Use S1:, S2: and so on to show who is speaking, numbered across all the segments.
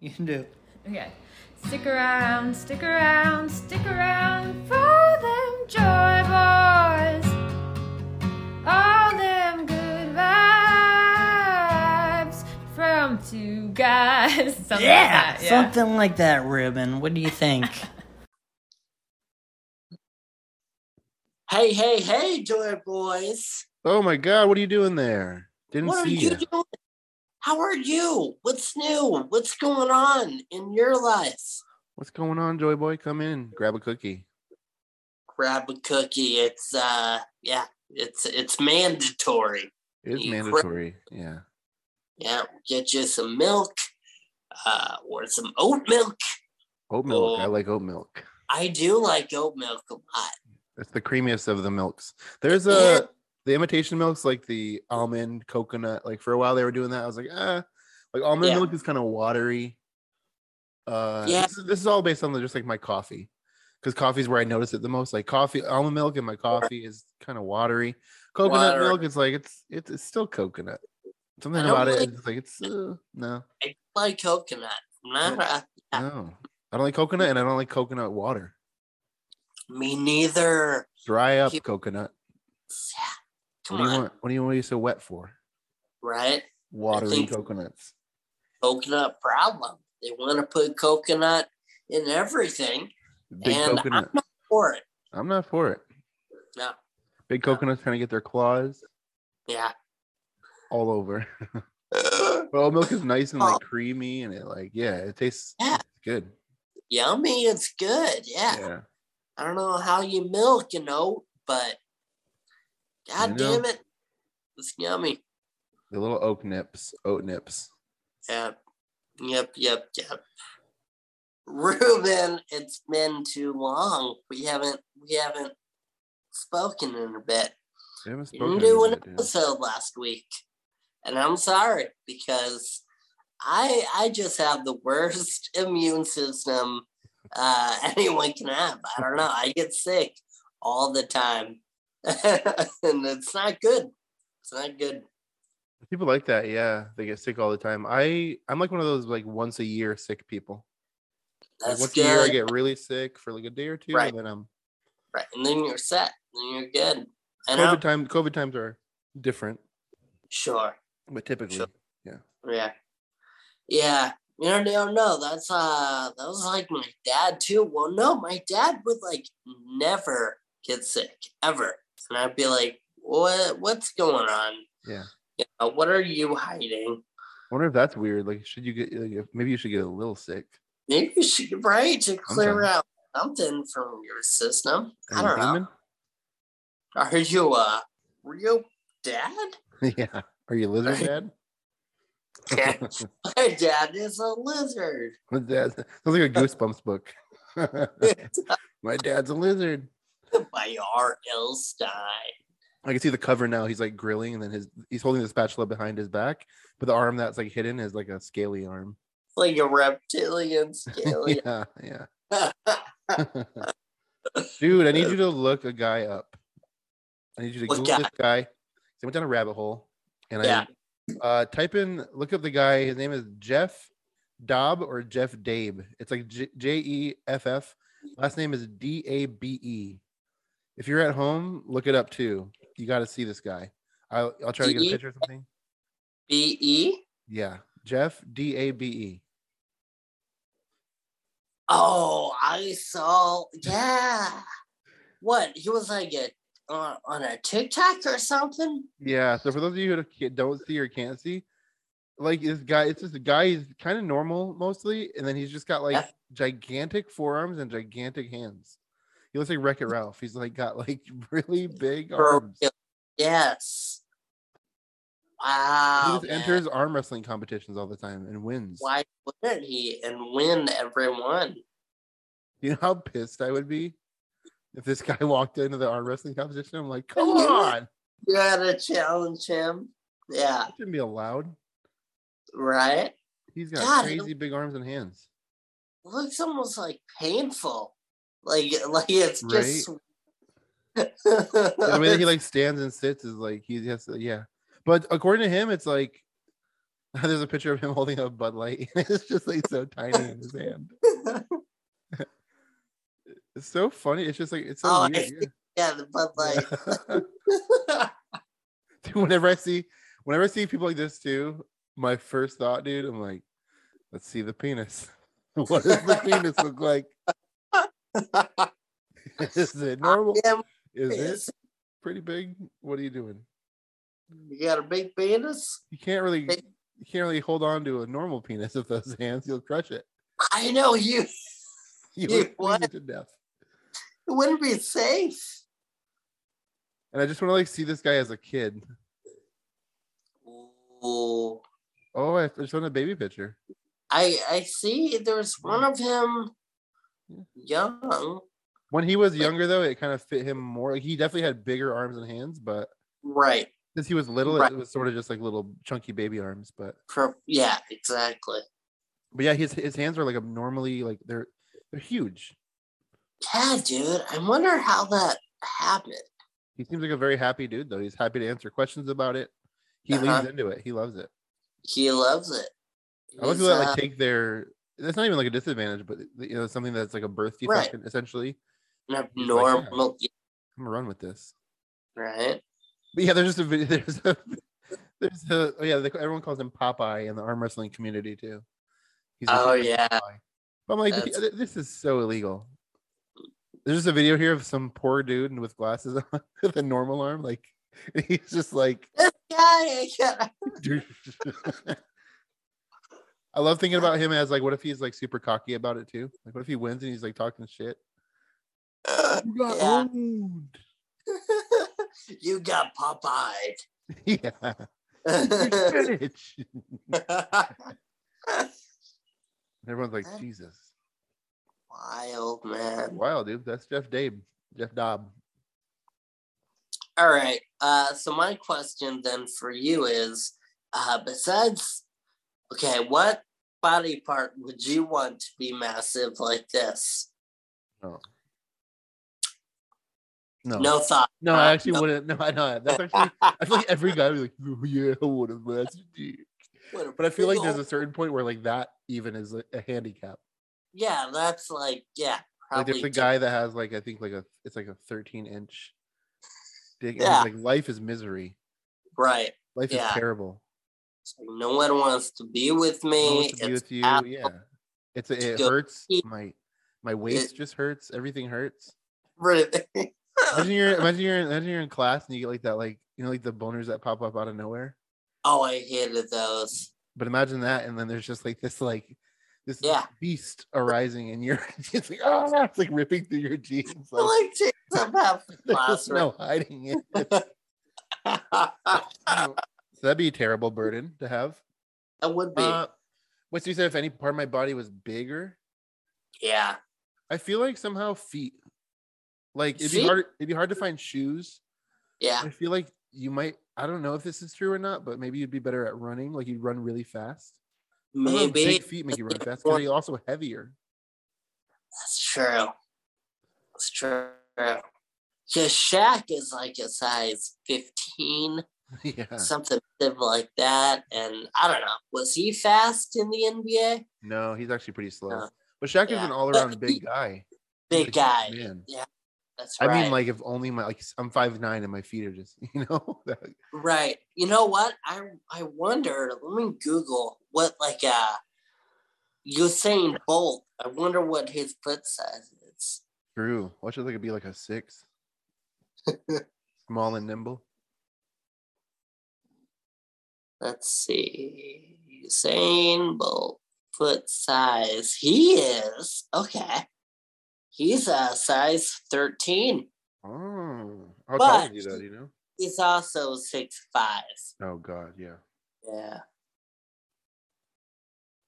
S1: You can do.
S2: Okay. Stick around, stick around, stick around for them joy boys. All them good vibes from two guys. Something like that,
S1: Something like that, Ruben. What do you think?
S3: Hey, hey, hey, Joy Boys.
S4: Oh my God, what are you doing there? Didn't
S3: What are
S4: see
S3: you
S4: you.
S3: doing? How are you? What's new? What's going on in your life?
S4: What's going on, Joy Boy? Come in, grab a cookie.
S3: Grab a cookie. It's uh yeah, it's it's mandatory.
S4: It's
S3: You gra-
S4: mandatory. Yeah.
S3: Yeah, get you some milk, uh, or some oat milk.
S4: Oat milk. I
S3: Oh.
S4: like oat milk.
S3: I do like oat milk a lot.
S4: It's the creamiest of the milks. There's a the imitation milks like the almond, coconut. Like for a while they were doing that. I was like, ah, like almond
S3: Yeah.
S4: milk is kind of watery. Uh,
S3: Yeah.
S4: this, is, this is all based on the, just like my coffee, because coffee is where I notice it the most. Like coffee, almond milk in my coffee is kind of watery. Coconut
S3: Water.
S4: milk is like it's it's, it's still coconut. Something
S3: I don't
S4: about it,
S3: like-
S4: it's like it's uh, no,
S3: I like coconut. I'm not a- Yeah.
S4: no. I don't like coconut, and I don't like coconut water.
S3: me neither.
S4: Dry up
S3: You-
S4: coconut.
S3: Yeah,
S4: What
S3: Come
S4: do you
S3: on,
S4: want? What do you want you so wet for?
S3: right?
S4: Watery
S3: think-
S4: coconuts.
S3: Coconut problem. They want to put coconut in everything,
S4: Big
S3: and
S4: coconut.
S3: I'm not for it.
S4: I'm not for it.
S3: No.
S4: Big coconuts trying to get their claws
S3: Yeah.
S4: all over. well, milk is nice and
S3: Oh.
S4: like creamy and it like yeah, it tastes
S3: Yeah.
S4: it's good.
S3: Yummy. It's good. Yeah.
S4: Yeah.
S3: I don't know how you milk, you know, but god
S4: You know.
S3: damn it. It's yummy.
S4: The little oak nips, oat nips.
S3: Yep. Yep. Yep. Yep. Ruben, it's been too long. We haven't we haven't spoken in a bit.
S4: They haven't
S3: We
S4: spoken
S3: didn't
S4: in
S3: do
S4: a
S3: an
S4: minute, yeah.
S3: episode last week. And I'm sorry because I I just have the worst immune system uh, anyone can have. I don't know. I get sick all the time. and it's not good. It's not good.
S4: People like that, yeah. They get sick all the time. I I'm like one of those like once a year sick people. Like
S3: That's
S4: once
S3: good.
S4: a year I get really sick for like a day or two,
S3: Right.
S4: and then I'm
S3: Right. And then you're set. Then you're good. And I'm
S4: COVID time COVID times are different,
S3: sure.
S4: but typically
S3: Yeah. Yeah. You know, no, no, that's uh that was like my dad too. Well, no, my dad would like never get sick, ever. And I'd be like, What what's going on?
S4: Yeah.
S3: You know, what are you hiding?
S4: I wonder if that's weird. Like, should you get? Like, if, maybe you should get a little sick.
S3: Maybe you should right to clear
S4: Something.
S3: out something from your system. I
S4: Are you
S3: don't know. Are you uh were you dad?
S4: human? yeah. Are you a lizard dad?
S3: Yeah. my dad is a lizard.
S4: My dad sounds like a Goosebumps book. My dad's a lizard.
S3: by R.L. Stein.
S4: I can see the cover now. He's like grilling, and then his he's holding the spatula behind his back, but the arm that's like hidden is like a scaly arm.
S3: Like a reptilian scaly.
S4: yeah, yeah. Dude, I need you to look a guy up. I need you to
S3: What
S4: Google
S3: guy?
S4: this guy. 'Cause I went down a rabbit hole, and
S3: Yeah.
S4: I uh, type in, look up the guy. His name is Jeff Dobb or Jeff Dabe. It's like J- J E F F. Last name is D A B E. If you're at home, look it up too. You got to see this guy. I'll, I'll try to get a
S3: D.E.?
S4: picture or something.
S3: B E.
S4: Yeah, Jeff D A B E.
S3: Oh, I saw. Yeah. What he was like a on, on a TikTok or something.
S4: Yeah. So for those of you who ca- don't see or can't see, like this guy, it's just a guy. He's kind of normal mostly, and then he's just got like
S3: Yeah.
S4: gigantic forearms and gigantic hands. He looks like Wreck It Ralph. He's like got like really big
S3: For
S4: arms.
S3: real. Yes.
S4: He
S3: Wow.
S4: just
S3: man.
S4: enters arm wrestling competitions all the time and wins.
S3: Why wouldn't he and win everyone?
S4: You know how pissed I would be if this guy walked into the arm wrestling competition. I'm like, come
S3: Yeah.
S4: on,
S3: You gotta challenge him. Yeah.
S4: that shouldn't be allowed.
S3: Right.
S4: He's got
S3: God, he-
S4: crazy big arms and hands.
S3: looks almost like painful. Like like it's just
S4: the way that he like stands and sits is like he has to, yeah. But according to him, it's like There's a picture of him holding a Bud Light. it's just like so tiny in his hand. It's so funny. It's just like it's so
S3: Oh, I
S4: weird.
S3: see. yeah, the Bud Light.
S4: yeah. Dude, whenever I see whenever I see people like this too, my first thought, dude, I'm like, let's see the penis. What does the penis look like? Is it normal?
S3: Damn,
S4: Is it
S3: penis.
S4: pretty big? What are you doing?
S3: you got a big penis?
S4: You can't really
S3: Big.
S4: you can't really hold on to a normal penis with those hands. You'll crush it.
S3: I know you.
S4: You
S3: Dude,
S4: would squeeze
S3: what?
S4: it to death.
S3: It wouldn't be safe.
S4: And I just want to like see this guy as a kid.
S3: Ooh.
S4: Oh, I just want a baby picture.
S3: I I see. There's one of him young,
S4: When he was younger though, it kind of fit him more. Like, he definitely had bigger arms and hands, but
S3: right?
S4: since he was little,
S3: Right.
S4: it was sort of just like little chunky baby arms. But
S3: Per, yeah, exactly.
S4: but yeah, his his hands are like abnormally like they're they're huge.
S3: Yeah, dude. I wonder how that happened.
S4: He seems like a very happy dude though. He's happy to answer questions about it. He leans
S3: Uh-huh.
S4: into it. He loves it.
S3: He loves it.
S4: I love
S3: He's,
S4: people that
S3: uh,
S4: like take their. That's not even like a disadvantage, but you know something that's like a birth
S3: Right.
S4: defect essentially.
S3: an
S4: yeah.
S3: abnormal,
S4: I'm gonna run with this.
S3: right?
S4: But yeah, there's just a video. There's a there's a oh yeah. They, everyone calls him Popeye in the arm wrestling community too. He's a
S3: Oh,
S4: huge
S3: yeah.
S4: Popeye. But I'm like, th-
S3: That's-
S4: this is so illegal. There's just a video here of some poor dude with glasses on with a normal arm, like he's just like.
S3: Yeah, I got-
S4: I love thinking about him as like, what if he's like super cocky about it too? Like, what if he wins and he's like talking shit? You got
S3: Yeah.
S4: owned.
S3: you got Popeye.
S4: Yeah. Bitch. Everyone's like, Jesus.
S3: Wild man.
S4: Wow, dude. That's Jeff Dabe. Jeff Dobb.
S3: All right. Uh, so my question then for you is, uh, besides, okay, what body part would you want to be massive like this?
S4: No.
S3: No thought.
S4: No, I
S3: Uh,
S4: actually
S3: no.
S4: wouldn't. No, I know. That's actually I feel like every guy would be like, "Oh, yeah, I would have mastered you.
S3: What a
S4: But I feel like
S3: big
S4: there's
S3: ol-
S4: a certain point where like that even is a, a handicap.
S3: yeah. That's like yeah.
S4: Like
S3: Probably
S4: there's a
S3: just-
S4: guy that has like I think like a it's like a 13 inch dick. and he's
S3: Yeah.
S4: like life is misery.
S3: right.
S4: Life
S3: Yeah.
S4: is terrible.
S3: No one wants to be with
S4: No one
S3: me.
S4: wants to be
S3: It's
S4: with you.
S3: out-
S4: Yeah. It's a, it
S3: go
S4: hurts.
S3: eat.
S4: My my waist just hurts. Everything hurts.
S3: everything.
S4: Imagine you're imagine you're imagine you're in class and you get like that like you know like the boners that pop up out of nowhere.
S3: Oh, I hated those.
S4: But imagine that, and then there's just like this like this
S3: Yeah.
S4: beast arising, and you're it's like oh, it's like ripping through your jeans.
S3: I
S4: Like,
S3: like takes up half the
S4: there's
S3: class.
S4: just no hiding it. You
S3: right?
S4: know, so that'd be a terrible burden to have.
S3: That would be.
S4: Uh, what's you said if any part of my body was bigger?
S3: yeah.
S4: I feel like somehow feet. Like it'd be
S3: Feet?
S4: hard. It'd be hard to find shoes
S3: Yeah.
S4: I feel like you might. I don't know if this is true or not, but maybe you'd be better at running. Like you'd run really fast. I don't know if
S3: Maybe.
S4: big feet make you run fast because you're also heavier.
S3: That's true. That's true. Because Shaq is like a size 15,
S4: yeah.
S3: something like that. And I don't know. Was he fast in the NBA?
S4: No, he's actually pretty slow.
S3: Uh,
S4: but Shaq is
S3: yeah.
S4: an all-around big guy. He's a
S3: Big
S4: huge
S3: guy.
S4: Man.
S3: That's
S4: I
S3: right.
S4: mean, like if only my like I'm five nine and my feet are just you know. that-
S3: Right. You know what? I I wonder. Let me Google what like uh Usain Bolt. I wonder what his foot size is.
S4: True. Watch it like it'd be like a six. Small and nimble.
S3: Let's see. Usain Bolt foot size. He is okay. He's a size thirteen.
S4: Oh, how tall
S3: But-
S4: is he though? do You know?
S3: He's also six five.
S4: Oh God, yeah.
S3: Yeah.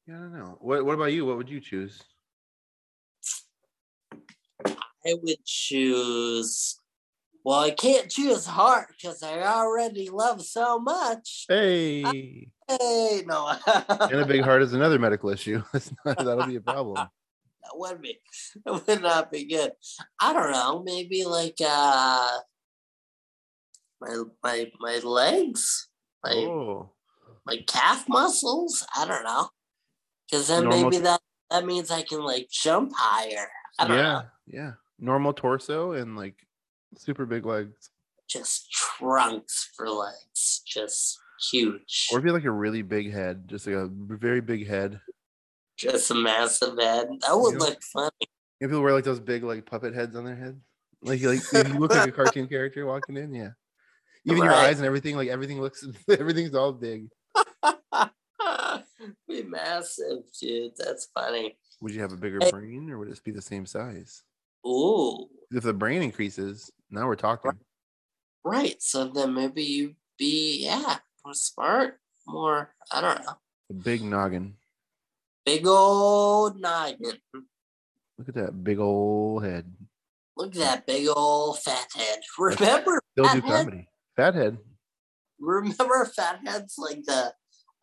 S4: Yeah, I don't know. What What about you? What would you choose?
S3: I would choose. Well, I can't choose heart because I already love so much.
S4: Hey.
S3: Hey, no.
S4: and a big heart is another medical issue. That's not, that'll be a problem.
S3: That would be. That would not be good. I don't know. Maybe like uh my my my legs. My
S4: Oh,
S3: like calf muscles. I don't know, because then
S4: Normal-
S3: maybe that that means I can like jump higher. I don't
S4: Yeah,
S3: know,
S4: yeah. Normal torso and like super big legs.
S3: just trunks for legs, just huge,
S4: Or if you had, like a really big head, just like a very big head.
S3: just a massive head. That would
S4: Yeah.
S3: look funny.
S4: You know, people wear like those big like puppet heads on their head. Like you- like if you look like a cartoon character walking in, yeah. Even your
S3: Right.
S4: eyes and everything, like everything looks, everything's all big.
S3: be massive, dude. That's funny.
S4: Would you have a bigger
S3: Hey.
S4: brain, or would it just be the same size?
S3: Ooh,
S4: If the brain increases, now we're talking.
S3: right. So then maybe you be yeah more smart, more. I don't know.
S4: A big noggin.
S3: Big old noggin.
S4: Look at that big old head.
S3: Look at that big old fat head. Remember,
S4: They'll
S3: Fat
S4: do
S3: head?
S4: comedy. Fat head.
S3: remember fat heads like the,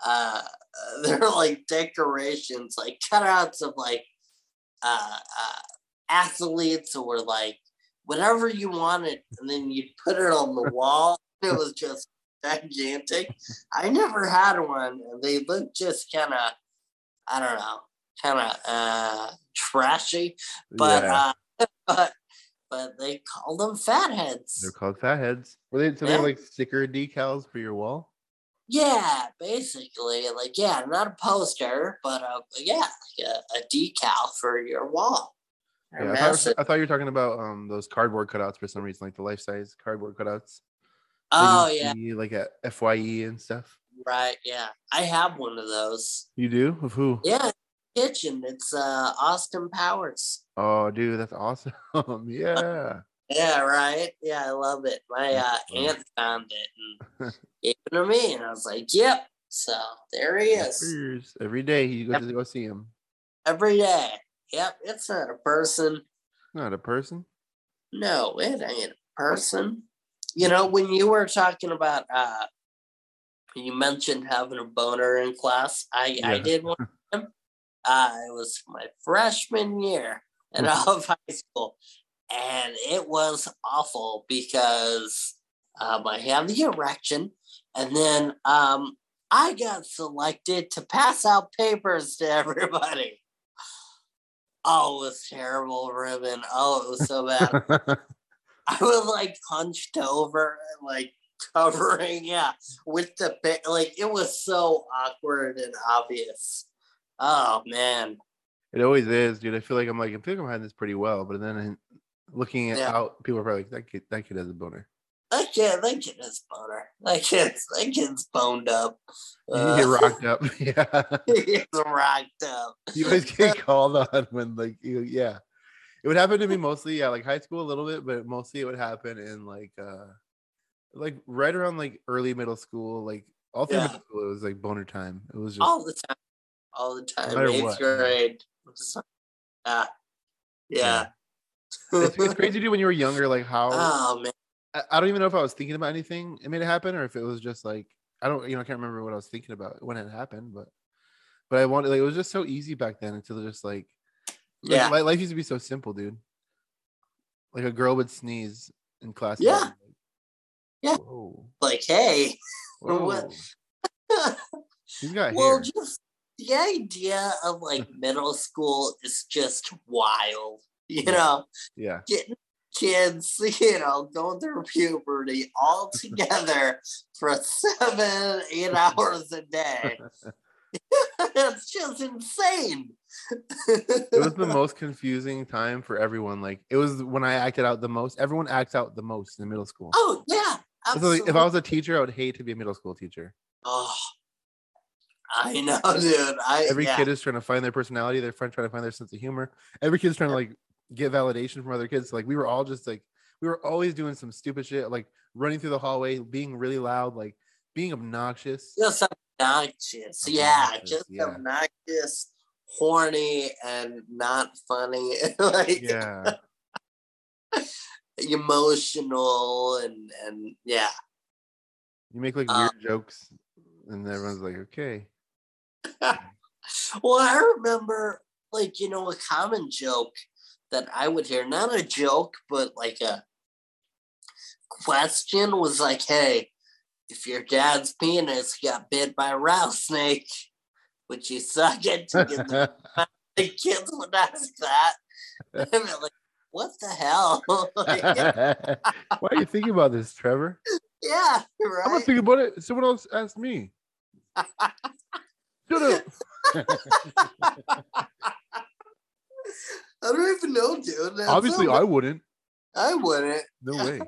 S3: uh, uh, they're like decorations, like cutouts of like, uh, uh, athletes or like whatever you wanted, and then you put it on the wall. It was just gigantic. I never had one, and they looked just kind of, I don't know, kind of uh, trashy. But
S4: Yeah,
S3: uh, but but they call them fatheads.
S4: they're called fat heads. Were they? So they
S3: Yeah.
S4: were like sticker decals for your wall.
S3: Yeah, basically, like yeah, not a poster, but uh, yeah, like a, a decal for your wall. Or
S4: Yeah, I, thought,
S3: massive-
S4: I thought you were talking about um those cardboard cutouts for some reason, like the life size cardboard cutouts.
S3: oh
S4: that you
S3: yeah,
S4: see, like at Fye E and stuff.
S3: right, yeah. I have one of those.
S4: You do of who?
S3: Yeah, kitchen. It's uh Austin Powers.
S4: Oh, dude, that's awesome. yeah,
S3: Yeah, right. Yeah, I love it. My uh,
S4: That's funny.
S3: aunt found it and gave it to me, and I was like, "Yep." So there he is.
S4: Years. every day you go to go see him.
S3: every day. Yep, it's not a person.
S4: Not a person.
S3: No, it ain't a person. You know, when you were talking about, uh, you mentioned having a boner in class. I, I
S4: Yeah.
S3: did one. time. Uh, it was my freshman year and of high school, and it was awful because um, I had the erection, and then um, I got selected to pass out papers to everybody. Oh, it was terrible, Ruben. Oh, it was so bad. I was like hunched over and like covering, yeah, with the bit. Like it was so awkward and obvious. Oh man,
S4: it always is, dude. I feel like I'm like I feel like I'm hiding this pretty well, but then in- looking at
S3: Yeah.
S4: out, people are probably like that kid. That kid has a boner.
S3: that kid, that kid is boner. That kid's that kid's boned up. Uh,
S4: You get rocked up. Yeah,
S3: He's rocked up.
S4: you always get called on when like you. Yeah, it would happen to me mostly. Yeah, like high school a little bit, but mostly it would happen in like uh, like right around like early middle school. Like all through
S3: Yeah.
S4: middle school, it was like boner time. It was just
S3: all the time, all the time.
S4: matter
S3: Eighth
S4: what.
S3: grade. Yeah, yeah.
S4: it's, it's crazy dude when you were younger like how
S3: oh man,
S4: I, I don't even know if i was thinking about anything it made it happen or if it was just like i don't you know i can't remember what i was thinking about when it happened but but i wanted like it was just so easy back then until just like like,
S3: Yeah.
S4: li- life, used to be so simple dude like a girl would sneeze in class and
S3: Yeah.
S4: I'd be like,
S3: Yeah.
S4: whoa,
S3: like hey. What-
S4: whoa. he's got
S3: well,
S4: hair
S3: just the idea of like middle school is just wild. You
S4: Yeah.
S3: know,
S4: yeah
S3: getting kids, you know, going through puberty all together for seven, eight hours a day. it's just insane.
S4: it was the most confusing time for everyone like it was when i acted out the most everyone acts out the most in middle school
S3: oh yeah,
S4: So,
S3: absolutely.
S4: like, if I was a teacher, I would hate to be a middle school teacher.
S3: oh, I know, dude. I
S4: Every
S3: yeah.
S4: kid is trying to find their personality, their friend trying to find their sense of humor. Every kid's trying to like get validation from other kids. Like we were all just like we were always doing some stupid shit, like running through the hallway, being really loud, like being obnoxious.
S3: just obnoxious. Yeah,
S4: Obnoxious,
S3: just
S4: yeah.
S3: obnoxious, horny, and not funny. like
S4: Yeah.
S3: emotional and and yeah.
S4: You make like
S3: Um,
S4: weird jokes and everyone's like, okay.
S3: Well, I remember like you know a common joke that I would hear, not a joke, but like a question was like, "Hey, if your dad's penis got bit by a rattlesnake, would you suck it to get the, the kids would ask that? They'd be like, what the hell? Like,
S4: Why are you thinking about this, Trevor?
S3: yeah,
S4: I'm not
S3: right.
S4: thinking about it. Someone else asked me. Shut up.
S3: I don't even know, dude. That's
S4: Obviously,
S3: so-
S4: I wouldn't.
S3: I wouldn't.
S4: No way.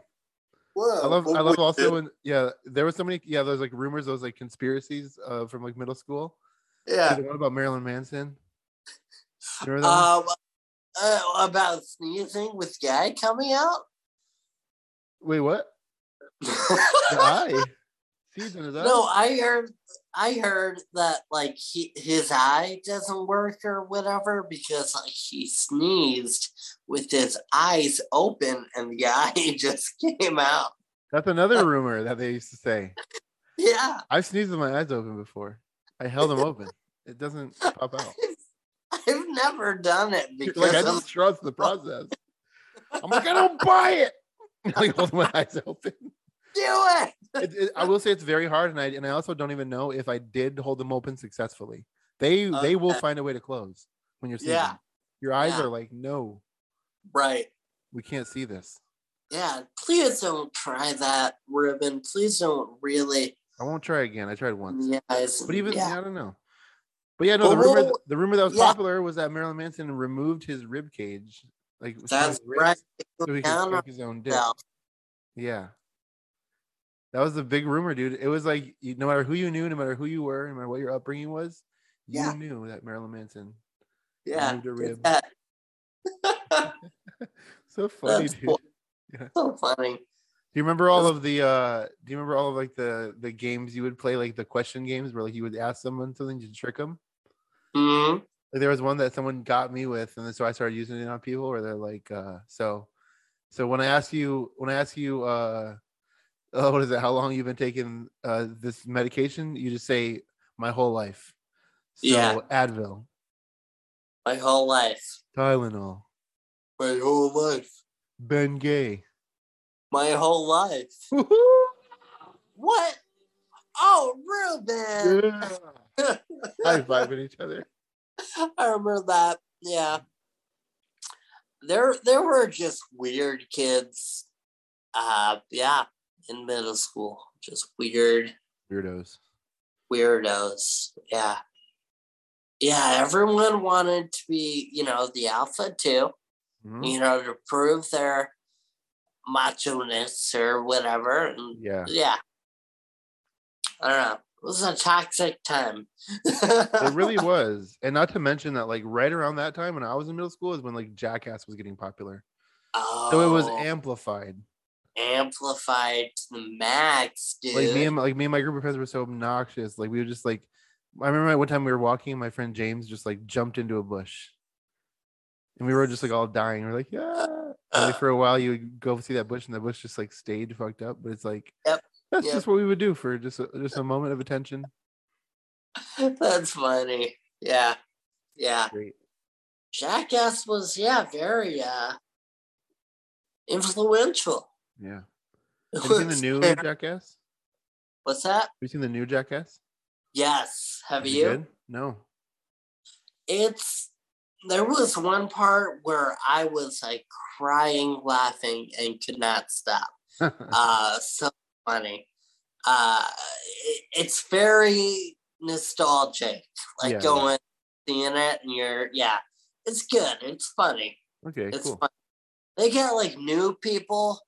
S3: Whoa.
S4: I love. I
S3: What
S4: love
S3: would
S4: also
S3: you-
S4: when yeah, there was so many yeah, there's like rumors, those like conspiracies uh, from like middle school.
S3: Yeah.
S4: What about Marilyn Manson? You remember that
S3: Um,
S4: one?
S3: uh, about sneezing with guy coming out.
S4: Wait, what? The eye. Seeds in his eye?
S3: no, I heard. I heard that like he, his eye doesn't work or whatever because like he sneezed with his eyes open and the eye just came out.
S4: That's another rumor that they used to say.
S3: Yeah,
S4: I've sneezed with my eyes open before. I held them open. It doesn't pop out.
S3: I've never done it because
S4: Like I
S3: I'm-
S4: just trust the process. I'm like, I don't buy it. Like hold my eyes open.
S3: do it.
S4: It- it- I will say it's very hard, and I and I also don't even know if I did hold them open successfully. They they will
S3: Okay.
S4: find a way to close when you're sneezing.
S3: Uh, Yeah.
S4: Your eyes
S3: Yeah.
S4: are like, no,
S3: Right.
S4: we can't see this.
S3: Yeah. Please don't try that ribbon. Please don't really.
S4: I won't try again. I tried once.
S3: Yeah.
S4: But even
S3: yeah.
S4: I don't know. But yeah, no, the
S3: Well,
S4: rumor
S3: well,
S4: the rumor that was
S3: yeah.
S4: popular was that Marilyn Manson removed his rib cage, like with
S3: That's
S4: his ribs,
S3: right.
S4: so he could
S3: Down
S4: stroke his own dick.
S3: himself.
S4: Yeah, that was the big rumor, dude. It was like you, no matter who you knew, no matter who you were, no matter what your upbringing was, you
S3: Yeah.
S4: knew that Marilyn Manson
S3: Yeah.
S4: removed a
S3: did
S4: rib.
S3: that.
S4: So funny,
S3: That's
S4: dude.
S3: cool.
S4: Yeah.
S3: so funny.
S4: Do you remember all of the uh do you remember all of like the the games you would play like the question games where like you would ask someone something to trick them?
S3: hmm
S4: Like, there was one that someone got me with and then so I started using it on people where they're like uh so so when I ask you when I ask you uh oh, what is it how long you've been taking uh this medication you just say my whole life. So
S3: Yeah.
S4: Advil,
S3: My whole life.
S4: Tylenol,
S3: My whole life.
S4: Ben Gay.
S3: My whole life. What? Oh, Ruben.
S4: Yeah. High fiving each other.
S3: I remember that. Yeah. There there were just weird kids. Uh yeah, in middle school. Just weird
S4: Weirdos.
S3: weirdos. Yeah. Yeah, everyone wanted to be, you know, the alpha too.
S4: Mhm.
S3: You know, to prove their macho ness or whatever. And
S4: Yeah.
S3: yeah. I don't know. It was a toxic time.
S4: it really was and not to mention that like right around that time when i was in middle school is when like jackass was getting popular
S3: oh,
S4: so it was amplified
S3: amplified to the max, dude.
S4: like me and like me and my group of friends were so obnoxious like we would just like i remember one time we were walking and my friend james just like jumped into a bush and we were just like all dying we are like yeah and like, for a while you would go see that bush and the bush just like stayed fucked up but it's like
S3: Yep.
S4: that's
S3: Yep.
S4: just what we would do for just a, just a moment of attention
S3: That's funny. Yeah. Yeah.
S4: Great.
S3: Jackass was, yeah, very uh influential.
S4: yeah
S3: It
S4: have you seen the
S3: was
S4: new
S3: very-
S4: jackass have
S3: What's that?
S4: you seen the new jackass
S3: Yes. Have
S4: Is it
S3: you?
S4: good? no
S3: It's there was one part where I was like crying, laughing, and could not stop. uh so funny uh it- it's very nostalgic like
S4: Yeah.
S3: going seeing it and you're yeah it's good it's funny
S4: okay
S3: it's
S4: cool
S3: fun they got like new people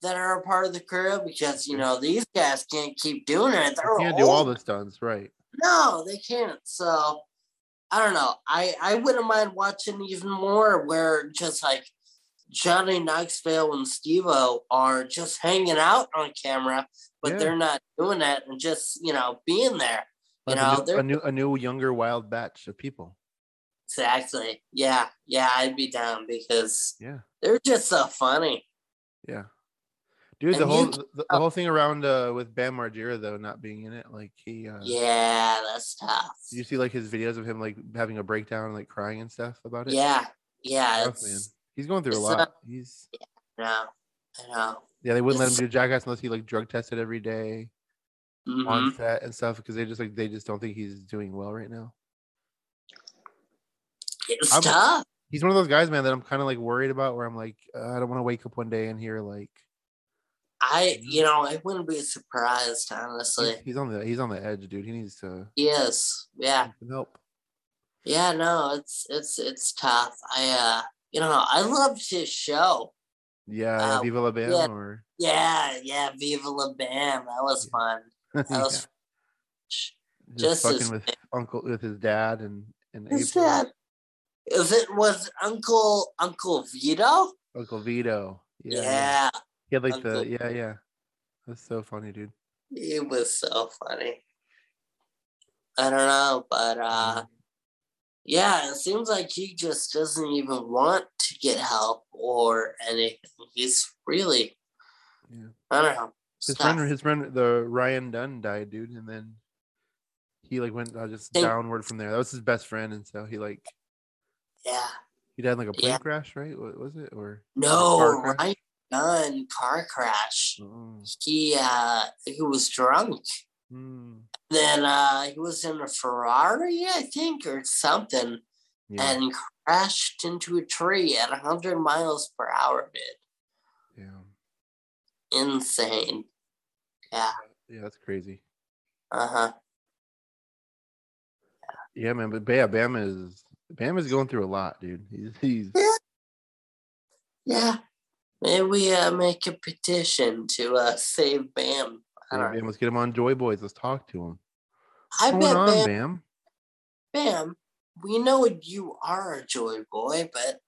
S3: that are a part of the crew because you know these guys can't keep doing it
S4: They
S3: they're
S4: can't do all
S3: old.
S4: the stunts, right?
S3: no they can't so i don't know i i wouldn't mind watching even more where just like Johnny Knoxville and Steve-O are just hanging out on camera, but
S4: Yeah.
S3: they're not doing that and just, you know, being there. You
S4: Like
S3: know,
S4: a, new, a
S3: they're-
S4: new, a new younger wild batch of people.
S3: Exactly. Yeah. Yeah, I'd be down because
S4: Yeah,
S3: they're just so funny.
S4: yeah, dude. The
S3: And
S4: whole
S3: you- Oh.
S4: the, the whole thing around uh, with Bam Margera though not being in it, like he, uh,
S3: Yeah, that's tough.
S4: you see like his videos of him like having a breakdown, and, like crying and stuff about it.
S3: Yeah. Yeah.
S4: Rough, man.
S3: It's,
S4: he's going through a
S3: it's uh,
S4: lot.
S3: not-
S4: he's
S3: I know. I know.
S4: yeah, they wouldn't let
S3: it's-
S4: him do Jackass unless he like drug tested every day.
S3: Mhm.
S4: on set and stuff because they just like they just don't think he's doing well right now.
S3: It's
S4: I'm-
S3: tough.
S4: He's one of those guys, man, that I'm kind of like worried about. Where I'm like, uh, I don't want to wake up one day and hear like
S3: I, you know, I wouldn't be surprised, honestly.
S4: he's, he's on the he's on the edge, dude. He needs to
S3: Yes, yeah,
S4: some help.
S3: yeah. No, it's it's it's tough. I, uh, you know, I loved his show.
S4: Yeah,
S3: Uh,
S4: Viva La Bam
S3: yeah.
S4: or
S3: Yeah, yeah. Viva La Bam. That was fun.
S4: yeah,
S3: That was.
S4: just
S3: just
S4: fucking
S3: as
S4: with uncle with his dad and and
S3: Is
S4: April.
S3: that? If it was Uncle Uncle Vito?
S4: Uncle Vito. Yeah,
S3: Yeah,
S4: yeah. He had like the
S3: Uncle-
S4: yeah yeah. That's so funny, dude.
S3: it was so funny. I don't know, but uh, yeah, it seems like he just doesn't even want to get help or anything. He's really,
S4: Yeah.
S3: I don't know. it's
S4: his
S3: tough.
S4: friend, his friend, the Ryan Dunn died, dude, and then he like went uh, just
S3: They-
S4: downward from there. That was his best friend, and so he like
S3: yeah,
S4: he died in like a plane
S3: Yeah.
S4: crash, right? What was it? Or
S3: no,
S4: car crash?
S3: Ryan Dunn car crash.
S4: Mm.
S3: He uh, he was drunk.
S4: Mm.
S3: Then uh, he was in a Ferrari, I think, or something.
S4: Yeah,
S3: and crashed into a tree at 100 miles per hour, dude.
S4: yeah,
S3: Insane. Yeah.
S4: yeah. That's crazy.
S3: Uh huh.
S4: Yeah, man. But yeah, Bam is Bam is going through a lot, dude. He's, he's
S3: Yeah. Maybe we uh, make a petition to uh, save Bam. I don't know.
S4: Bam, let's get him on Joy Boys. Let's talk to him.
S3: I
S4: What's going
S3: bet
S4: on,
S3: Bam,
S4: Bam?
S3: Bam, we know you are a joy boy, but.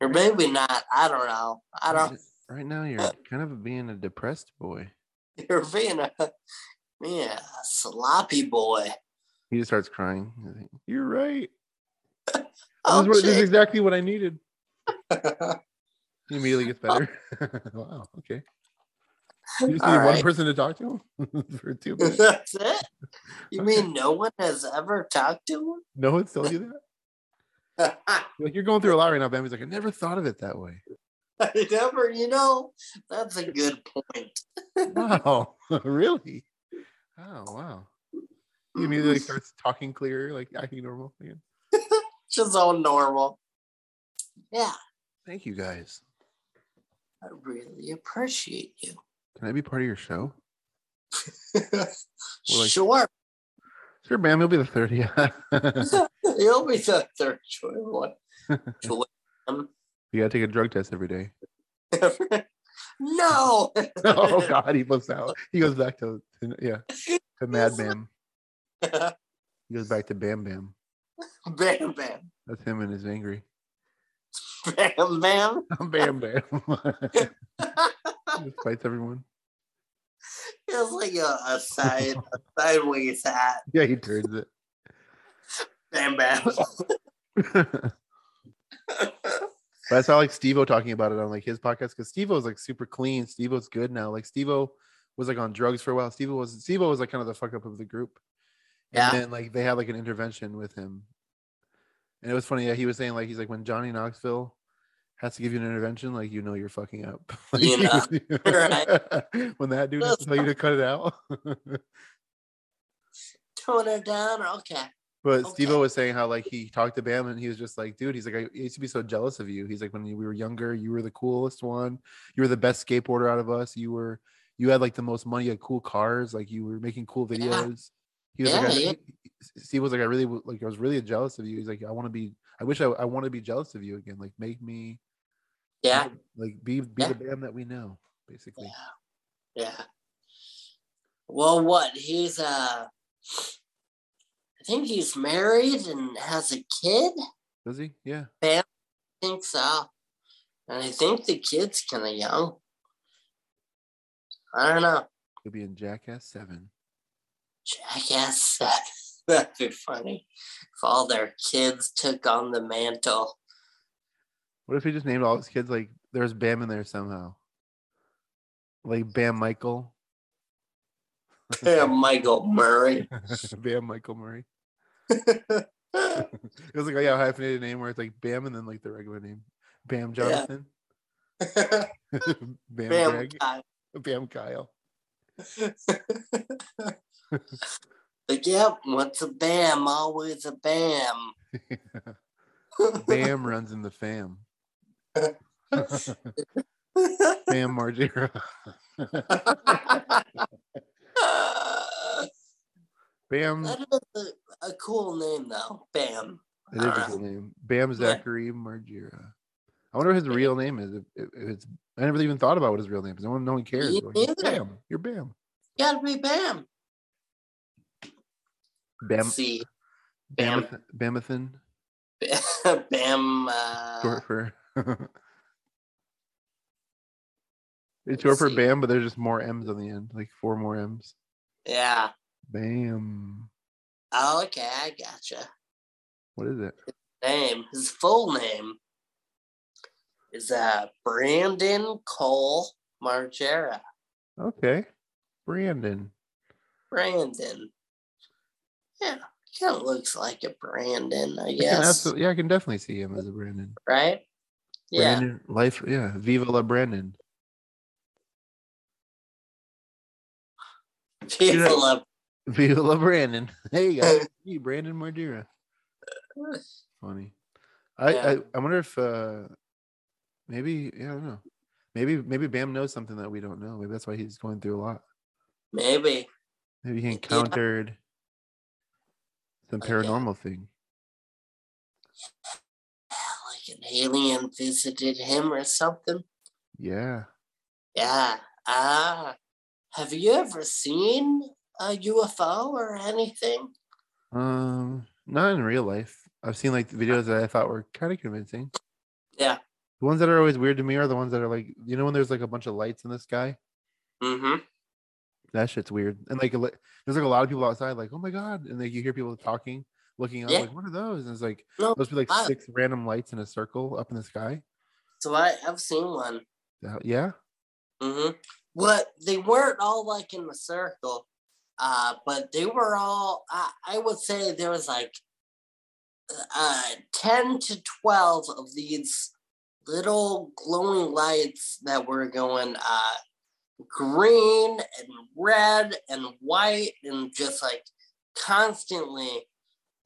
S3: Or maybe not. I don't know. I don't.
S4: Right now,
S3: Uh,
S4: you're kind of being a depressed boy.
S3: You're being a, being a sloppy boy.
S4: He just starts crying. I think, You're right.
S3: Oh,
S4: this, is what, this is
S3: shit.
S4: exactly what I needed. He immediately gets better. wow. Okay. You just
S3: All
S4: need one
S3: right.
S4: person to talk to him for two minutes.
S3: That's it. You mean no one has ever talked to
S4: No one's told you that.
S3: him?
S4: Like you're going through a lot right now, Bam. He's like, I never thought of it that way.
S3: I never, you know, that's a good point.
S4: Wow. really? Oh wow. He immediately starts talking clearer, like acting normal again.
S3: Just all normal. Yeah,
S4: Thank you guys.
S3: I really appreciate you.
S4: Can I be part of your show? like-
S3: sure,
S4: Sure, Bam. You'll be the third. Yeah.
S3: you'll be the third choice one. um, Joy one.
S4: you gotta take a drug test every day.
S3: no,
S4: oh God, he flips out. He goes back to, to- yeah to Mad Bam. He goes back to Bam Bam.
S3: bam, bam,
S4: That's him and his angry.
S3: bam, bam.
S4: Bam Bam. Just fights everyone.
S3: It's like a, a side, a sideways hat.
S4: Yeah, he turns it.
S3: Bam, bam.
S4: but I saw like Steve talking about it on like his podcast because Steve was like super clean. Steve O's good now. Like Steve was like on drugs for a while. Steve was Steve was like kind of the fuck up of the group.
S3: Yeah.
S4: And then like they had like an intervention with him. And it was funny. Yeah, he was saying like he's like when Johnny Knoxville has to give you an intervention, like you know you're fucking up. Like,
S3: You know,
S4: when that dude has to tell you to cut it out.
S3: Tone it down. Okay.
S4: But
S3: Okay.
S4: Steve was saying how like he talked to Bam and he was just like, dude, he's like, I used to be so jealous of you. He's like, when we were younger, you were the coolest one. You were the best skateboarder out of us. You were, you had like the most money, you had cool cars. Like you were making cool videos. He was like, I,
S3: Yeah,
S4: Steve was like, I really w- like, I was really jealous of you. He's like, I want to be, I wish I, I want to be jealous of you again. Like make me,
S3: Yeah.
S4: like be, be
S3: Yeah.
S4: the Bam that we know, basically.
S3: Yeah. Well, what he's uh, I think he's married and has a kid.
S4: Does he? Yeah.
S3: I think so, and I think the kid's kind of young. I don't know.
S4: He'll be in Jackass Seven.
S3: Jackass. That'd be funny if all their kids took on the mantle.
S4: What if he just named all his kids like there's Bam in there somehow? Like Bam Michael,
S3: Yeah, Michael Murray.
S4: Bam Michael Murray. It was like oh, yeah, a hyphenated name where it's like Bam and then like the regular name, Bam
S3: Yeah.
S4: Jonathan, Bam,
S3: Bam
S4: Greg,
S3: guy.
S4: Bam Kyle.
S3: But yep, once a bam, always a bam.
S4: Bam runs in the fam. Bam Margera. Bam.
S3: that is a, a cool name, though. Bam.
S4: It is a cool name. Bam Zachary Margera. I wonder what his real name is. If, if if it's, I never even thought about what his real name is. No one, no one cares.
S3: Me
S4: They're like,
S3: neither.
S4: Bam, you're Bam.
S3: Gotta be Bam.
S4: Bam,
S3: See, Bam.
S4: Bamath- Bamathan,
S3: Bam. Uh,
S4: short for. it's short for
S3: see.
S4: Bam, but there's just more M's on the end, like four more M's.
S3: yeah.
S4: Bam.
S3: Oh, okay, I gotcha.
S4: What is it?
S3: Name. His full name is uh Brandon Cole Margera.
S4: Okay. Brandon.
S3: Brandon. Yeah, kind of looks like a Brandon, I
S4: I can
S3: guess.
S4: absol- yeah, I can definitely see him as a Brandon.
S3: Right? Yeah.
S4: Brandon, life, yeah. Viva la Brandon.
S3: People
S4: Yeah.
S3: up.
S4: Viva la Brandon. There you go. Hey, Brandon Mardira. Funny. I, I
S3: Yeah.
S4: I wonder if uh maybe yeah, I don't know. Maybe maybe Bam knows something that we don't know. Maybe that's why he's going through a lot.
S3: Maybe.
S4: Maybe he
S3: Yeah.
S4: encountered some
S3: Like, uh,
S4: paranormal thing.
S3: Like an alien visited him or something.
S4: Yeah.
S3: Yeah. Ah. Have you ever seen a UFO or anything?
S4: Um not in real life. I've seen like videos that I thought were kind of convincing.
S3: Yeah.
S4: The ones that are always weird to me are the ones that are like, you know, when there's like a bunch of lights in the sky?
S3: Mm-hmm.
S4: That shit's weird. And like, a li- there's like a lot of people outside, like, oh my god, and like you hear people talking, looking up,
S3: Yeah. Oh,
S4: like, what are those? And it's like
S3: No,
S4: those be like
S3: I-
S4: six random lights in a circle up in the sky.
S3: So I, I've seen one.
S4: That- yeah,
S3: Mm-hmm. But they weren't all like in a circle. Uh, but they were all, I, I would say there was like uh, 10 to 12 of these little glowing lights that were going uh, green and red and white and just like constantly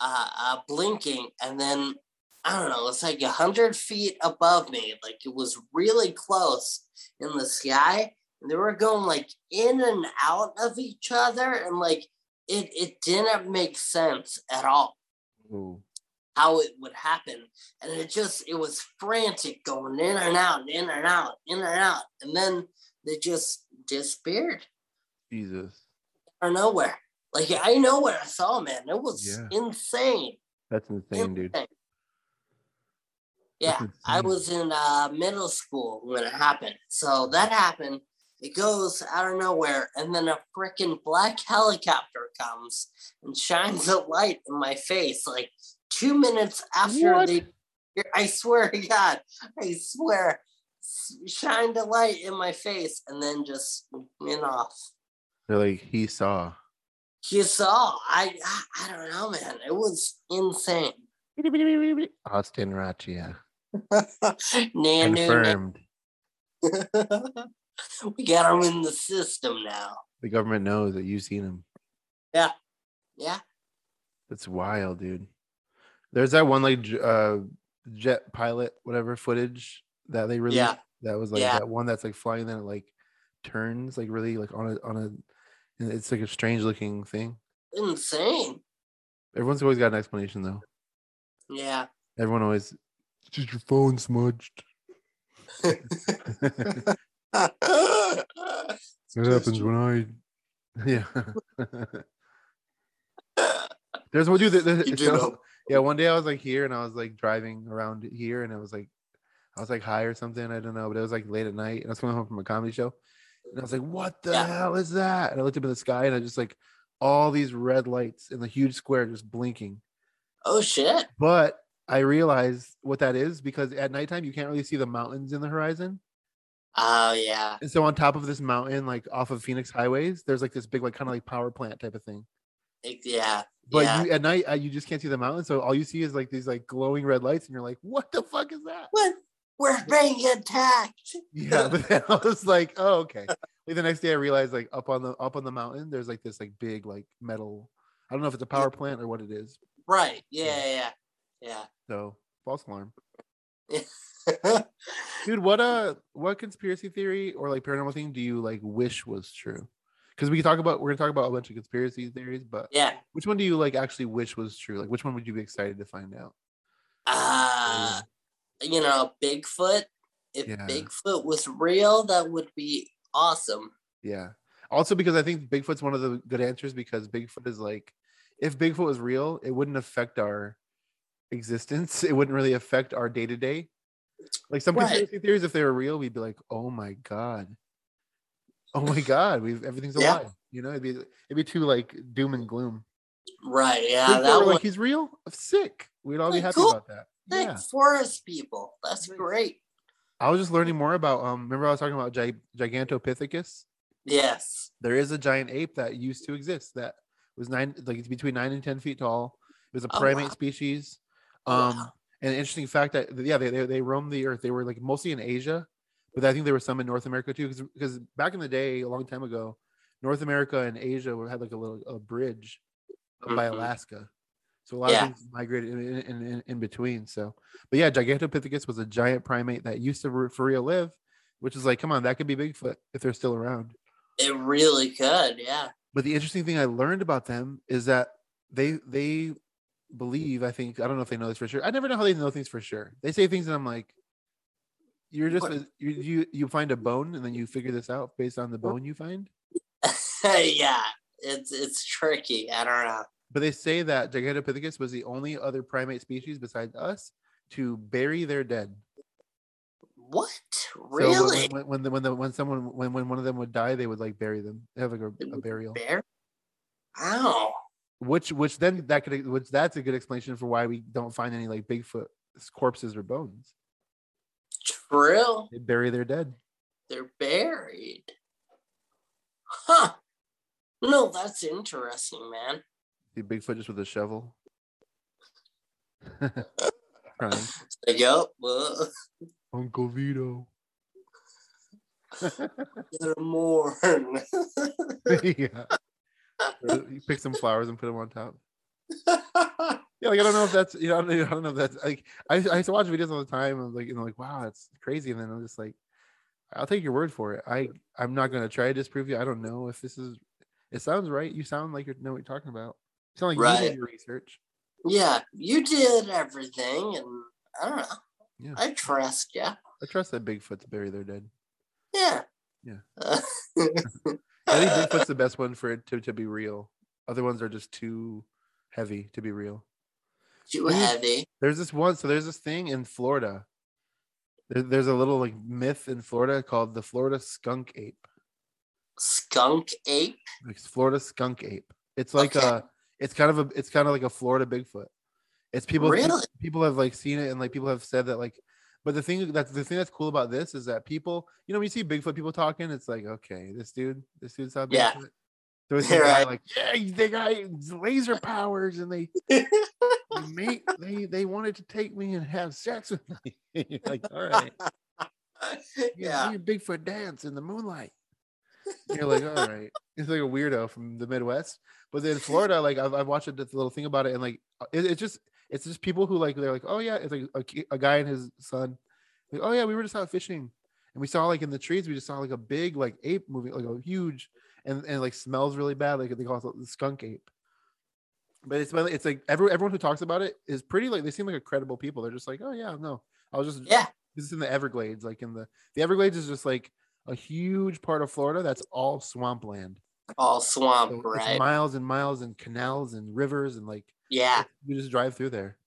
S3: uh, uh, blinking. And then I don't know, it's like 100 feet above me. Like it was really close in the sky. And they were going like in and out of each other. And like it, it didn't make sense at all
S4: Ooh.
S3: how it would happen. And it just, it was frantic going in and out, and in and out, in and out. And then they just disappeared
S4: Jesus,
S3: out of nowhere. Like I know what I saw, man. It was
S4: Yeah.
S3: insane.
S4: that's insane, dude.
S3: Insane. Yeah,
S4: That's
S3: I
S4: insane.
S3: was in uh, middle school when it happened. So that happened. It goes out of nowhere, and then a freaking black helicopter comes and shines a light in my face. Like two minutes after
S4: What?
S3: they, I swear to God, I swear, s- shined a light in my face, and then just went off.
S4: They're like, he saw.
S3: You saw, I, I, I don't know, man. It was insane.
S4: Austin Rachia
S3: Nan, nan,
S4: confirmed.
S3: nan. we got him in the system now.
S4: The government knows that you've seen him.
S3: Yeah.
S4: That's wild, dude. There's that one like j- uh jet pilot whatever footage that they released.
S3: Yeah.
S4: That was like
S3: Yeah.
S4: that one that's like flying then it like turns like really like on a on a and it's like a strange looking thing.
S3: Insane.
S4: Everyone's always got an explanation though.
S3: Yeah.
S4: Everyone always "It's just your phone smudged. That
S3: Oh,
S4: happens when I Yeah. There's one dude that that-
S3: You do
S4: so-
S3: know.
S4: Yeah, one day I was like here and I was like driving around here and I was like I was like high or something, I don't know, but it was like late at night and I was coming home from a comedy show and I was like, What the
S3: Yeah.
S4: hell is that? And I looked up at the sky and I just like all these red lights in the huge square just blinking.
S3: Oh shit.
S4: But I realized what that is because at nighttime you can't really see the mountains in the horizon.
S3: Oh yeah.
S4: And so on top of this mountain, like off of Phoenix highways, there's like this big like kind of like power plant type of thing.
S3: It- yeah.
S4: But
S3: yeah.
S4: you, at night, uh, you just can't see the mountain, so all you see is like these like glowing red lights, and you're like, "What the fuck is that?"
S3: What? We're being attacked.
S4: Yeah, but then I was like, "Oh, okay." Like the next day, I realized like up on the up on the mountain, there's like this like big like metal. I don't know if it's a power plant or what it is.
S3: Right. Yeah. Yeah. Yeah.
S4: So false alarm,
S3: yeah.
S4: dude. What uh, what conspiracy theory or like paranormal thing do you like wish was true? Because we can talk about we're gonna talk about a bunch of conspiracy theories, but
S3: yeah.
S4: which one do you like actually wish was true? Like which one would you be excited to find out?
S3: Uh, you know, Bigfoot. If
S4: Yeah.
S3: Bigfoot was real, that would be awesome.
S4: Yeah. Also because I think Bigfoot's one of the good answers because Bigfoot is like if Bigfoot was real, it wouldn't affect our existence. It wouldn't really affect our day to day. Like some
S3: Right.
S4: conspiracy theories, if they were real, we'd be like, oh my God. Oh my God, we've everything's a
S3: Yeah.
S4: lie. You know, it'd be it'd be too like doom and gloom.
S3: Right.
S4: If
S3: Yeah.
S4: they
S3: That
S4: were
S3: one.
S4: like he's real, sick. We'd all be
S3: Like,
S4: happy
S3: cool.
S4: about that.
S3: Like
S4: Yeah.
S3: forest people. That's great.
S4: I was just learning more about um remember I was talking about gi- Gigantopithecus?
S3: Yes.
S4: there is a giant ape that used to exist that was nine like it's between nine and ten feet tall it was a
S3: Oh,
S4: primate
S3: wow.
S4: species
S3: Oh,
S4: um and an interesting fact that yeah they, they, they roamed the earth they were like mostly in asia but i think there were some in north america too because back in the day a long time ago north america and asia were, had like a little a bridge up by
S3: Mhm.
S4: alaska so a lot
S3: Yeah.
S4: of things migrated in, in, in- in, in between so but yeah gigantopithecus was a giant primate that used to re- for real live which is like come on that could be bigfoot if they're still around
S3: It really could. Yeah.
S4: but the interesting thing I learned about them is that they they believe, I think, I don't know if they know this for sure. I never know how they know things for sure. They say things and I'm like, you're just
S3: What?
S4: you you, you find a bone and then you figure this out based on the bone you find.
S3: yeah. It's it's tricky. I don't know.
S4: But they say that Gigantopithecus was the only other primate species besides us to bury their dead.
S3: What?
S4: So when-
S3: Really?
S4: when, when, the, when the when someone when, when one of them would die, they would like bury them. They have like a, a burial.
S3: Bear? Ow.
S4: which which then that could which that's a good explanation for why we don't find any like bigfoot corpses or bones
S3: True.
S4: they bury their dead
S3: They're buried. Huh. No, that's interesting, man.
S4: see bigfoot just with a shovel Crying.
S3: Like, yup. uh,
S4: uncle vito
S3: Get a mourn.
S4: yeah Or you pick some flowers and put them on top yeah like i don't know if that's you know i don't, I don't know if that's like I, I used to watch videos all the time and like you know like wow it's crazy and then i'm just like i'll take your word for it i i'm not going to try to disprove you i don't know if this is it sounds right you sound like you know what you're talking about you sound like you
S3: Right.
S4: did your research
S3: yeah, you did everything, and I don't know.
S4: Yeah.
S3: I trust you.
S4: i trust that bigfoot's bury their dead
S3: Yeah.
S4: Yeah.
S3: Uh,
S4: i think bigfoot's the best one for it to, to be real other ones are just too heavy to be real
S3: too
S4: Who-
S3: heavy.
S4: there's this one so there's this thing in florida there, there's a little like myth in florida called the florida skunk ape
S3: Skunk ape.
S4: It's Florida skunk ape. It's like
S3: Okay.
S4: a it's kind of a it's kind of like a Florida Bigfoot. It's people
S3: Really?
S4: people have like seen it and like people have said that like but the thing that's the thing that's cool about this is that people, you know, when you see Bigfoot people talking, it's like, okay, this dude, this dude's not Bigfoot.
S3: Yeah.
S4: So it's guy
S3: Right.
S4: like, yeah, they got laser powers and they they mate, they they wanted to take me and have sex with me. You're like, all right. Yeah,
S3: yeah.
S4: me and Bigfoot dance in the moonlight. And you're like, all right, it's like a weirdo from the Midwest. But then Florida, like I've, I've watched this little thing about it, and like uh, it, it's just it's just people who like they're like, oh yeah, it's like a, ki- a guy and his son, like oh yeah, we were just out fishing, and we saw like in the trees, we just saw like a big like ape moving, like a huge, and and like smells really bad, like they call it the skunk ape. But it's it's like every, everyone who talks about it is pretty like they seem like a credible people. They're just like, oh yeah, no, I was just
S3: Yeah.
S4: this is in the Everglades, like in the the Everglades is just like a huge part of Florida that's all swampland.
S3: All swamp,
S4: So
S3: right?
S4: It's miles and miles and canals and rivers and like
S3: yeah.
S4: you just drive through there.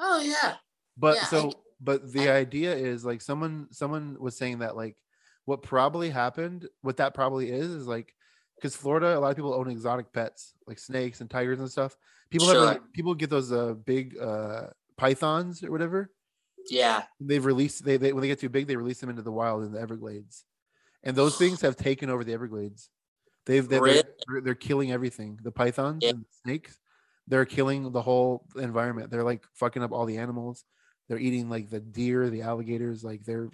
S3: Oh yeah.
S4: But
S3: Yeah, I
S4: so
S3: get-
S4: but the idea is like someone someone was saying that like what probably happened, what that probably is is like because Florida, a lot of people own exotic pets like snakes and tigers and stuff. People have
S3: Sure.
S4: like, people get those uh, big uh, pythons or whatever.
S3: Yeah.
S4: they've released they, they when they get too big they release them into the wild in the everglades and those things have taken over the everglades they've they're,
S3: Really?
S4: they're, they're killing everything the pythons
S3: Yeah.
S4: and the snakes they're killing the whole environment they're like fucking up all the animals they're eating like the deer the alligators like they're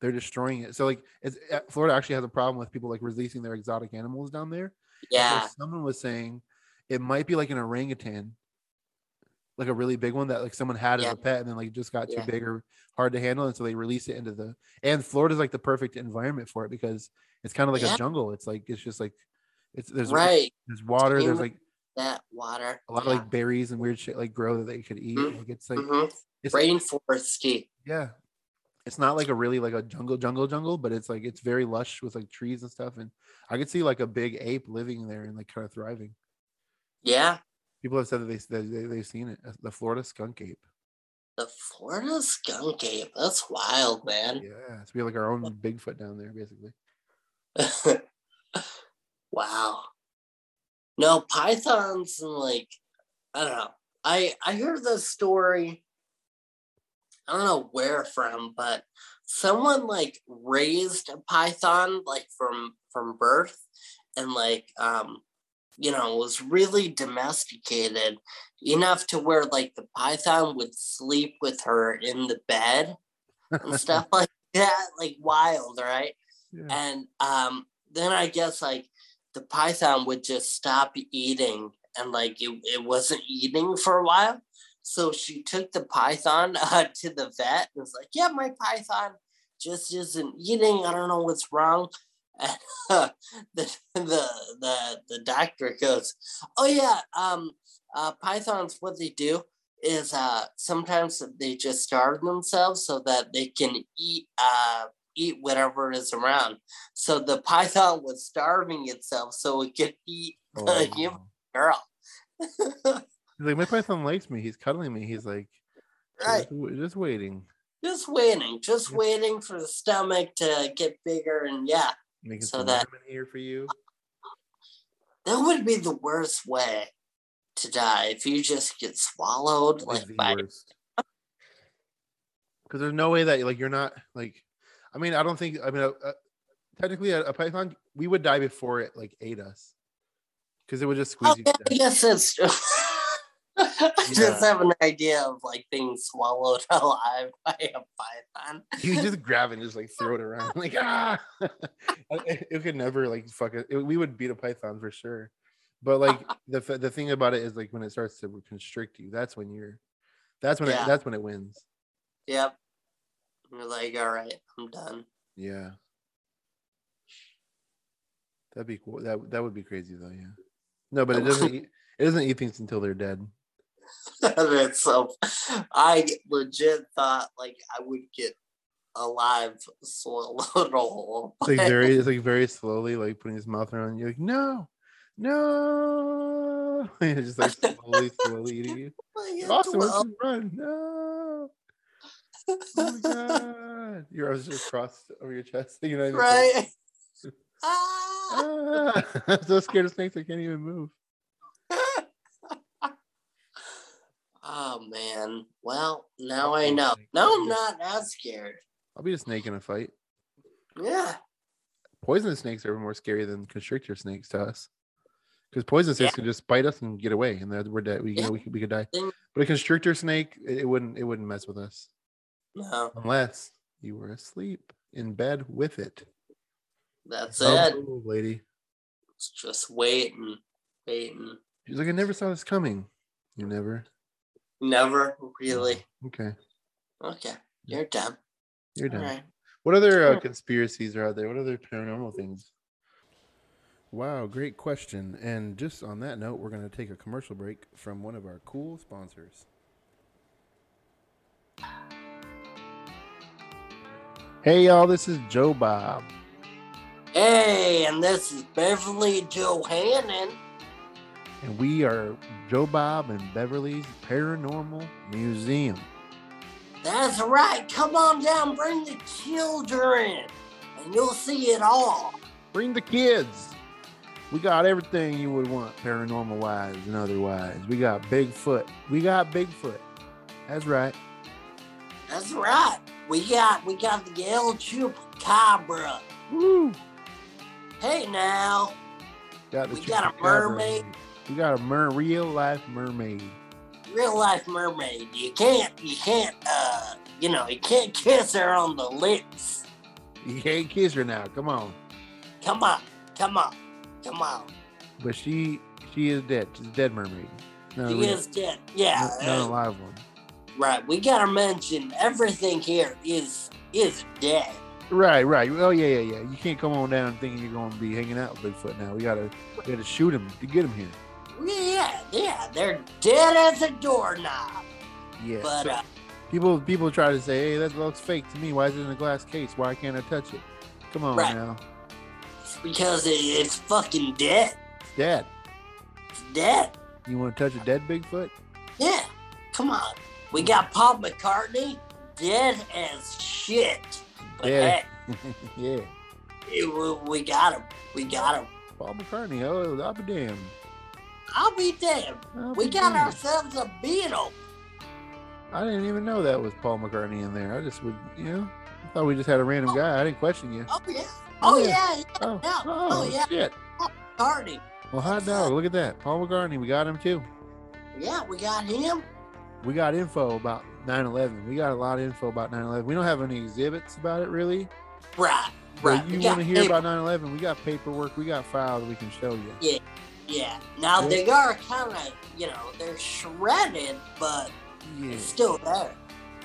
S4: they're destroying it. So like, it's, uh, Florida actually has a problem with people like releasing their exotic animals down there.
S3: Yeah.
S4: Because Someone was saying it might be like an orangutan, like a really big one that like someone had as
S3: Yeah.
S4: a pet and then like just got too
S3: Yeah.
S4: big or hard to handle, and so they released it into the. And Florida's like the perfect environment for it because it's kind of like
S3: Yeah.
S4: a jungle. It's like it's just like it's there's
S3: right.
S4: there's water. There's
S3: humid.
S4: like
S3: That water.
S4: a lot of like berries and weird shit like grow that they could eat.
S3: Mhm.
S4: Like it's like
S3: Mhm.
S4: it's
S3: rainforesty.
S4: yeah. It's not like a really like a jungle jungle jungle, but it's like it's very lush with like trees and stuff. And I could see like a big ape living there and like kind of thriving.
S3: Yeah.
S4: People have said that they, that they they've seen it. uh, The Florida skunk ape.
S3: The Florida skunk ape. That's wild, man.
S4: Yeah, it's be like our own Bigfoot down there, basically.
S3: wow. No, pythons and like I don't know. I I heard this story. I don't know where from, but someone like raised a python like from from birth and like um you know was really domesticated enough to where like the python would sleep with her in the bed and stuff like that like wild right
S4: Yeah.
S3: and um, then I guess like the python would just stop eating and like it, it wasn't eating for a while. So she took the python uh, to the vet and was like, Yeah, my python just isn't eating. I don't know what's wrong. And uh, the, the, the, the doctor goes, Oh, yeah, um, uh, pythons, what they do is uh, sometimes they just starve themselves so that they can eat uh, eat whatever is around. So the python was starving itself so it could eat
S4: Oh,
S3: you-
S4: wow.
S3: girl.
S4: He's like my python likes me. He's cuddling me. He's like
S3: Right.
S4: just, w- just waiting.
S3: Just waiting, just
S4: Yeah.
S3: waiting for the stomach to get bigger. And yeah,
S4: Making
S3: So
S4: some
S3: that-
S4: ramen here for you.
S3: that would be the worst way to die if you just get swallowed like by
S4: Because there's no way that like you're not like, I mean, I don't think I mean, uh, uh, technically a, a python we would die before it like ate us, because it would just squeeze
S3: Oh,
S4: you.
S3: yeah,
S4: To
S3: I
S4: death.
S3: guess that's true. I
S4: Yeah.
S3: just have an idea of like being swallowed alive by a python.
S4: You just grab it and just like throw it around like ah. it, it could never like fuck it. it- We would beat a python for sure, but like the f- the thing about it is like when it starts to constrict you, that's when you're, that's when
S3: Yeah.
S4: it, that's when it wins.
S3: Yep. You're like, all right, I'm done.
S4: Yeah. That'd be cool. That w- that would be crazy though, yeah. No, but it doesn't eat, it doesn't eat things until they're dead.
S3: That's so. I legit thought like I would get alive swallowed whole.
S4: It's like very it's like very slowly like putting his mouth around you like, no, no. And it's just like slowly, slowly eating you.
S3: Like,
S4: Awesome,
S3: well,
S4: let's run. No. Oh my god. Your arms just crossed over your chest. You know what I mean? It's
S3: right. Ah.
S4: like, "Ah." I'm so scared of snakes I can't even move.
S3: oh man. Well, now I
S4: Oh,
S3: know.
S4: my
S3: Now I'm
S4: goodness.
S3: not as scared.
S4: I'll be a snake in a fight.
S3: Yeah.
S4: poisonous snakes are more scary than constrictor snakes to us because poisonous snakes can just bite us and get away and then we're dead we, you know, we, could, we could die
S3: Then-
S4: but a constrictor snake it, it wouldn't it wouldn't mess with us
S3: No,
S4: unless you were asleep in bed with it
S3: that's
S4: Oh,
S3: it.
S4: cool, lady
S3: It's just waiting, waiting.
S4: she's like i never saw this coming you never
S3: Never really.
S4: okay
S3: Okay. You're done.
S4: you're
S3: All
S4: done
S3: right.
S4: What other uh, conspiracies are out there? What other paranormal things? Wow, great question. And just on that note, we're going to take a commercial break from one of our cool sponsors. Hey, y'all, this is Joe Bob.
S3: Hey, and this is Beverly Johannon.
S4: and we are Joe Bob and Beverly's Paranormal Museum.
S3: That's right. Come on down, bring the children, and you'll see it all.
S4: Bring the kids. We got everything you would want, paranormal wise and otherwise. We got Bigfoot. We got Bigfoot. That's right.
S3: That's right. We got we got the El Chupacabra.
S4: Woo!
S3: Hey now.
S4: Got the
S3: We got a
S4: chupacabra.
S3: mermaid.
S4: We got a mer- real life mermaid.
S3: real life mermaid. You can't, you can't, uh, you know, you can't kiss her on the lips.
S4: You can't kiss her now. Come on.
S3: Come on, come on, come on.
S4: But she she is dead. She's a dead mermaid. No,
S3: She
S4: we-
S3: is dead. Yeah.
S4: not- not a live one.
S3: Right. We gotta mention everything here is is dead.
S4: Right, right. Oh yeah, yeah, yeah. You can't come on down thinking you're gonna be hanging out with Bigfoot now. We gotta we gotta shoot him to get him here.
S3: Yeah, yeah. They're dead as a doorknob.
S4: Yeah.
S3: But
S4: so
S3: uh,
S4: people people try to say, hey, that looks fake to me. Why is it in a glass case? Why can't I touch it? Come on
S3: Right.
S4: now.
S3: it's because it, it's fucking dead.
S4: It's dead.
S3: It's dead.
S4: You wanna touch a dead Bigfoot?
S3: Yeah. Come on. We got Paul McCartney dead as shit. But
S4: Dead. yeah.
S3: hey, it- we, we got him. We got him.
S4: Paul McCartney, oh I'll be damned.
S3: I'll be damned.
S4: I'll
S3: We
S4: be
S3: got
S4: damned.
S3: ourselves a Beatle.
S4: I didn't even know that was Paul McCartney in there. I just would you know, I thought we just had a random guy. I didn't question you.
S3: Oh yeah. Oh
S4: Yeah.
S3: yeah. yeah.
S4: Oh,
S3: no. Oh, yeah.
S4: shit.
S3: McCartney.
S4: Well hot dog, look at that. Paul McCartney, we got him too.
S3: Yeah, we got him.
S4: we got info about 9-11 we got a lot of info about 9-11 we don't have any exhibits about it really
S3: Right.
S4: but
S3: Right.
S4: you
S3: We got
S4: want to hear
S3: him.
S4: about 9-11 we got paperwork we got files we can show you
S3: Yeah. Now
S4: Yeah.
S3: they are kind of, you know, they're shredded, but
S4: yeah
S3: it's still there.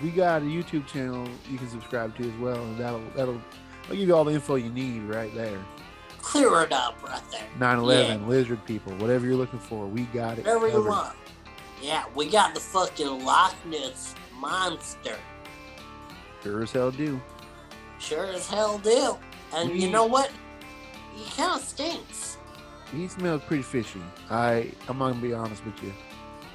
S4: we got a youtube channel you can subscribe to as well and that'll that'll I'll give you all the info you need right there.
S3: Clear it up right there.
S4: 9-11, lizard people, whatever you're looking for, we got it.
S3: Whatever you
S4: covered.
S3: want. Yeah, we got the fucking Loch Ness monster.
S4: Sure as hell do.
S3: Sure as hell do. And you
S4: Mm.
S3: know what? He kind of stinks
S4: He smells pretty fishy. I I'm not gonna be honest with you.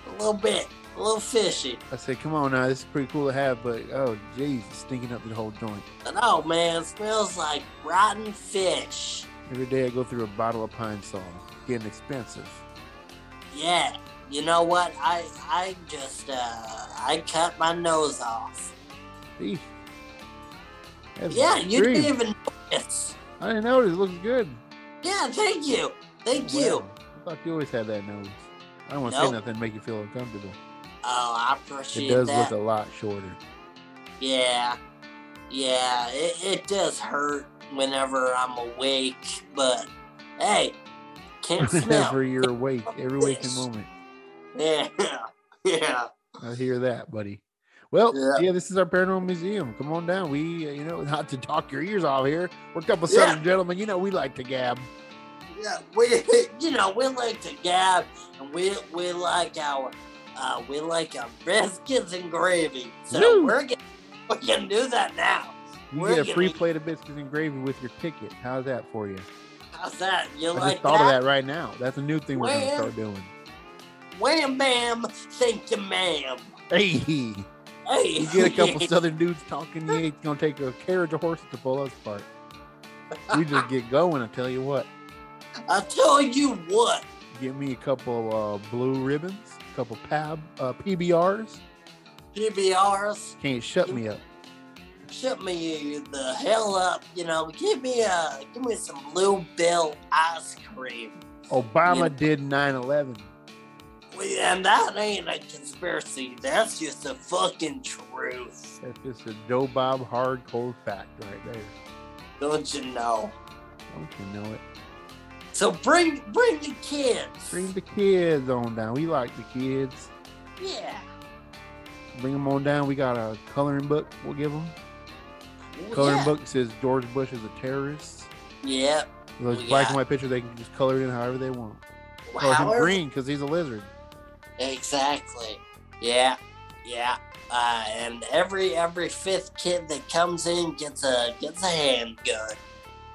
S3: a little bit, a little fishy.
S4: I said, come on now, this is pretty cool to have, but oh jeez, it's stinking up the whole joint.
S3: But oh man, smells like rotten fish.
S4: Every day I go through a bottle of pine Sol, getting expensive.
S3: Yeah, you know what? I I just uh I cut my nose off.
S4: Eesh. That's
S3: Yeah, you didn't
S4: extreme.
S3: even notice.
S4: I didn't notice. It looks good.
S3: Yeah, thank you. Thank you.
S4: Wow. I thought you always had that nose. I don't want to say
S3: Nope.
S4: nothing to make you feel uncomfortable.
S3: Oh, I
S4: It
S3: appreciate
S4: does
S3: that.
S4: look a lot shorter.
S3: yeah. Yeah, it, it does hurt whenever I'm awake, but hey, can't smell.
S4: Whenever you're awake, every waking
S3: Yes.
S4: moment.
S3: Yeah. Yeah.
S4: I hear that, buddy. Well, yeah.
S3: Yeah.
S4: this is our paranormal museum. Come on down. We, uh, you know, not to talk your ears off here. We're a couple
S3: Yeah.
S4: southern gentlemen. You know, we like to gab.
S3: Yeah. We you know, we like to gab and we we like our uh we like our biscuits and gravy. So
S4: Woo.
S3: we're gonna we can do that now.
S4: You
S3: We're
S4: get a free
S3: gonna-
S4: plate of biscuits and gravy with your ticket. How's that for you?
S3: How's that? You
S4: I
S3: like
S4: just thought
S3: that?
S4: of that right now. That's a new thing we're going to
S3: Well.
S4: start doing.
S3: Wham bam, thank you, ma'am.
S4: Hey,
S3: Hey,
S4: you get a couple southern dudes talking, you ain't gonna take a carriage of horses to pull us apart. We just get going. I tell you what,
S3: I tell you what,
S4: get me a couple uh, blue ribbons, a couple pab uh, PBRs.
S3: PBRs,
S4: Can't shut me up.
S3: shut me the hell up. You know, give me a, give me some Blue Bell ice cream.
S4: Obama did 9/11.
S3: We, and that ain't a conspiracy. That's just the fucking truth.
S4: That's just a Joe Bob hard cold fact right there.
S3: Don't you know?
S4: Don't you know it?
S3: So bring, bring the kids.
S4: Bring the kids on down. We like the kids.
S3: yeah.
S4: Bring them on down. We got a coloring book. We'll give them.
S3: Well,
S4: Coloring
S3: yeah.
S4: book says George Bush is a terrorist.
S3: Yeah.
S4: Those
S3: Well,
S4: black
S3: yeah.
S4: and white pictures, they can just color it in however they want. Or him
S3: Howard-
S4: green because he's a lizard.
S3: Exactly. Yeah. Yeah. Uh, and every every fifth kid that comes in gets a gets a handgun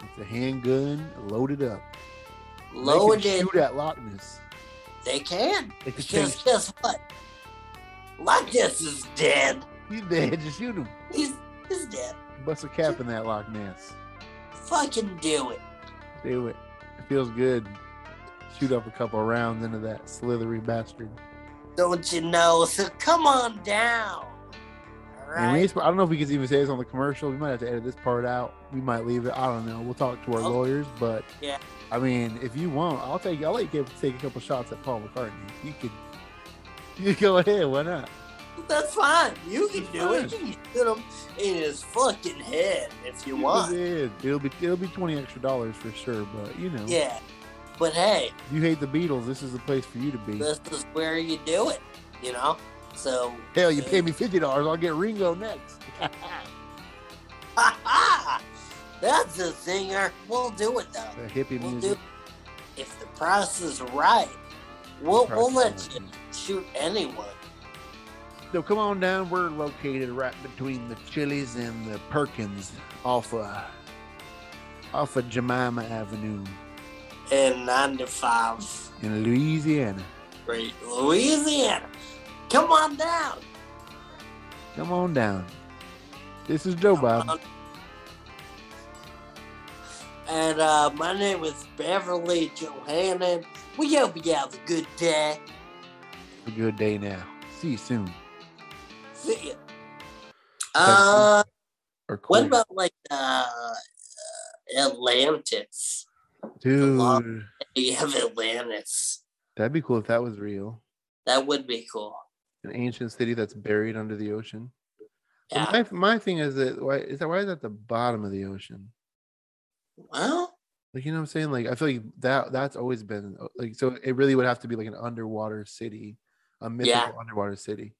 S4: It's a handgun loaded up. They can
S3: loaded.
S4: Shoot at Loch Ness.
S3: They can.
S4: They can
S3: Because
S4: shoot.
S3: guess what? Luckus is dead.
S4: He's dead. Just shoot him.
S3: He's he's dead.
S4: Bust a cap in that Loch Ness.
S3: Fucking do it.
S4: Do it. It feels good. Shoot up a couple rounds into that slithery bastard.
S3: Don't you know? So come on down. All
S4: And we
S3: right.
S4: ain't sp- I don't know if we can even say this on the commercial. We might have to edit this part out. We might leave it. I don't know. We'll talk to our
S3: Oh.
S4: lawyers. But
S3: Yeah.
S4: I mean, if you want, I'll take. I'll let you take a couple shots at Paul McCartney. You could. You go ahead. Why not?
S3: That's fine. You can do it.
S4: fine.
S3: You can get him in his fucking head if you
S4: It
S3: want.
S4: is. It'll be it'll be twenty extra dollars for sure, but you know,
S3: Yeah. But hey,
S4: if you hate the Beatles. This is the place for you to be.
S3: this is where you do it, you know? So,
S4: Hell, you pay me fifty dollars, I'll get Ringo next.
S3: ha ha! That's a zinger. We'll do it though.
S4: The hippie
S3: We'll
S4: music.
S3: do if the price is right. We'll, we'll let you
S4: Approximately.
S3: shoot anyone.
S4: So come on down. We're located right between the Chili's and the Perkins, off of off of Jemima Avenue
S3: And nine to five,
S4: in Louisiana.
S3: great Louisiana. Come on down.
S4: Come on down. This is Joe Bob.
S3: And uh, my name is Beverly Johannan. We hope you have a good day.
S4: Have a good day now. See you soon.
S3: See ya. Uh,
S4: Or
S3: what
S4: quick.
S3: about like uh, uh, Atlantis?
S4: dude?
S3: You have Atlantis.
S4: That'd be cool if that was real.
S3: That would be cool.
S4: An ancient city that's buried under the ocean. But
S3: Yeah.
S4: My my thing is that why is that why is that the bottom of the ocean?
S3: Well,
S4: Like you know what I'm saying? Like I feel like that that's always been uh, like so it really would have to be like an underwater city, a mythical underwater city.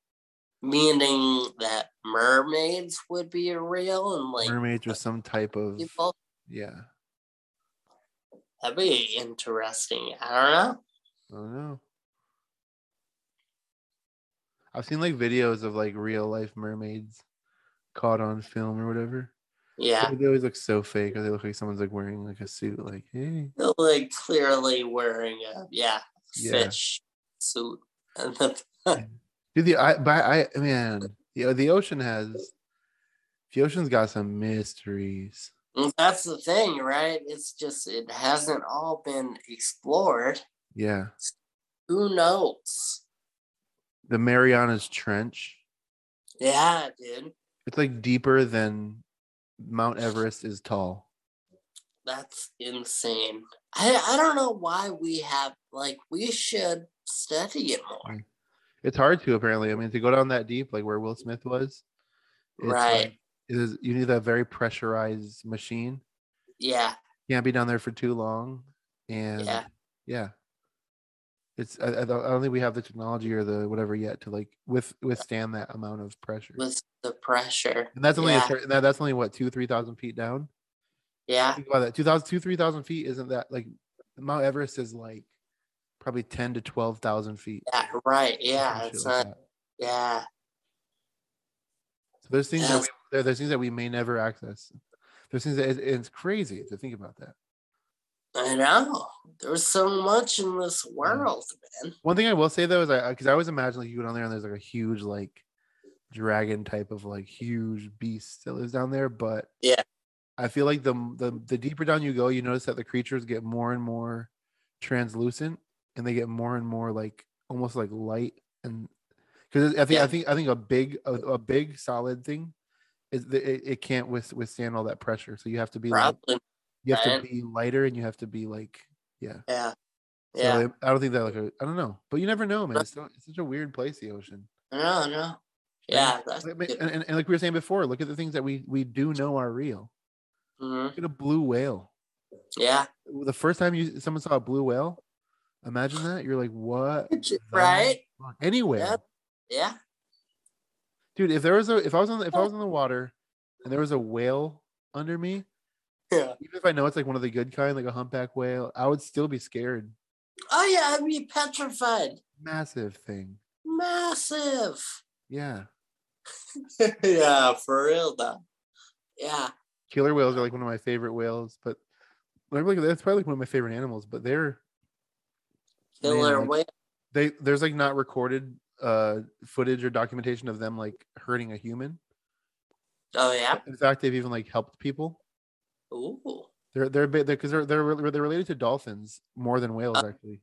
S3: meaning that mermaids would be real and like uh,
S4: Mermaids or some type of
S3: people.
S4: yeah.
S3: That'd be interesting. I don't know.
S4: I don't know. I've seen like videos of like real life mermaids caught on film or whatever.
S3: Yeah.
S4: They always look so fake, or they look like someone's like wearing like a suit. Like, hey,
S3: They're, like clearly wearing a yeah,
S4: Yeah.
S3: fish suit and the
S4: dude, the I, but I man, the the ocean has the ocean's got some mysteries.
S3: That's the thing, right? It's just it hasn't all been explored.
S4: Yeah,
S3: Who knows?
S4: the Marianas Trench.
S3: Yeah, dude.
S4: It's like deeper than Mount Everest is tall.
S3: That's insane. I I don't know why we have like we should study it more.
S4: It's hard to apparently. I mean, to go down that deep, like where Will Smith was, it's
S3: Right.
S4: like- it is you need that very pressurized machine.
S3: Yeah.
S4: Can't be down there for too long, and yeah,
S3: Yeah.
S4: it's. I, I don't I don't think we have the technology or the whatever yet to like with withstand that amount of pressure.
S3: With the pressure.
S4: And that's only a
S3: yeah,
S4: cer- that, that's only what two three thousand feet down.
S3: yeah.
S4: Think about that. 2,000, two, 3,000 feet isn't that like Mount Everest is like probably 10 to 12,000 feet.
S3: Yeah, right.
S4: or
S3: Yeah.
S4: some
S3: It's
S4: shit like
S3: not
S4: that.
S3: yeah.
S4: So there's things that
S3: Yes.
S4: we, there, there's things that we may never access. There's things that it- it's crazy to think about that.
S3: I know. There's so much in this world, man.
S4: One thing I will say though is I because I always imagine like you go down there and there's like a huge like dragon type of like huge beast that lives down there, but
S3: Yeah.
S4: I feel like the the the deeper down you go, you notice that the creatures get more and more translucent, and they get more and more like almost like light and because I think
S3: Yeah.
S4: I think I think a big a, a big solid thing is that it, it can't with, withstand all that pressure, so you have to be like,
S3: Probably.
S4: you have to
S3: right.
S4: be lighter and you have to be like yeah
S3: Yeah.
S4: so
S3: Yeah.
S4: I- I don't think that like a, I don't know, but you never know, man. It's, so, it's such a weird place, the ocean.
S3: No, no. Yeah, that's
S4: Like, ma-
S3: good.
S4: And, and, and like we were saying before, look at the things that we we do know are real.
S3: Mhm.
S4: Look at a blue whale.
S3: Yeah,
S4: The first time you someone saw a blue whale, imagine that you're like, what? the
S3: right?
S4: fuck? Anyway,
S3: Yeah. Yeah,
S4: dude, if there was a if I was on the,
S3: Oh.
S4: if I was in the water and there was a whale under me,
S3: yeah.
S4: even if I know it's like one of the good kind, like a humpback whale, I would still be scared.
S3: Oh yeah, I'd be petrified.
S4: Massive thing.
S3: Massive.
S4: Yeah.
S3: yeah, for real though. Yeah,
S4: killer whales are like one of my favorite whales, but when I look at that, that's probably like one of my favorite animals. But they're
S3: killer
S4: Man, like-
S3: whale.
S4: they there's like not recorded uh footage or documentation of them like hurting a human.
S3: Oh yeah.
S4: In fact, they've even like helped people.
S3: Ooh.
S4: They're they're because they're, they're re- they're related to dolphins more than whales
S3: Uh,
S4: actually.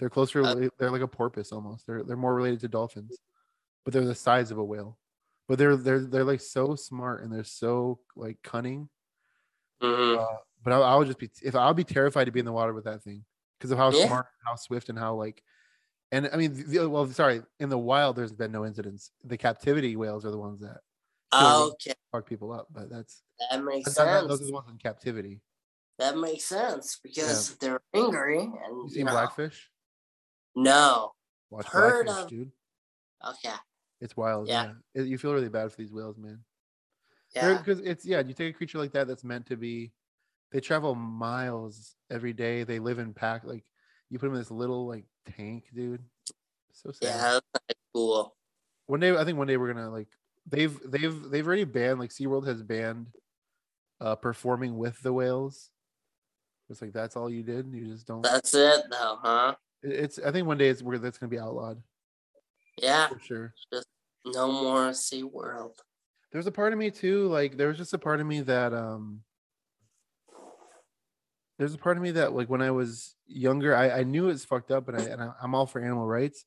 S4: They're closer.
S3: uh,
S4: they're like a porpoise almost. They're they're more related to dolphins, but they're the size of a whale. But they're they're they're like so smart and they're so like cunning
S3: hmm
S4: Uh, but I, I would just be if I would be terrified to be in the water with that thing because of how
S3: Yeah.
S4: smart, how swift, and how like And I mean, the, well, sorry, in the wild, there's been no incidents. The captivity whales are the ones that
S3: Okay,
S4: fuck people up, but that's
S3: that makes
S4: that's not- those are
S3: sense.
S4: the ones in captivity.
S3: That makes sense because they're angry and
S4: You
S3: you
S4: seen
S3: know,
S4: Blackfish?
S3: No.
S4: Watch
S3: Heard
S4: Blackfish,
S3: of-
S4: dude.
S3: Okay.
S4: It's wild. Yeah.
S3: Yeah.
S4: It- you feel really bad for these whales, man.
S3: Yeah.
S4: Because it's yeah, you take a creature like that that's meant to be. They travel miles every day. They live in pack. Like you put them in this little like tank, dude. So sad.
S3: Yeah. That's not cool.
S4: one day i think one day we're gonna like they've they've they've already banned like seaworld has banned uh performing with the whales it's like that's all you did you just don't
S3: That's it though, huh?
S4: It- it's i think one day it's where that's gonna be outlawed
S3: Yeah.
S4: for sure
S3: No more Sea World.
S4: there's a part of me too like there was just a part of me that um there's a part of me that like when i was younger i, I knew it's fucked up and, I, and I, i'm all for animal rights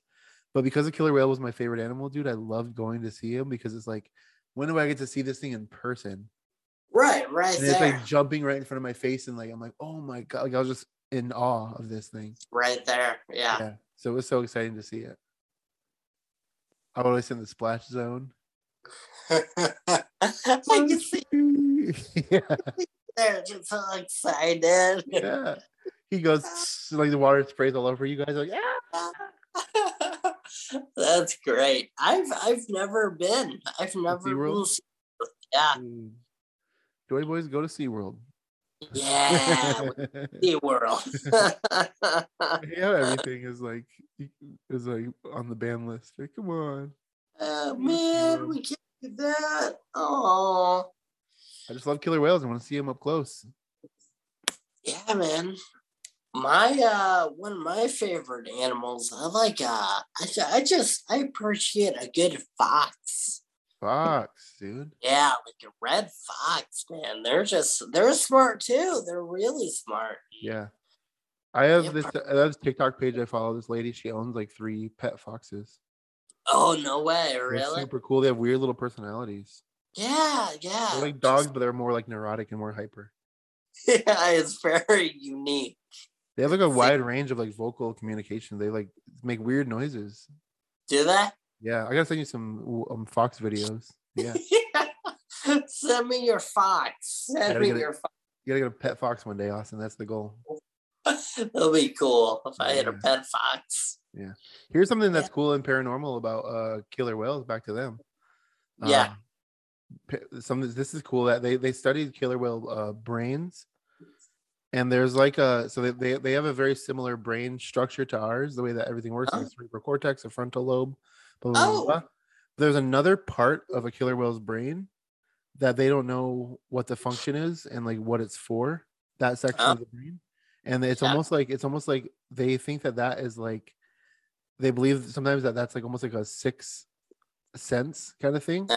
S4: but because a killer whale was my favorite animal dude i loved going to see him because it's like when do i get to see this thing in person
S3: Right, right
S4: and it's
S3: there.
S4: like jumping right in front of my face and like i'm like oh my god like i was just in awe of this thing
S3: right there. Yeah.
S4: yeah so it was so exciting to see it i was in the splash zone
S3: I can see
S4: yeah,
S3: they're just so excited.
S4: yeah he goes like the water sprays all over you guys like yeah
S3: That's great. I've I've never been. I've never
S4: SeaWorld?
S3: been- Yeah.
S4: joy boys go to seaworld
S3: Yeah. SeaWorld.
S4: yeah everything is like is like on the ban list like come on
S3: oh man, we can't do that. Oh
S4: i just love killer whales i want to see them up close
S3: yeah, man. My uh one of my favorite animals, I like uh I, ju- I just I appreciate a good fox.
S4: fox dude
S3: Yeah, like a red fox, man. They're just they're smart too. They're really smart.
S4: Yeah. I have
S3: Yep.
S4: this I have this TikTok page I follow. This lady, she owns like three pet foxes.
S3: Oh no way,
S4: They're
S3: really?
S4: super cool. They have weird little personalities.
S3: Yeah, yeah.
S4: They're like dogs, but they're more like neurotic and more hyper.
S3: yeah, it's very unique.
S4: They have like a
S3: Sick.
S4: wide range of like vocal communication. They like make weird noises.
S3: Do they?
S4: Yeah, I gotta send you some um fox videos. Yeah, you
S3: Send me your fox. Send
S4: Gotta
S3: me
S4: get it.
S3: your
S4: gotta get a pet fox one day, Austin. That's the goal.
S3: fox. It'll be cool if I had a
S4: Yeah.
S3: pet fox.
S4: Here's something that's
S3: Yeah.
S4: cool and paranormal about uh killer whales. Back to them. Uh,
S3: Yeah.
S4: Um, some this is cool that they they studied killer whale uh, brains, and there's like a so they, they they have a very similar brain structure to ours. The way that everything works,
S3: Oh.
S4: the cerebral cortex, the frontal lobe. Blah, blah, blah,
S3: Oh.
S4: blah. There's another part of a killer whale's brain that they don't know what the function is and like what it's for. That section
S3: Oh.
S4: of the brain, and it's
S3: Yeah.
S4: almost like it's almost like they think that that is like they believe sometimes that that's like almost like a sixth sense kind of thing.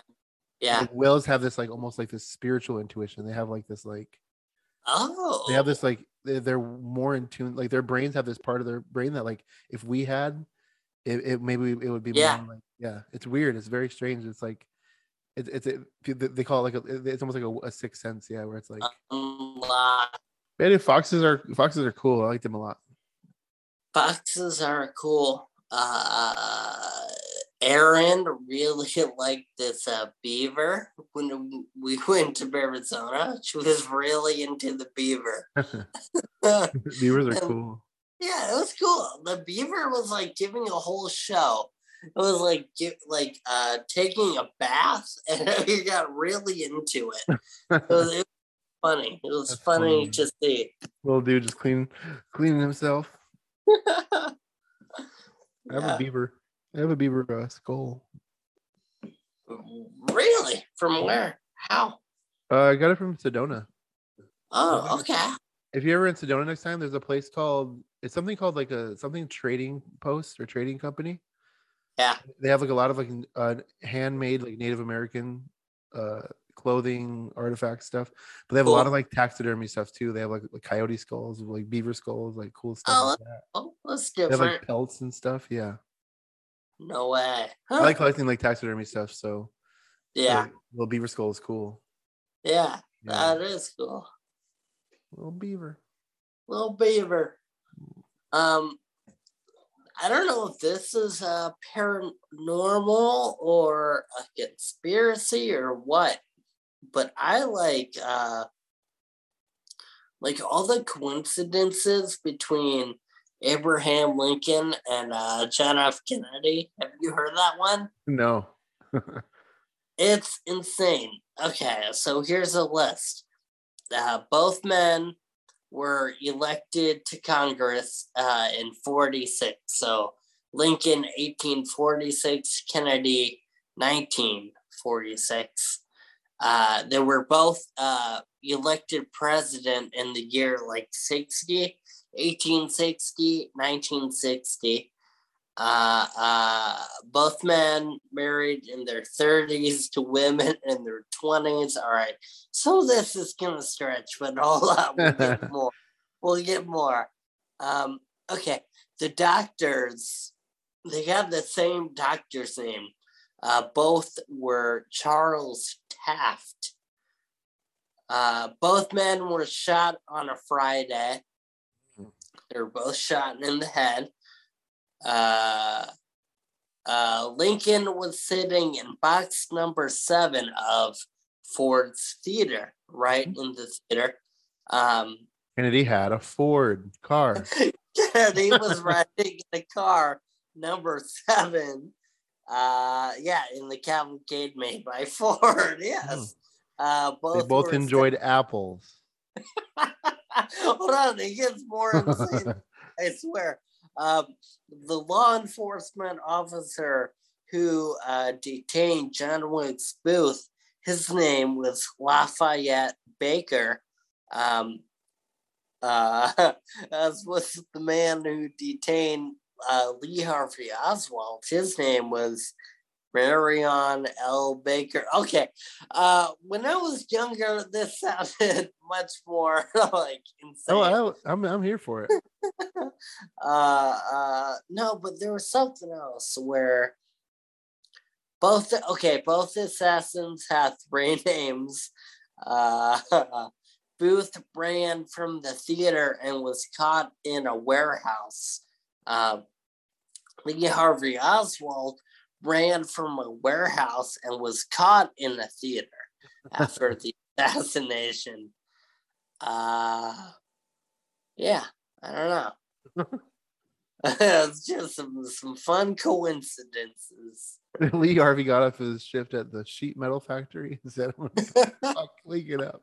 S3: Yeah.
S4: Like whales have this like almost like this spiritual intuition. They have like this like
S3: Oh.
S4: they have this like they- they're more in tune. Like their brains have this part of their brain that like if we had, it, it maybe it would be
S3: Yeah.
S4: more like yeah. It's weird. It's very strange. It's like it's it's it, they call it like a, it's almost like a, a sixth sense. Yeah, where it's like
S3: Uh. Unlock.
S4: But dude, foxes are foxes are cool. I like them a lot.
S3: Foxes are cool. Uh, Aaron really liked this uh, beaver when we went to Arizona. She was really into the beaver.
S4: Beavers are
S3: And-
S4: cool.
S3: Yeah, it was cool. The beaver was like giving a whole show. It was like give, like uh taking a bath, and he got really into it. It was, it was funny. It was
S4: That's
S3: funny
S4: funny.
S3: to see.
S4: Little dude just clean cleaning himself. I have
S3: Yeah.
S4: a beaver. I have a beaver uh, skull.
S3: Really? From where? How?
S4: Uh, I got it from Sedona.
S3: Oh, okay.
S4: If you're ever in Sedona next time, there's a place called it's something called like a something trading post or trading company.
S3: Yeah.
S4: They have like a lot of like n- uh, handmade like Native American uh clothing artifact stuff, but they have a lot
S3: Cool.
S4: of like taxidermy stuff too. They have like, like coyote skulls, like beaver skulls, like cool stuff.
S3: Oh,
S4: like that.
S3: Oh, that's
S4: They have
S3: different.
S4: like pelts and stuff. Yeah,
S3: no way.
S4: I
S3: Huh.
S4: like collecting like taxidermy stuff. So
S3: Oh. yeah, Uh,
S4: like, little beaver skull is cool.
S3: yeah,
S4: Yeah.
S3: that is cool.
S4: little beaver.
S3: Little beaver. Um, I don't know if this is a paranormal or a conspiracy or what, but I like uh like all the coincidences between Abraham Lincoln and uh, John F. Kennedy. Have you heard that one?
S4: No.
S3: It's insane. Okay, so here's a list. Uh, both men were elected to Congress uh, in 46. So Lincoln, 1846, Kennedy, 1946. Uh, they were both uh, elected president in the year like 60, 1860, 1960. Uh, uh, both men married in their 30s to women in their 20s. All right. So this is going to stretch, but hold on. We'll get more. We'll get more. Um, okay. The doctors, they have the same doctor's name. Uh, both were Charles Taft. Uh, both men were shot on a Friday. They were both shot in the head. Uh, uh, Lincoln was sitting in box number seven of Ford's Theater, right in the theater. Um,
S4: Kennedy had a Ford car.
S3: Kennedy was riding in a car number seven. Uh, yeah, in the cavalcade made by Ford. Yes. Uh, both
S4: Hmm. They both
S3: were-
S4: enjoyed apples.
S3: Hold on, it gets more insane. I swear. Um, the law enforcement officer who uh, detained John Wilkes Booth, his name was Lafayette Baker, um, uh, as was the man who detained uh, Lee Harvey Oswald. His name was Marion L. Baker. Okay, uh, when I was younger, this sounded much more like insane.
S4: Oh, I, I'm I'm here for it.
S3: uh, uh, no, but there was something else where both okay, both assassins have three names. Uh, Booth ran from the theater and was caught in a warehouse. Uh, Lee Harvey Oswald ran from a warehouse and was caught in a theater after the assassination. Uh, yeah, I don't know. it's just some, some fun coincidences.
S4: Lee Harvey got off his shift at the sheet metal factory and said, "I'm gonna fuck, leak it up."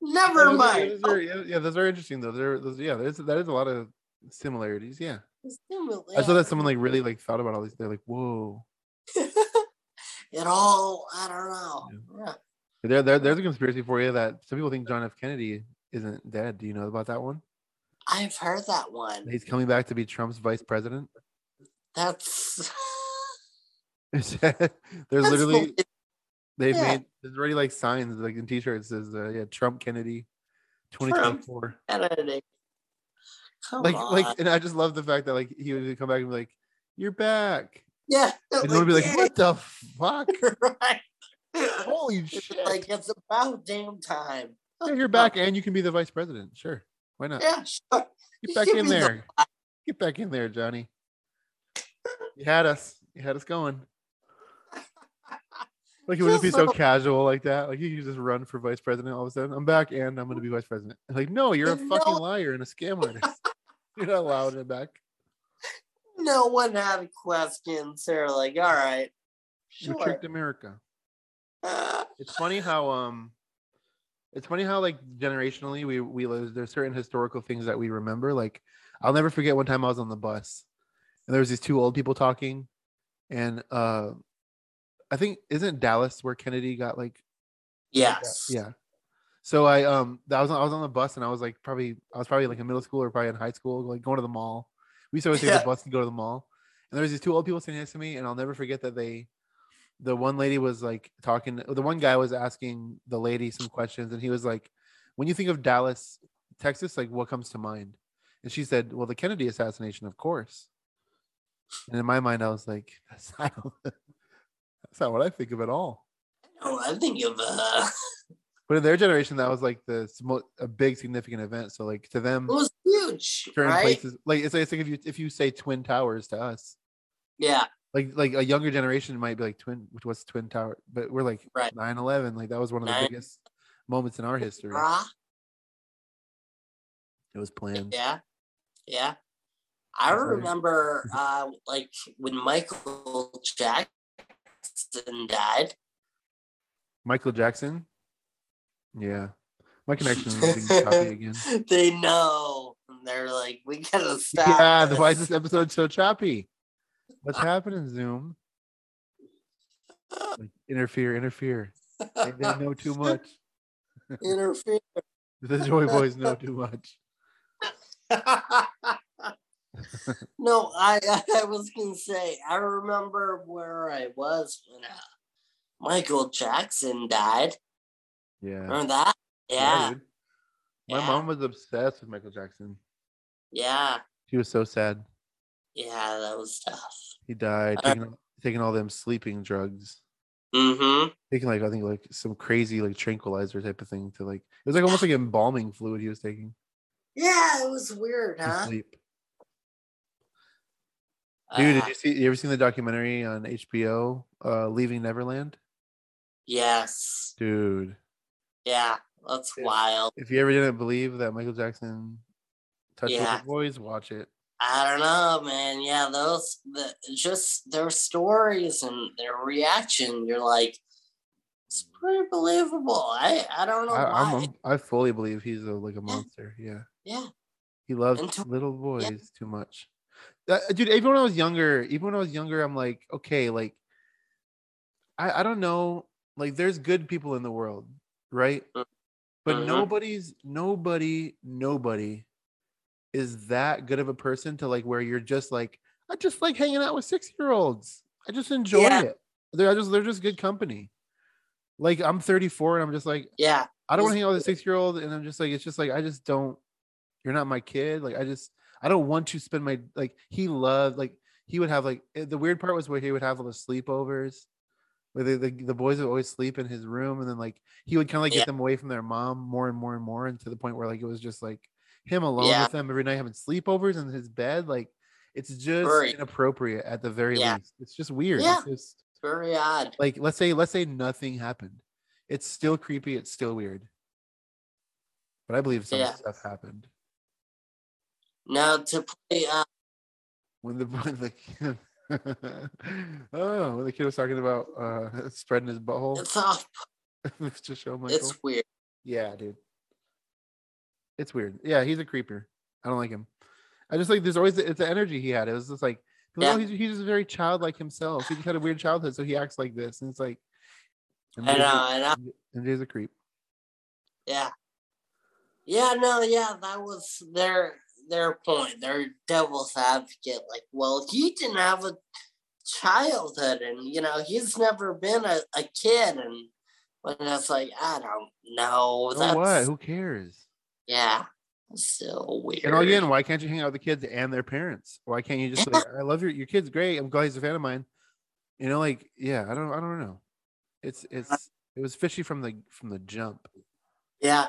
S3: Never
S4: Those are-
S3: mind.
S4: those are- yeah, yeah, those are interesting though. There, those, yeah, there's that is a lot of similarities. Yeah. I saw that someone like really like thought about all these. They're like, "Whoa."
S3: it all. I don't know. Yeah.
S4: There, there, there's a conspiracy for you that some people think John F. Kennedy isn't dead. Do you know about that one?
S3: I've heard that
S4: That
S3: one.
S4: He's coming back to be Trump's vice president.
S3: That's
S4: there's
S3: that's
S4: literally
S3: legit.
S4: they've
S3: yeah.
S4: made there's already like signs like in t-shirts says uh, yeah Trump Kennedy, 2024.
S3: Kennedy. Come
S4: like
S3: on.
S4: like and i just love the fact that like he would come back and be like you're back
S3: yeah.
S4: and would be like
S3: yeah,
S4: what the fuck
S3: right.
S4: holy
S3: It's
S4: shit
S3: Like it's about damn time.
S4: Yeah, you're back and you can be the vice president sure why not
S3: Yeah, sure.
S4: get
S3: you
S4: back
S3: can
S4: in
S3: be the-
S4: there get back in there johnny you had us you had us going like it wouldn't be
S3: Just
S4: so
S3: little-
S4: casual like that like you could just run for vice president all of a sudden i'm back and i'm gonna be vice president like no you're a
S3: No.
S4: fucking liar and a scam artist you're not allowed it back
S3: No one had questions. They're like, all right,
S4: you
S3: sure.
S4: tricked america
S3: Uh,
S4: it's funny how um it's funny how like generationally we we live there's certain historical things that we remember like i'll never forget one time i was on the bus and there was these two old people talking and uh i think isn't dallas where kennedy got like
S3: yes.
S4: yeah so i um i was on, i was on the bus and i was like probably i was probably like in middle school or probably in high school like going to the mall we used to always take
S3: Yeah.
S4: the bus and go to the mall and there was these two old people sitting next to me and i'll never forget that they the one lady was like talking the one guy was asking the lady some questions and he was like when you think of dallas texas like what comes to mind and she said well the kennedy assassination of course and in my mind i was like that's not, that's not what i think of at all
S3: No, Oh, I think of uh,
S4: but in their generation, that was like the smo- a big significant event. So like to them,
S3: it was huge,
S4: certain
S3: right?
S4: places. Like it's, it's like if you if you say Twin Towers to us,
S3: Yeah,
S4: like like a younger generation might be like Twin, which was Twin Tower, but we're like
S3: Right.
S4: 9/11. Like that was one of the
S3: Nine-
S4: biggest moments in our history.
S3: brah.
S4: It was planned.
S3: Yeah, yeah. I
S4: That's right.
S3: remember, uh, like when Michael Jackson died.
S4: Michael Jackson. Yeah, my connection is being choppy again.
S3: They know, and they're like, "We gotta stop."
S4: Yeah,
S3: this."
S4: why is this episode so choppy? What's happening, Zoom? Like, interfere, interfere. They, they know too much.
S3: interfere.
S4: The Joy Boys know too much.
S3: no, I, I I was gonna say I remember where I was when uh, Michael Jackson died.
S4: Yeah.
S3: Remember that? Oh, Yeah,
S4: dude. My
S3: yeah.
S4: mom was obsessed with Michael Jackson.
S3: yeah,
S4: She was so sad.
S3: yeah. That was tough.
S4: He died
S3: Uh,
S4: taking, taking all them sleeping drugs.
S3: Mm-hmm.
S4: Taking like I think like some crazy like tranquilizer type of thing to like it was like almost like embalming fluid he was taking
S3: Yeah, it was weird,
S4: to
S3: huh?
S4: sleep. Dude,
S3: Uh,
S4: did you see? You ever seen the documentary on HBO, uh, Leaving Neverland?
S3: yes.
S4: Dude,
S3: Yeah, that's
S4: Yeah.
S3: wild.
S4: if you ever didn't believe that Michael Jackson touched
S3: Yeah.
S4: the boys, watch it.
S3: I don't know, man. Yeah, those the just their stories and their reaction. You're like, it's pretty believable. I I don't know
S4: I,
S3: why.
S4: I'm a, I fully believe he's a, like a monster. Yeah,
S3: yeah,
S4: he loves
S3: And to-
S4: little boys too much. That- dude, even when I was younger, even when I was younger, I'm like, okay, like, I I don't know, like, there's good people in the world, right?
S3: Mm.
S4: But
S3: Mhm.
S4: nobody's nobody nobody is that good of a person to like where you're just like I just like hanging out with six year olds. I just enjoy
S3: Yeah.
S4: it. They're I just they're just good company. Like I'm 34 and I'm just like
S3: yeah,
S4: I don't
S3: Just-
S4: want to hang out with a six year old, and I'm just like, it's just like I just don't. You're not my kid. Like I just, I don't want to spend my like. He loved like he would have like eh, the weird part was where he would have all the sleepovers, where the, the the boys would always sleep in his room, and then like he would kind of like
S3: Yeah.
S4: get them away from their mom more and more and more, and to the point where like it was just like him alone
S3: Yeah.
S4: with them every night having sleepovers in his bed. Like it's just
S3: Right.
S4: inappropriate at the very
S3: Yeah.
S4: least. It's just weird.
S3: Yeah.
S4: It's just
S3: very odd.
S4: like let's say let's say nothing happened it's still creepy it's still weird but i believe some
S3: Yeah.
S4: stuff happened
S3: Now to play. Uh,
S4: when the when the kid oh when the kid was talking about uh spreading his butthole
S3: it's off.
S4: to show michael
S3: It's weird.
S4: yeah dude it's weird yeah he's a creeper i don't like him i just like there's always it's the energy he had it was just like people,
S3: Yeah.
S4: "Oh, he's, he's just very childlike himself he just had a weird childhood so he acts like this and it's like
S3: I know. I know.
S4: and he's a creep
S3: Yeah. Yeah, no, yeah, that was their their point. Their devil's advocate, like, well, he didn't have a childhood, and you know, he's never been a, a kid, and when it's like, I don't know,
S4: oh,
S3: that's
S4: what who cares
S3: yeah, so weird.
S4: And again, why can't you hang out with the kids and their parents? Why can't you just be like, I love your your kid's great. I'm glad he's a fan of mine. You know, like yeah, I don't I don't know. It's it's it was fishy from the from the jump.
S3: yeah,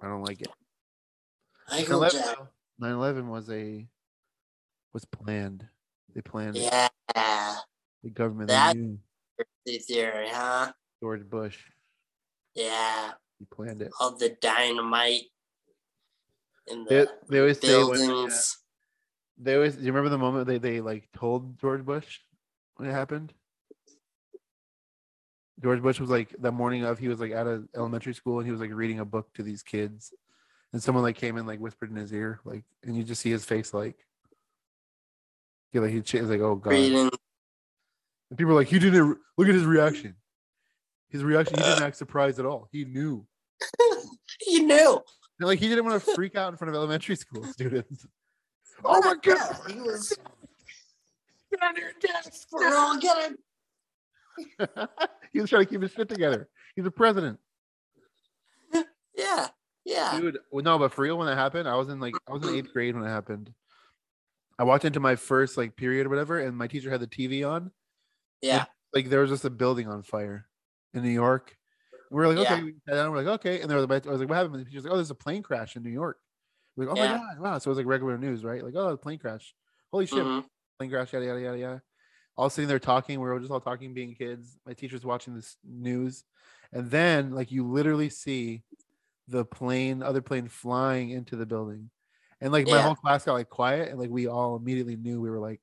S4: I don't like it.
S3: Michael
S4: 9/11,
S3: Jackson.
S4: though, 9/11 was a was planned. They planned it.
S3: Yeah,
S4: the government
S3: That-
S4: they knew
S3: the theory, huh?
S4: George Bush.
S3: Yeah,
S4: He planned it.
S3: all the dynamite in the
S4: They, they always say when, uh,
S3: buildings.
S4: they always do you remember the moment they, they like told George Bush when it happened? George Bush was like the morning of he was like out of elementary school and he was like reading a book to these kids. And someone like came and like whispered in his ear, like and you just see his face like yeah, like he cha- he's like, oh god.
S3: Reading
S4: And people are like, he didn't re- look at his reaction. His reaction, he didn't act surprised at all. He knew.
S3: You knew.
S4: And, like he didn't want to freak out in front of elementary school students. Oh my god.
S3: He was.
S4: Get on your desk.
S3: We're all gonna.
S4: he was trying to keep his shit together. He's the president,
S3: Yeah, yeah.
S4: dude. Well, no, but for real, when that happened, I was in like I was in eighth grade when it happened. I walked into my first like period or whatever, and my teacher had the TV on.
S3: Yeah.
S4: Like there was just a building on fire in New York. And we were like,
S3: Yeah.
S4: okay, we sat down, we're like, okay, and there was I was like, what happened? And the teacher's like, oh, there's a plane crash in New York. Like, oh my
S3: Yeah.
S4: god, wow. So it was like regular news, right? Like, oh, plane crash. Holy shit,
S3: Mhm.
S4: plane crash, yada yada yada yada. All sitting there talking. We were just all talking, being kids. My teacher's watching this news, and then like you literally see the plane, other plane flying into the building, and like my
S3: Yeah.
S4: whole class got like quiet, and like we all immediately knew we were like,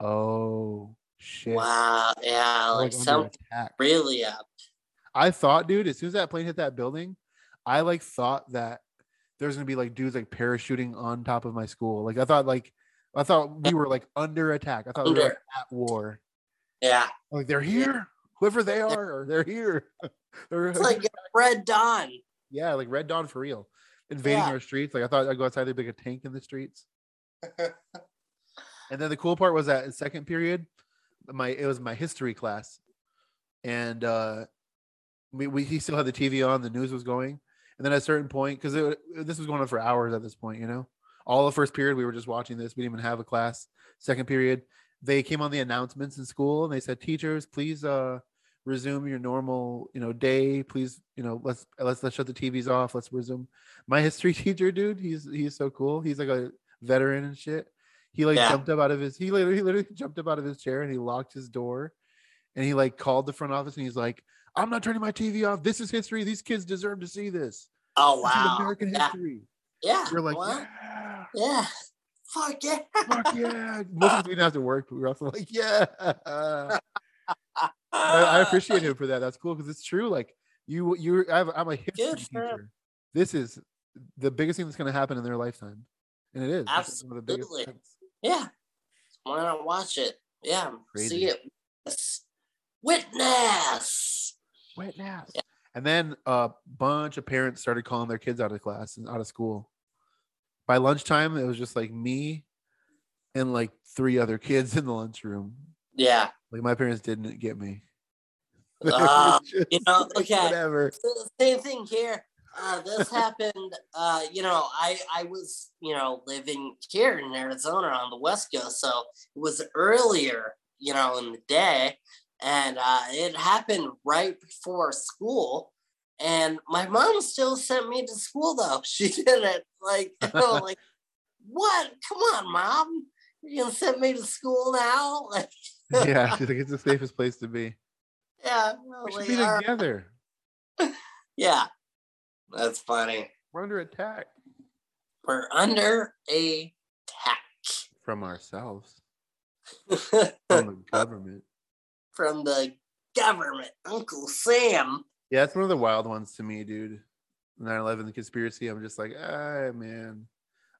S4: oh shit,
S3: Wow. Yeah.
S4: we're,
S3: Like
S4: under
S3: something
S4: attack.
S3: really up.
S4: I thought, dude, as soon as that plane hit that building, I like thought that there's gonna be like dudes like parachuting on top of my school. Like I thought, like I thought we were like under attack. I thought we were like,
S3: Under.
S4: at war.
S3: Yeah.
S4: Like they're here, whoever they are, they're here. They're-
S3: It's like Red Dawn.
S4: yeah, like Red Dawn for real, invading
S3: Yeah.
S4: our streets. Like I thought, I'd go outside, there'd be like a tank in the streets. And then the cool part was that in second period, my it was my history class, and uh, we, we he still had the TV on, the news was going, and then at a certain point, because this was going on for hours at this point, you know, all the first period we were just watching this. We didn't even have a class. Second period, they came on the announcements in school, and they said, "Teachers, please uh, resume your normal, you know, day. Please, you know, let's let's let's shut the TVs off. Let's resume." My history teacher, dude, he's he's so cool. He's like a veteran and shit. He like
S3: Yeah.
S4: jumped up out of his he literally, he literally jumped up out of his chair and he locked his door and he like called the front office and he's like, I'm not turning my TV off. This is history. These kids deserve to see this.
S3: Oh
S4: This is
S3: wow.
S4: American
S3: Yeah.
S4: history.
S3: Yeah.
S4: We're like,
S3: well,
S4: yeah,
S3: yeah. Fuck yeah.
S4: fuck yeah. Most of us we didn't have to work, but we were also like, yeah. I, I appreciate him for that. That's cool because it's true. Like you, you, I've, I'm a history
S3: Good for him.
S4: teacher. This is the biggest thing that's going to happen in their lifetime, and it is. This is one of the biggest
S3: Absolutely.
S4: things.
S3: Yeah. Why not watch it? Yeah.
S4: Crazy.
S3: See it. Witness. Witness.
S4: wet naps.
S3: Yeah.
S4: And then a bunch of parents started calling their kids out of class and out of school. By lunchtime, it was just like me and like three other kids in the lunchroom.
S3: Yeah.
S4: Like my parents didn't get me. They were
S3: Ah,
S4: just
S3: You know,
S4: like,
S3: okay.
S4: Whatever.
S3: S- Same thing here. Uh, this happened. Uh, you know, I I was you know living here in Arizona on the West Coast, so it was earlier. You know, in the day, and uh, it happened right before school. And my mom still sent me to school though. She did it like you know, like what? Come on, mom. You're gonna send me to school now? Like
S4: Yeah, she's like, it's the safest place to be.
S3: yeah,
S4: We should
S3: like,
S4: be
S3: all right.
S4: together.
S3: yeah. That's funny.
S4: We're under attack
S3: We're under attack
S4: from ourselves, from the government.
S3: from the government. Uncle Sam.
S4: Yeah, it's one of the wild ones to me, dude. 9-11, the conspiracy. I'm just like, ah, man.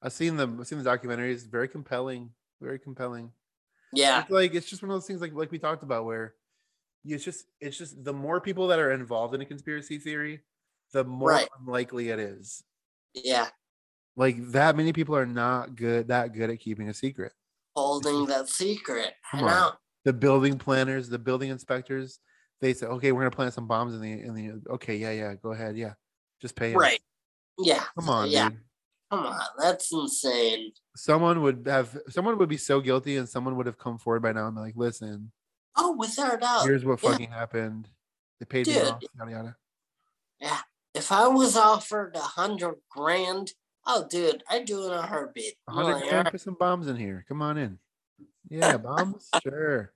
S4: I've seen them. I've seen the documentaries. Very compelling. Very compelling.
S3: Yeah.
S4: It's like it's just one of those things, like like we talked about, where you- it's just it's just the more people that are involved in a conspiracy theory, the more
S3: Right.
S4: unlikely it is.
S3: Yeah.
S4: Like that many people are not good that good at keeping a secret.
S3: Holding that secret.
S4: Come
S3: I know.
S4: The building planners, the building inspectors, they say, okay, we're gonna plant some bombs in the in the. Okay, yeah, yeah, go ahead, yeah, just pay us.
S3: Right. Yeah.
S4: Come on,
S3: Yeah.
S4: dude.
S3: Come on. That's insane.
S4: someone would have someone would be so guilty and someone would have come forward by now and be like listen
S3: Oh, without a doubt.
S4: here's what
S3: yeah.
S4: fucking happened they paid me
S3: Dude.
S4: off yada yada
S3: If I was offered a hundred grand, oh dude, I'd do it in a heartbeat.
S4: 100
S3: Like,
S4: grand for some bombs in here come on in yeah bombs sure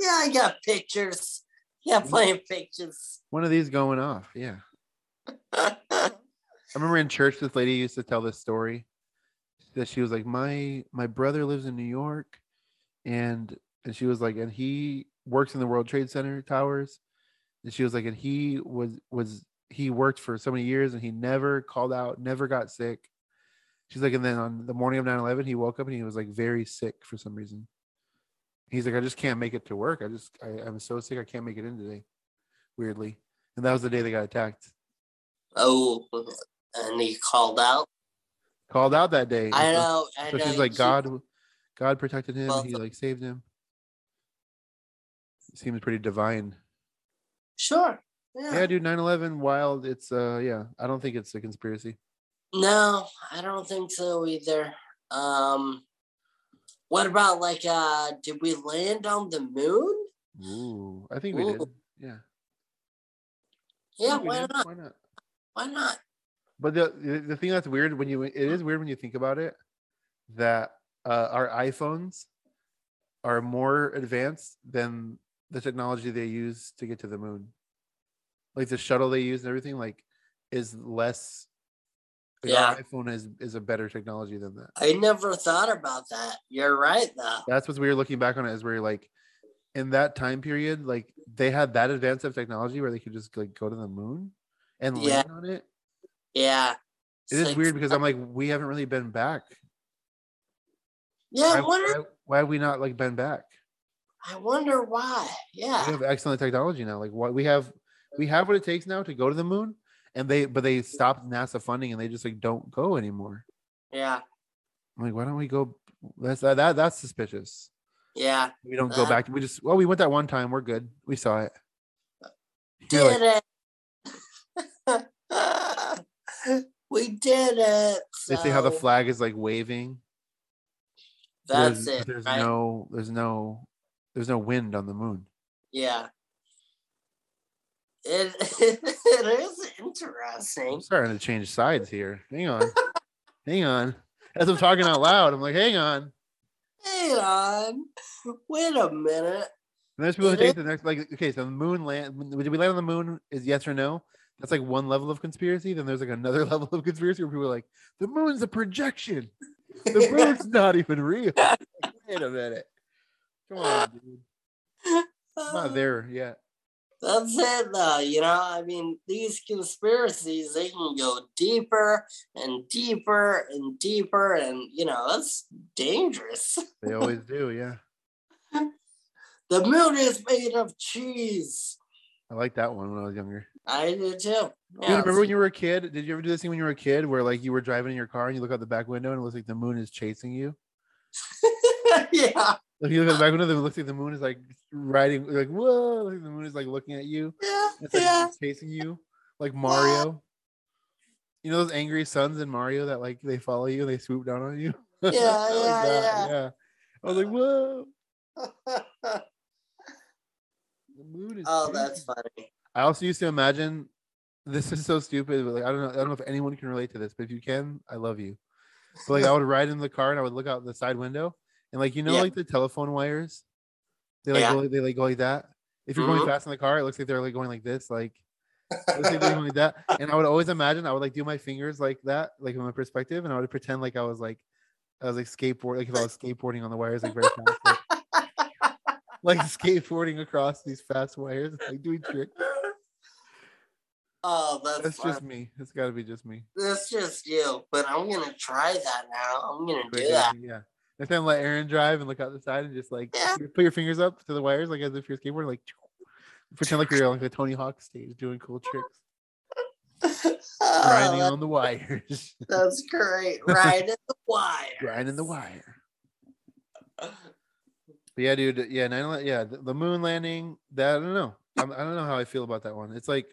S3: yeah, I got pictures. Yeah,
S4: Mm.
S3: playing pictures.
S4: one of these going off yeah I remember in church, this lady used to tell this story that she was like, my my brother lives in New York, and and she was like, and he works in the World Trade Center towers, and she was like, and he was was he worked for so many years and he never called out, never got sick. She's like, and then on the morning of 9-11, he woke up and he was like very sick for some reason. He's like, I just can't make it to work. I just I, I'm so sick I can't make it in today. Weirdly. And that was the day they got attacked.
S3: oh, and he called out.
S4: Called out that day.
S3: I
S4: It's like-
S3: know. I
S4: So
S3: know.
S4: she's like,
S3: He-
S4: God, God protected him.
S3: Well,
S4: He like saved him. Seems pretty divine.
S3: Sure.
S4: Yeah, dude, 9-11, wild. It's uh, yeah. I don't think it's a conspiracy.
S3: No, I don't think so either. Um, what about like uh, did we land on the moon?
S4: Ooh, I think we
S3: Ooh.
S4: did. Yeah. I
S3: Yeah,
S4: think we
S3: why
S4: did.
S3: not?
S4: Why not?
S3: Why not?
S4: But the- the the thing that's weird when you it is weird when you think about it that uh, our iPhones are more advanced than the technology they use to get to the moon. Like the shuttle they use and everything like is less. like, our iPhone is is a better technology than that.
S3: I never thought about that. You're right, though.
S4: That's what's weird looking back on it is where like in that time period like they had that advanced of technology where they could just like go to the moon and
S3: Yeah.
S4: land on it.
S3: Yeah.
S4: It is weird because I'm like we haven't really been back
S3: Yeah, I
S4: why,
S3: wonder.
S4: why- why have we not like been back?
S3: I wonder why.
S4: We
S3: Yeah.
S4: have excellent technology now. Like what we have, we have what it takes now to go to the moon. And they, but they stopped NASA funding and they just like don't go anymore.
S3: Yeah.
S4: I'm like, why don't we go? That's that, that that's suspicious.
S3: Yeah.
S4: We don't go
S3: That-
S4: back. We just well, we went that one time. We're good. We saw it. You're like,
S3: Did it. we did it.
S4: they see how the
S3: So
S4: flag is like waving. but
S3: That's
S4: there's,
S3: it.
S4: There's
S3: right?
S4: no, there's no, there's no wind on the moon.
S3: Yeah. It, it is interesting.
S4: I'm starting to change sides here. Hang on, hang on. As I'm talking out loud, I'm like, hang on.
S3: Hang on. Wait a minute.
S4: And there's people who
S3: It is-
S4: take the next like okay, so the moon land when- did we land on the moon is yes or no? That's like one level of conspiracy. Then there's like another level of conspiracy where people are like, the moon's a projection. The moon's not even real. Like, Wait a minute. Come on, dude. I'm not there yet.
S3: That's it, though. You know, I mean, these conspiracies they can go deeper and deeper and deeper, and you know, that's dangerous.
S4: They always do, yeah.
S3: The moon is made of cheese.
S4: I like that one when I was younger.
S3: I do too.
S4: Dude, remember when you were a kid? Did you ever do this thing when you were a kid where like you were driving in your car and you look out the back window and it looks like the moon is chasing you?
S3: yeah,
S4: Like you look out the back window, it looks like the moon is like riding like whoa, like the moon is like looking at you.
S3: yeah,
S4: It's like
S3: yeah.
S4: he's chasing you, like Mario. You know those angry sons in Mario that like they follow you and they swoop down on you. Like
S3: Yeah, yeah,
S4: that,
S3: yeah.
S4: I was like, whoa. The moon is
S3: oh,
S4: chasing
S3: that's
S4: me."
S3: funny.
S4: I also used to imagine. This is so stupid, but like I don't know. I don't know if anyone can relate to this, but if you can, I love you. But like I would ride in the car and I would look out the side window and like you know
S3: Yeah.
S4: like the telephone wires, they like
S3: Yeah.
S4: go, they like go like that. If you're going
S3: Mhm.
S4: fast in the car, it looks like they're like going like this, like it looks like they're going like that. And I would always imagine I would like do my fingers like that, like in my perspective, and I would pretend like I was like I was like skateboard, like if I was skateboarding on the wires like very fast, like, like skateboarding across these fast wires, like doing tricks.
S3: Oh, that's,
S4: That's
S3: funny.
S4: just me. It's got to be just me.
S3: that's just you. But I'm gonna try that now. I'm gonna
S4: Wait,
S3: do that.
S4: uh, Yeah. Next time, let Aaron drive and look out the side and just like
S3: Yeah.
S4: put your fingers up to the wires, like as if you're skateboarding, like pretend like you're on like the Tony Hawk stage doing cool tricks, grinding
S3: Oh,
S4: on the wires,
S3: that's great. Right at the wire.
S4: grinding the wire. But yeah, dude. Yeah, nine eleven. Yeah, the, the moon landing. That I don't know. I'm, I don't know how I feel about that one. It's like,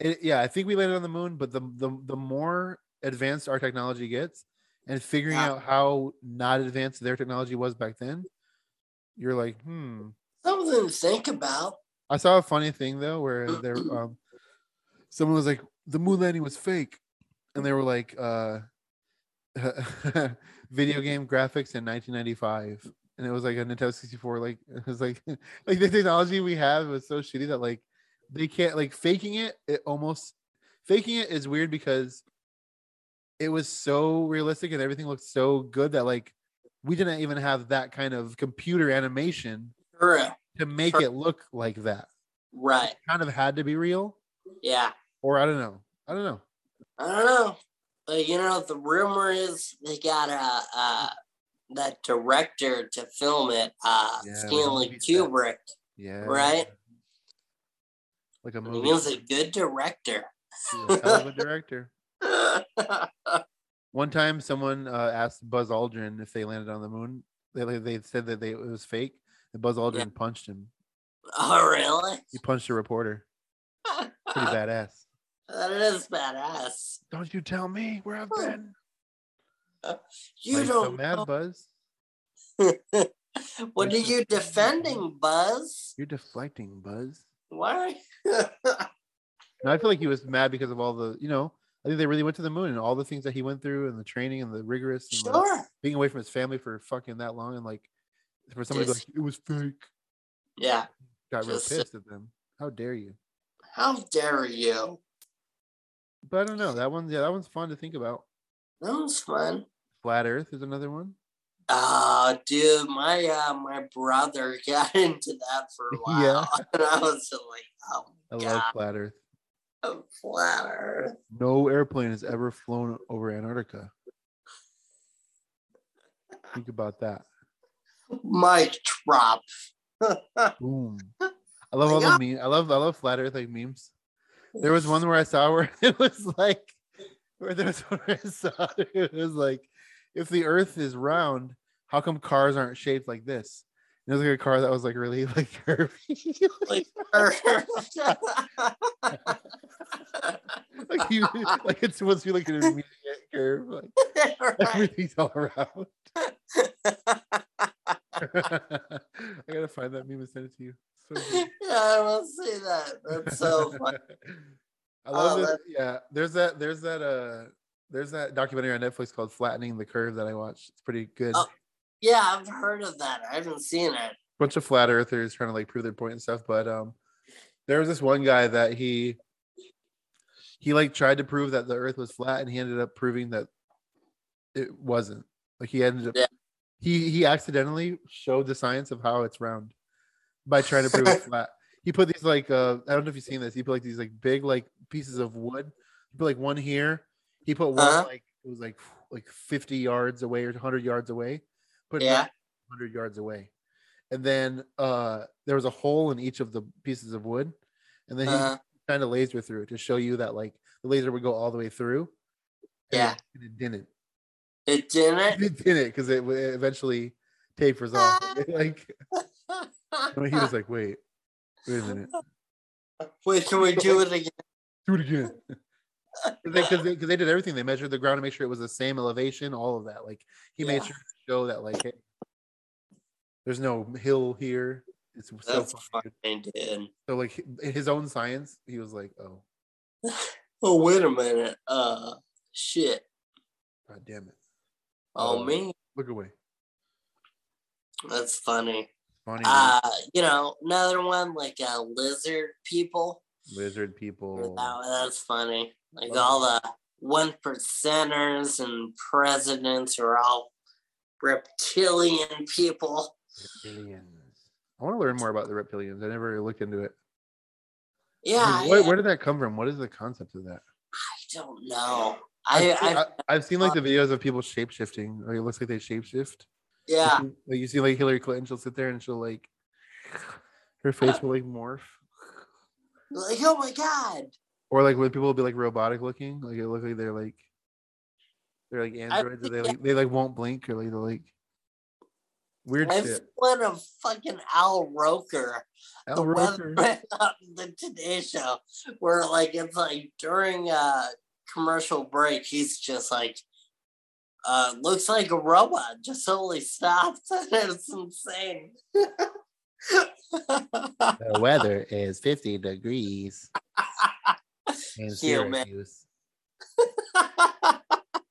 S4: it, yeah, I think we landed on the moon, but the the the more advanced our technology gets, and figuring
S3: Yeah.
S4: out how not advanced their technology was back then, you're like, hmm.
S3: Something to think about.
S4: I saw a funny thing though, where there um, someone was like, the moon landing was fake, and they were like, uh, video game graphics in 1995, and it was like a Nintendo 64. Like it was like like the technology we have was so shitty that like they can't like faking it. It almost faking it is weird because it was so realistic and everything looked so good that like we didn't even have that kind of computer animation
S3: True.
S4: to make
S3: Sure.
S4: it look like that
S3: Right.
S4: kind of had to be real,
S3: Yeah.
S4: or I don't know. I don't know.
S3: I don't know. But you know, the rumor is they got uh, uh that director to film it, uh
S4: Yeah,
S3: Stanley
S4: movie set.
S3: Kubrick.
S4: Yeah.
S3: Right?
S4: Like a
S3: He
S4: movie.
S3: was a good director. Oh,
S4: He's a hell of a director.
S3: yeah.
S4: One time, someone uh, asked Buzz Aldrin if they landed on the moon. They they- they said that they it was fake, and Buzz Aldrin punched him.
S3: Oh really?
S4: He punched a reporter. Pretty
S3: Uh-huh.
S4: badass.
S3: That is badass.
S4: Don't you tell me where I've been.
S3: Oh, You
S4: Why you so
S3: don't
S4: mad,
S3: know.
S4: Buzz.
S3: what are
S4: Why you so
S3: you
S4: mad, Buzz?
S3: defending, Buzz?
S4: You're deflecting, Buzz.
S3: Why?
S4: No, I feel like he was mad because of all the, you know, I think they really went to the moon and all the things that he went through and the training and the rigorous and like,
S3: Sure.
S4: being away from his family for fucking that long and like for somebody to be
S3: Just-
S4: like it was fake
S3: Yeah.
S4: got real
S3: Just-
S4: pissed at them. How dare you?
S3: How dare you?
S4: But I don't know. That one, yeah, that one's fun to think about.
S3: That was fun.
S4: Flat Earth is another one.
S3: Oh, dude, my uh, my brother got into that for a while,
S4: Yeah.
S3: and I was just like, oh
S4: I
S3: my
S4: love
S3: god,
S4: Flat Earth.
S3: flat Earth.
S4: No airplane has ever flown over Antarctica. Think about that.
S3: Mic drop.
S4: Boom. I love all the meme. I love I love flat Earth like memes. There was one where I saw where it was like where there was one where I saw it was like if the Earth is round, how come cars aren't shaped like this? And it was like a car that was like really like curvy.
S3: Like-
S4: like you like it's supposed to be like an immediate curve. Like everything's all around. I gotta find that meme and send it to you. So good.
S3: Yeah, I don't see that. That's so funny.
S4: I love
S3: Oh,
S4: it.
S3: that-
S4: Yeah, there's that. There's that. Uh, there's that documentary on Netflix called "Flattening the Curve" that I watched. It's pretty good.
S3: Oh. Yeah, I've heard of that. I haven't seen it.
S4: Bunch of flat earthers trying to like prove their point and stuff. But um, there was this one guy that he he like tried to prove that the Earth was flat, and he ended up proving that it wasn't. Like he ended up
S3: Yeah.
S4: he he accidentally showed the science of how it's round by trying to prove it flat. He put these like uh I don't know if you've seen this. He put like these like big like pieces of wood. He put like one here. He put one
S3: Uh-huh.
S4: like it was like like fifty yards away or hundred yards away. Put
S3: Yeah.
S4: hundred yards away, and then uh there was a hole in each of the pieces of wood, and then he
S3: Uh,
S4: kind of laser through to show you that like the laser would go all the way through. and
S3: Yeah.
S4: it- and it didn't.
S3: it didn't.
S4: It didn't because it, w- it eventually tapers off.
S3: Uh-huh.
S4: like I mean, he was like, wait, wait a minute,
S3: Wait, can we do it again?
S4: do it again. Because they, 'cause they did everything. They measured the ground to make sure it was the same elevation, all of that. Like he made
S3: Yeah.
S4: sure to show that like, hey, there's no hill here. It's so
S3: That's
S4: funny.
S3: funny, dude.
S4: So like hi- in his own science, he was like, oh,
S3: Oh, wait a minute. Uh, shit.
S4: god damn it,
S3: Oh,
S4: Oh.
S3: me.
S4: look away.
S3: That's funny.
S4: Funny
S3: Uh, you know, another one like uh, lizard people.
S4: lizard people.
S3: That, that's funny. Like
S4: Oh.
S3: all the one percenters and presidents are all reptilian people.
S4: Reptilians. I want to learn more about the reptilians. I never looked into it.
S3: Yeah,
S4: Like, where,
S3: I,
S4: where did that come from? What is the concept of that?
S3: I don't know.
S4: I've
S3: I,
S4: seen,
S3: I, um,
S4: I, have seen like the videos of people shape shifting. Like, it looks like they shape shift.
S3: yeah,
S4: Like, you see like Hillary Clinton, she'll sit there and she'll like her face will like morph.
S3: like oh my god,
S4: Or like when people will be like robotic looking, like it looks like they're like they're like androids, or they like they like won't blink, or like they're like weird
S3: I'm
S4: shit. Oh,
S3: split of fucking Al Roker. the
S4: Al
S3: weather
S4: Roker.
S3: on the Today Show, where like it's like during a commercial break, he's just like, uh, looks like a robot, just totally stopped. it's insane.
S4: The weather is 50 degrees. in
S3: Human.
S4: Syracuse.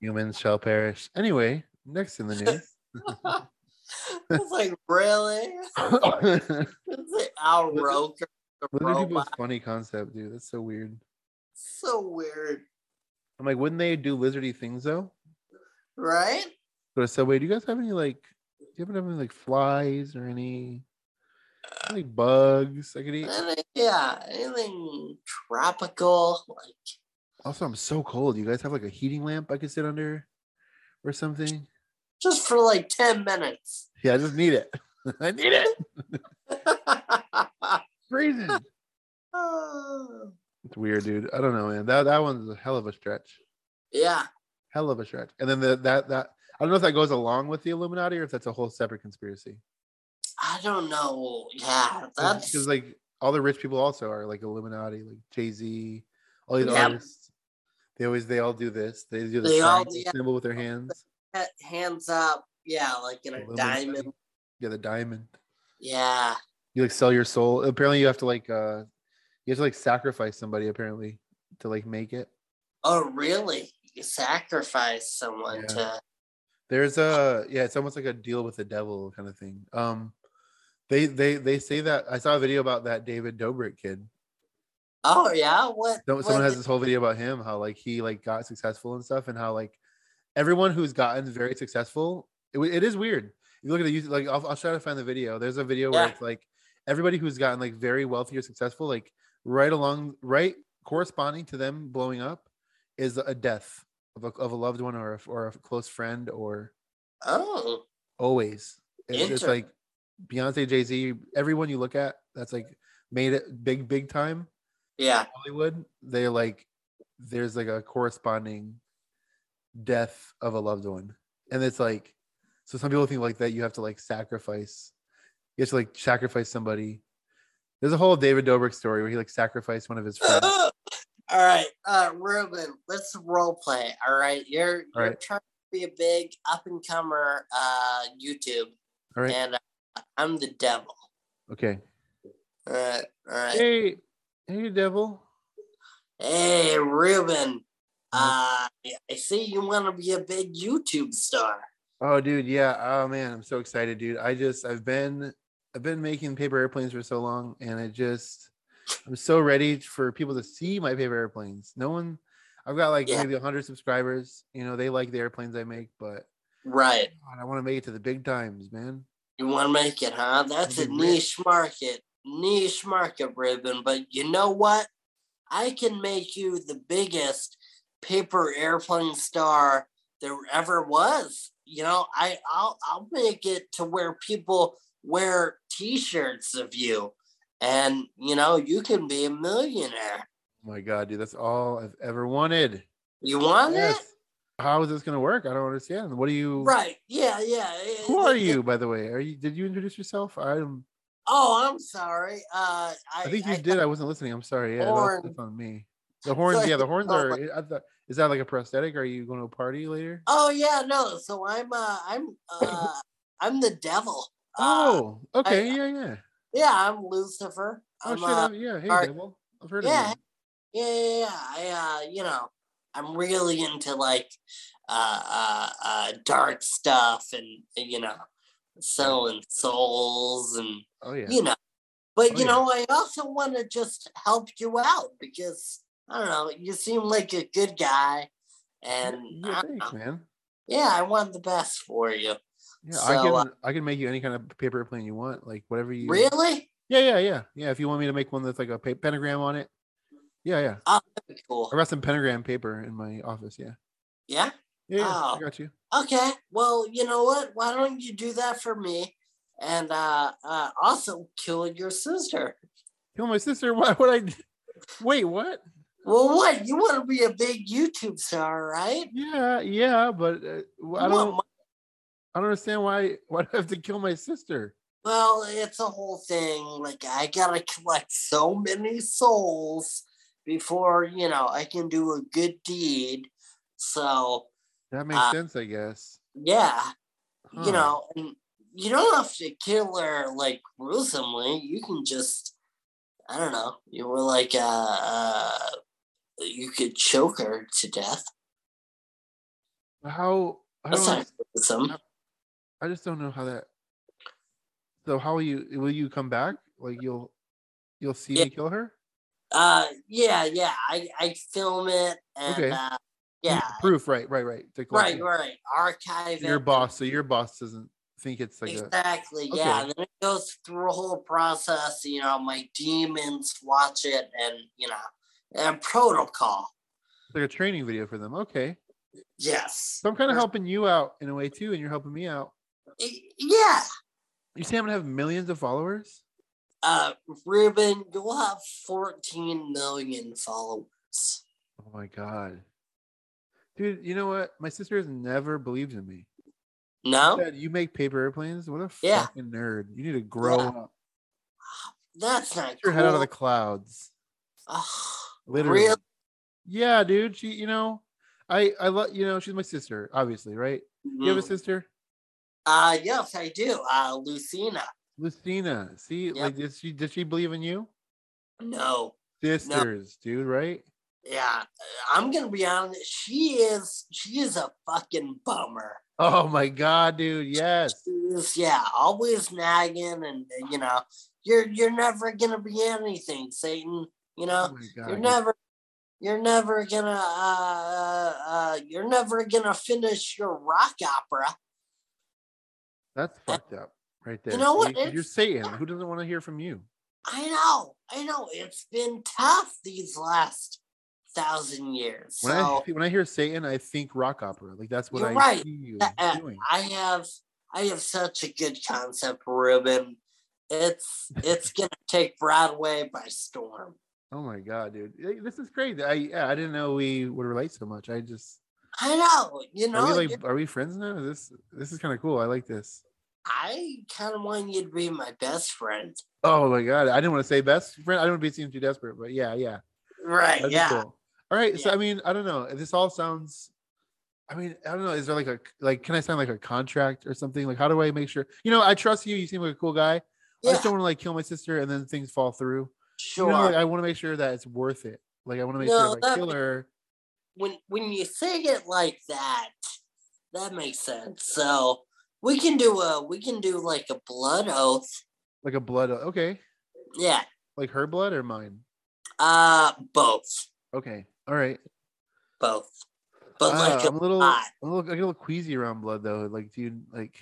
S4: Humans shall perish. Anyway, next in the news.
S3: it's like really,
S4: Lizard
S3: it's like Al
S4: Lizard-
S3: Roker, the
S4: people is
S3: robot.
S4: a funny concept, dude. That's so weird.
S3: So weird,
S4: I'm like, wouldn't they do lizardy things though?
S3: right?
S4: Go to Subway. Do you guys have any like? Do you happen to have any like flies or any like bugs? I could eat.
S3: Any- uh, Yeah, anything tropical, like
S4: Also, I'm so cold. You guys have like a heating lamp I could sit under, or something?
S3: just for like ten minutes.
S4: Yeah, I just need it. I need it. Freezing.
S3: yeah.
S4: It's weird, dude. I don't know, man. That that one's a hell of a stretch. Hell of a stretch. And then the, that that I don't know if that goes along with the Illuminati or if that's a whole separate conspiracy.
S3: I don't know. Yeah, that's
S4: Because like all the rich people also are like Illuminati, like Jay Z, all these
S3: Yeah.
S4: artists. They always they all do this. They do the
S3: They all-
S4: triangle
S3: yeah.
S4: symbol with their hands.
S3: hands up. Yeah, like in a
S4: Illuminati.
S3: diamond.
S4: Yeah, the diamond.
S3: Yeah.
S4: You like sell your soul. Apparently, you have to like uh, you have to like sacrifice somebody apparently to like make it.
S3: Oh, really? You sacrifice someone
S4: Yeah.
S3: to.
S4: There's a yeah, it's almost like a deal with the devil kind of thing. Um, they they they say that I saw a video about that David Dobrik kid.
S3: Oh yeah, what?
S4: Some-
S3: what
S4: Someone has
S3: did-
S4: this whole video about him, how like he like got successful and stuff, and how like everyone who's gotten very successful, it, w- it is weird. You look at the YouTube, like I'll, I'll try to find the video. There's a video where
S3: Yeah.
S4: it's like everybody who's gotten like very wealthy or successful, like right along, right corresponding to them blowing up, is a death of a, of a loved one or a, or a close friend or
S3: Oh,
S4: always. It's, it's
S3: Inter-
S4: like Beyonce, Jay Z, everyone you look at that's like made it big, big time
S3: yeah.
S4: Hollywood. They're like, there's like a corresponding death of a loved one, and it's like, so some people think like that you have to like sacrifice, you have to like sacrifice somebody. There's a whole David Dobrik story where he like sacrificed one of his friends.
S3: all right, uh, Ruben, let's role play. All right, you're
S4: All
S3: you're
S4: right.
S3: trying to be a big up and comer uh, YouTube,
S4: All right,
S3: and uh, I'm the devil.
S4: okay.
S3: All right, all right.
S4: Hey, hey, devil.
S3: Hey, Ruben, uh, I see you want to be a big YouTube star.
S4: Oh, dude, yeah. Oh man, I'm so excited, dude. I just I've been I've been making paper airplanes for so long, and I just I'm so ready for people to see my paper airplanes. No one, I've got like
S3: Yeah.
S4: maybe 100 subscribers. You know, they like the airplanes I make, but
S3: Right.
S4: God, I want to make it to the big times, man.
S3: You want to make it, huh? That's a
S4: Make it rich.
S3: niche market, niche market, Ruben. But you know what? I can make you the biggest paper airplane star there ever was. You know, I I'll I'll make it to where people wear T-shirts of you, and you know you can be a millionaire.
S4: Oh my God, dude, that's all I've ever wanted.
S3: You want it?
S4: Yes. How is this gonna work? I don't understand. What do you?
S3: Right? Yeah, yeah.
S4: Who are you, by the way? Are you? Did you introduce yourself? I'm.
S3: Oh, I'm sorry. Uh, I,
S4: I think you did. I wasn't listening. I'm sorry. Yeah, that's, that's on me. The horns,
S3: Sorry.
S4: yeah, the horns
S3: Oh,
S4: are. I thought, is that like a prosthetic? Are you going to a party later?
S3: Oh yeah, no. So I'm uh I'm uh I'm the devil. Uh,
S4: Oh, okay, yeah, yeah.
S3: yeah, I'm Lucifer.
S4: Oh
S3: I'm,
S4: shit,
S3: uh,
S4: I've- yeah. Hey,
S3: alright.
S4: devil, I've heard
S3: yeah,
S4: of
S3: yeah, yeah, yeah. I uh you know, I'm really into like uh uh, uh dark stuff and you know, selling souls and
S4: you. Oh yeah.
S3: you know. But
S4: Oh,
S3: you
S4: yeah.
S3: know, I also want to just help you out because I don't know, you seem like a good guy and
S4: yeah,
S3: I don't
S4: thanks,
S3: know.
S4: man.
S3: yeah, I want the best for you.
S4: Yeah, I
S3: So, uh,
S4: can I can make you any kind of paper airplane you want, like whatever you.
S3: Really?
S4: Yeah, yeah, yeah, yeah. If you want me to make one that's like a pa- pentagram on it, yeah, yeah.
S3: Cool.
S4: I got some pentagram paper in my office. Yeah,
S3: Yeah.
S4: yeah, yeah, I
S3: Oh.
S4: got you.
S3: Okay. Well, you know what? Why don't you do that for me? And uh, uh, also kill your sister.
S4: Kill my sister. Why would I? d- Wait, what?
S3: Well, what? You want to be a big YouTube star, right?
S4: Yeah, yeah, but uh, w- I
S3: You
S4: don't.
S3: want mo-
S4: I don't understand why why do I have to kill my sister?
S3: Well, it's a whole thing. Like, I got to collect so many souls before, you know, I can do a good deed. So,
S4: That makes
S3: Uh,
S4: sense, I guess.
S3: yeah,
S4: Huh.
S3: you know, and you don't have to kill her like gruesomely. You can just, I don't know, you were like, uh, uh you could choke her to death.
S4: how I,
S3: That's
S4: don't,
S3: not gruesome.
S4: I just don't know how that. So how will you will you come back? Like you'll you'll see
S3: Yeah.
S4: me kill her?
S3: Uh, yeah, yeah, I, I film it and,
S4: Okay.
S3: uh,
S4: You need
S3: yeah,
S4: Proof, right, right, right. to collect
S3: right,
S4: it.
S3: right, archive
S4: Your
S3: it.
S4: boss, so your boss doesn't think it's like a
S3: Exactly, yeah.
S4: Okay.
S3: And then it goes through a whole process, you know, my demons watch it and, you know, and protocol.
S4: it's like a training video for them. Okay.
S3: Yes.
S4: So I'm kind of helping you out in a way too, and you're helping me out.
S3: Y- Yeah.
S4: You say I'm gonna have millions of followers?
S3: uh Ruben, you'll have 14 million followers.
S4: Oh my god. Dude, you know what? My sister has never believed in me.
S3: No?
S4: Dad, you make paper airplanes? What a
S3: Yeah.
S4: fucking nerd. You need to grow
S3: Yeah.
S4: up.
S3: That's not
S4: Get
S3: cool.
S4: your
S3: Ah,
S4: head out of the clouds.
S3: Ugh,
S4: Literally.
S3: Really?
S4: Yeah, dude. She, you know, I, I love, you know, she's my sister, obviously, right? You have a
S3: mm.
S4: sister?
S3: Uh yes, I do. Uh Lucina.
S4: Lucina. See,
S3: Yep.
S4: like, did she, did she believe in you?
S3: No.
S4: Sisters, dude, right?
S3: Yeah, I'm gonna be honest. She is she is a fucking bummer.
S4: Oh my god, dude. Yes.
S3: She is, yeah, always nagging, and you know, you're you're never gonna be anything, Satan. uh, You know,
S4: Oh my
S3: you're
S4: god.
S3: never you're never gonna uh, uh, you're never gonna finish your rock opera
S4: That's fucked up right there.
S3: You know what?
S4: See, You're
S3: It's-
S4: Satan. Who doesn't want to hear from you?
S3: i know i know it's been tough these last thousand years
S4: When
S3: so
S4: I when I hear Satan, I think rock opera. Like that's what
S3: You're
S4: I
S3: right.
S4: see you
S3: Uh, uh,
S4: doing.
S3: i have i have such a good concept ruben it's it's gonna take broadway by storm
S4: Oh my god, dude. Hey, This is crazy. I yeah, I didn't know we would relate so much. I just
S3: i know you know
S4: are we
S3: you-
S4: like are we friends now? This this is kind of cool. I like this.
S3: i kind of want you to be my best friend
S4: Oh my god. I didn't want to say best friend. I don't want to be seem too desperate, but yeah, yeah.
S3: right
S4: That'd be
S3: yeah
S4: cool. All right. So
S3: Yeah.
S4: I mean, I don't know. This all sounds. I mean, I don't know. Is there like a like? Can I sign like a contract or something? Like, how do I make sure? You know, I trust you. You seem like a cool guy. I
S3: yeah
S4: just don't want to like kill my sister and then things fall through. You
S3: sure
S4: know, like, I want to make sure that it's worth it. Like, I want to make
S3: No,
S4: sure if I
S3: that-
S4: kill her.
S3: when when you say it like that, that makes sense. So we can do a we can do like a blood oath.
S4: Like a blood. Okay.
S3: Yeah.
S4: Like her blood or mine.
S3: Uh both.
S4: Okay. All right.
S3: Both. But
S4: Ah,
S3: like a
S4: I'm a little.
S3: lot.
S4: I'm a little. I get a little queasy around blood though. Like, do you like?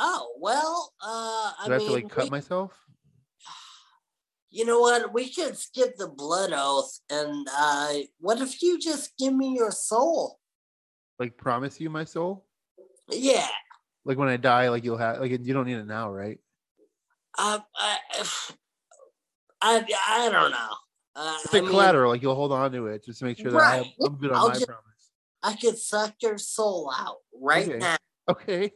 S3: oh well uh I
S4: Do I, have
S3: mean
S4: to like cut
S3: we-
S4: myself?
S3: you know what we could skip the blood oath and uh what if you just give me your soul?
S4: Like, promise you my soul.
S3: Yeah.
S4: Like when I die, like you'll have. Like you don't need it now, right?
S3: Uh, I I I don't know. Uh,
S4: It's
S3: I
S4: like
S3: mean,
S4: collateral. Like you'll hold on to it just to make sure that I have,
S3: Right.
S4: I'm good on
S3: I'll
S4: my
S3: just-
S4: promise.
S3: I could suck your soul out right
S4: Okay.
S3: now.
S4: Okay.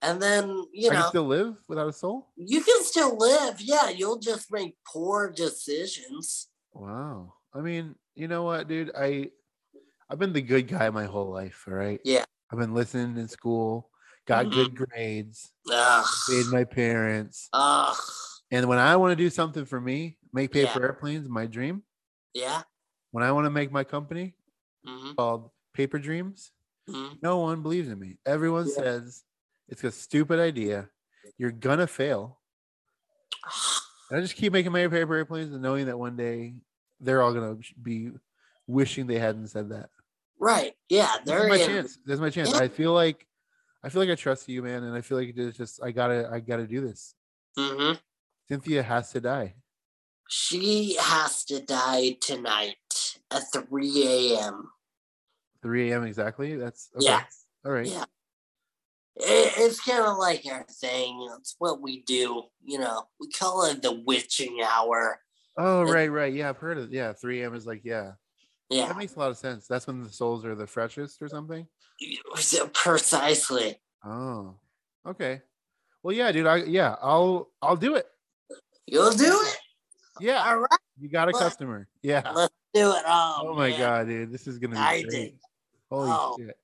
S3: And then, you
S4: I
S3: know,
S4: can still live without a soul.
S3: you can still live. Yeah, you'll just make poor decisions.
S4: Wow. I mean, you know what, dude? I I've been the good guy my whole life. All right.
S3: Yeah.
S4: I've been listening in school, got
S3: Mhm.
S4: good grades,
S3: Ugh.
S4: paid my parents,
S3: Ugh.
S4: and when I want to do something for me, make paper
S3: Yeah.
S4: airplanes, my dream.
S3: Yeah.
S4: When I want to make my company
S3: hmm
S4: called Paper Dreams,
S3: hmm
S4: no one believes in me. Everyone
S3: Yeah.
S4: says it's a stupid idea. You're gonna fail. And I just keep making my paper airplanes and knowing that one day they're all gonna be wishing they hadn't said that.
S3: Right. Yeah.
S4: This is
S3: There
S4: my
S3: you
S4: chance. There's my chance.
S3: Yeah.
S4: I feel like I feel like I trust you, man, and I feel like it's just I gotta I gotta do this.
S3: hmm
S4: Cynthia has to die.
S3: She has to die tonight at 3 a.m.
S4: 3 a.m. exactly. That's okay.
S3: Yeah.
S4: All right.
S3: Yeah. It, it's kind of like our thing. It's what we do. You know, we call it the witching hour.
S4: Oh,
S3: It-
S4: right, right. Yeah, I've heard of yeah. 3 a.m. is like, yeah.
S3: Yeah.
S4: That makes a lot of sense. That's when the souls are the freshest or something.
S3: Precisely.
S4: Oh. Okay. Well, yeah, dude. I yeah, I'll I'll do it.
S3: You'll do it.
S4: Yeah.
S3: All right.
S4: You got a
S3: Well,
S4: customer. Yeah.
S3: Do it. Oh,
S4: Oh my
S3: man.
S4: god, dude, this is gonna be
S3: I
S4: great.
S3: did.
S4: Holy
S3: Oh.
S4: shit!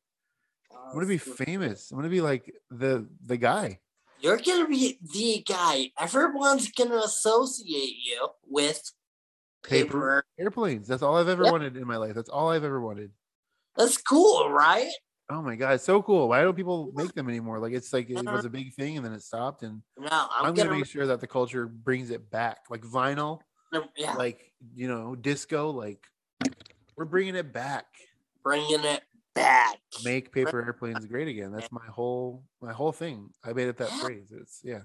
S3: Oh,
S4: I'm gonna be
S3: it's good.
S4: famous. I'm gonna be like the the guy.
S3: You're gonna be the guy everyone's gonna associate you with.
S4: Paper.
S3: Paper.
S4: Airplanes. That's all I've ever
S3: Yep.
S4: wanted in my life. That's all I've ever wanted.
S3: That's cool, right?
S4: Oh my god, it's so cool. Why don't people make them anymore? Like it's like it
S3: Uh-huh.
S4: was a big thing and then it stopped. And
S3: No, I'm,
S4: I'm, gonna,
S3: gonna,
S4: make sure that the culture brings it back, like vinyl,
S3: yeah,
S4: like you know, disco. Like we're bringing it back.
S3: bringing it back.
S4: Make paper airplanes great again. That's my whole my whole thing. I made up that
S3: Yeah.
S4: phrase. It's yeah,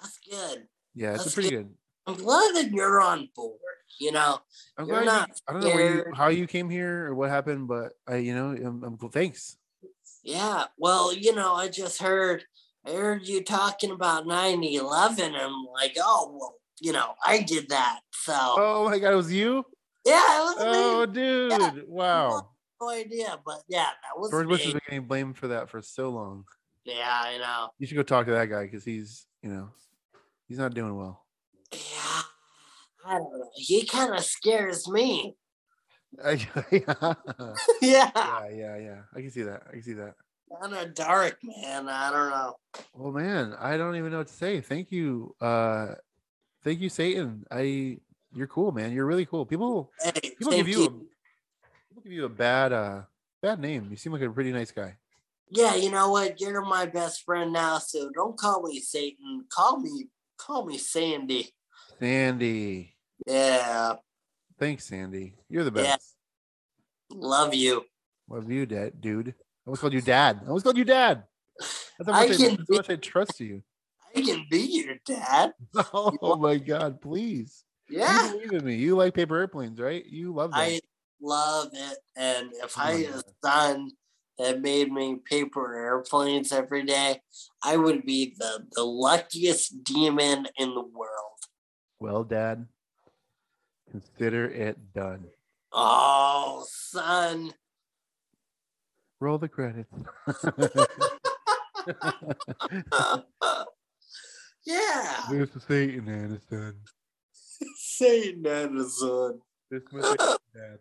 S3: That's good.
S4: yeah. It's
S3: Let's
S4: pretty
S3: get-
S4: good.
S3: I'm glad that you're on board. You know,
S4: I'm
S3: You're
S4: glad you,
S3: not
S4: I don't know where you,
S3: scared.
S4: how you came here or what happened, but I, you know, I'm, I'm cool. Thanks.
S3: yeah. Well, you know, I just heard, I heard you talking about 9/11, and I'm like, oh well, you know, I did that. So
S4: Oh my God, it was you?
S3: yeah, it was
S4: Oh,
S3: me.
S4: dude. Wow.
S3: No idea, but yeah, that was
S4: George
S3: me.
S4: Bush has been getting blamed for that for so long.
S3: Yeah, I know.
S4: You should go talk to that guy because he's, you know, he's not doing well.
S3: Yeah, I don't know. He kind of scares me.
S4: yeah, yeah,
S3: yeah,
S4: yeah. I can see that. I can see that.
S3: kind of dark, man. I don't know.
S4: Well, man, I don't even know what to say. Thank you. Uh, thank you, Satan. I, you're cool, man. You're really cool. People,
S3: Hey,
S4: people
S3: thank
S4: give you, People give you a bad uh bad name. You seem like a pretty nice guy.
S3: Yeah, you know what? You're my best friend now, so don't call me Satan. Call me call me Sandy.
S4: Sandy.
S3: Yeah.
S4: Thanks, Sandy. You're the best.
S3: Love you.
S4: Love you, dad, dude. I always called you dad. I always called you dad. That's how
S3: I
S4: much I,
S3: can
S4: that's how much I trust you.
S3: I can be your dad.
S4: Oh my god, please.
S3: Yeah.
S4: You believe in me. You like paper airplanes, right? You love them.
S3: I love it. And if
S4: Oh
S3: I
S4: my
S3: had a son that made me paper airplanes every day, I would be the, the luckiest demon in the world.
S4: well, dad. Consider it done.
S3: Oh, son.
S4: Roll the credits.
S3: yeah.
S4: There's the Satan Aniston.
S3: Satan Anderson.
S4: This must be dad.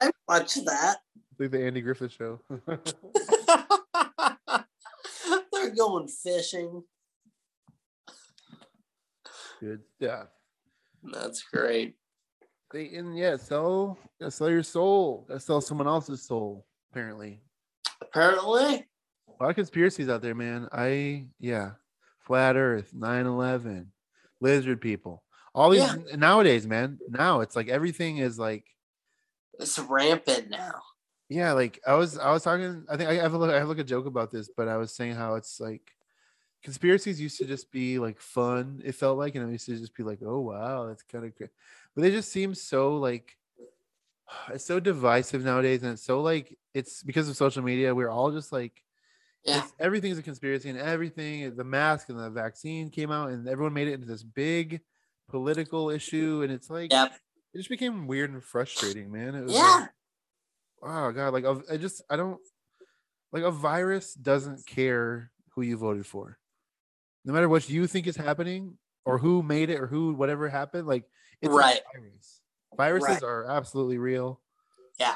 S3: I watch that.
S4: like the Andy Griffith show.
S3: They're going fishing.
S4: Good stuff.
S3: That's great.
S4: Satan, yeah, sell gotta sell your soul. Gotta sell someone else's soul, apparently.
S3: Apparently,
S4: A lot of conspiracies out there, man. I yeah. Flat Earth, 9-11, lizard people. All these nowadays, man. Now it's like everything is like
S3: it's rampant now.
S4: yeah, like I was I was talking, I think I have a look I have like a joke about this, but I was saying how it's like conspiracies used to just be like fun, it felt like, and it used to just be like, oh wow, that's kind of great. But they just seem so like it's so divisive nowadays, and it's so like it's because of social media, we're all just like
S3: Yeah.
S4: it's- everything's a conspiracy and everything the mask and the vaccine came out and everyone made it into this big political issue and it's like
S3: Yep.
S4: it just became weird and frustrating man it was like,
S3: Yeah.
S4: oh god like a- i just i don't like a virus doesn't care who you voted for no matter what you think is happening or who made it or who whatever happened like it's
S3: Mm-hmm. Right.
S4: a virus viruses
S3: Right.
S4: are absolutely real
S3: Yeah.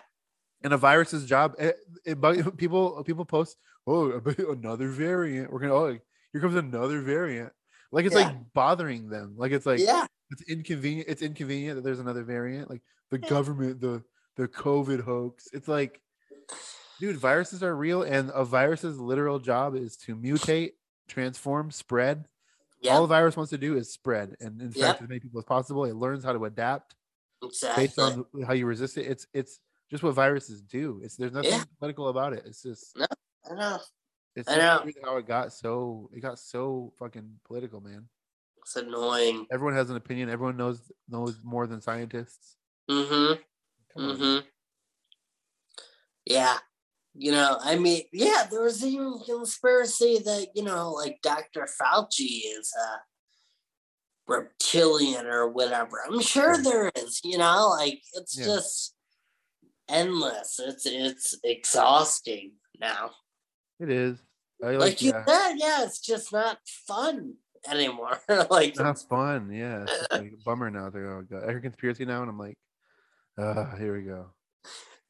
S4: and a virus's job it, it bug- people people post oh another variant we're gonna oh here comes another variant like it's
S3: Yeah.
S4: like bothering them like it's like
S3: yeah.
S4: it's inconvenient it's inconvenient that there's another variant like the
S3: Yeah.
S4: government the the covid hoax it's like dude viruses are real and a virus's literal job is to mutate transform spread
S3: Yeah.
S4: all a virus wants to do is spread and infect
S3: Yeah.
S4: as many people as possible it learns how to adapt based
S3: Exactly.
S4: on how you resist it it's it's just what viruses do it's there's nothing
S3: Yeah.
S4: political about it it's just
S3: I know.
S4: it's
S3: I
S4: just
S3: know.
S4: weird how it got so it got so fucking political man
S3: It's annoying.
S4: everyone has an opinion everyone knows knows more than scientists
S3: Mm-hmm.
S4: Come on.
S3: Mm-hmm. Yeah. You know, I mean, yeah, there was even conspiracy that, you know, like Dr. Fauci is a reptilian or whatever. I'm sure there is, you know, like it's
S4: Yeah.
S3: just endless. It's it's exhausting now.
S4: It is. I like,
S3: Mm-hmm. Like you
S4: yeah.
S3: said, yeah, it's just not fun anymore. like
S4: It's not fun. Yeah. It's just like a bummer now. They're oh god. I heard conspiracy now, and I'm like, ah, here we go.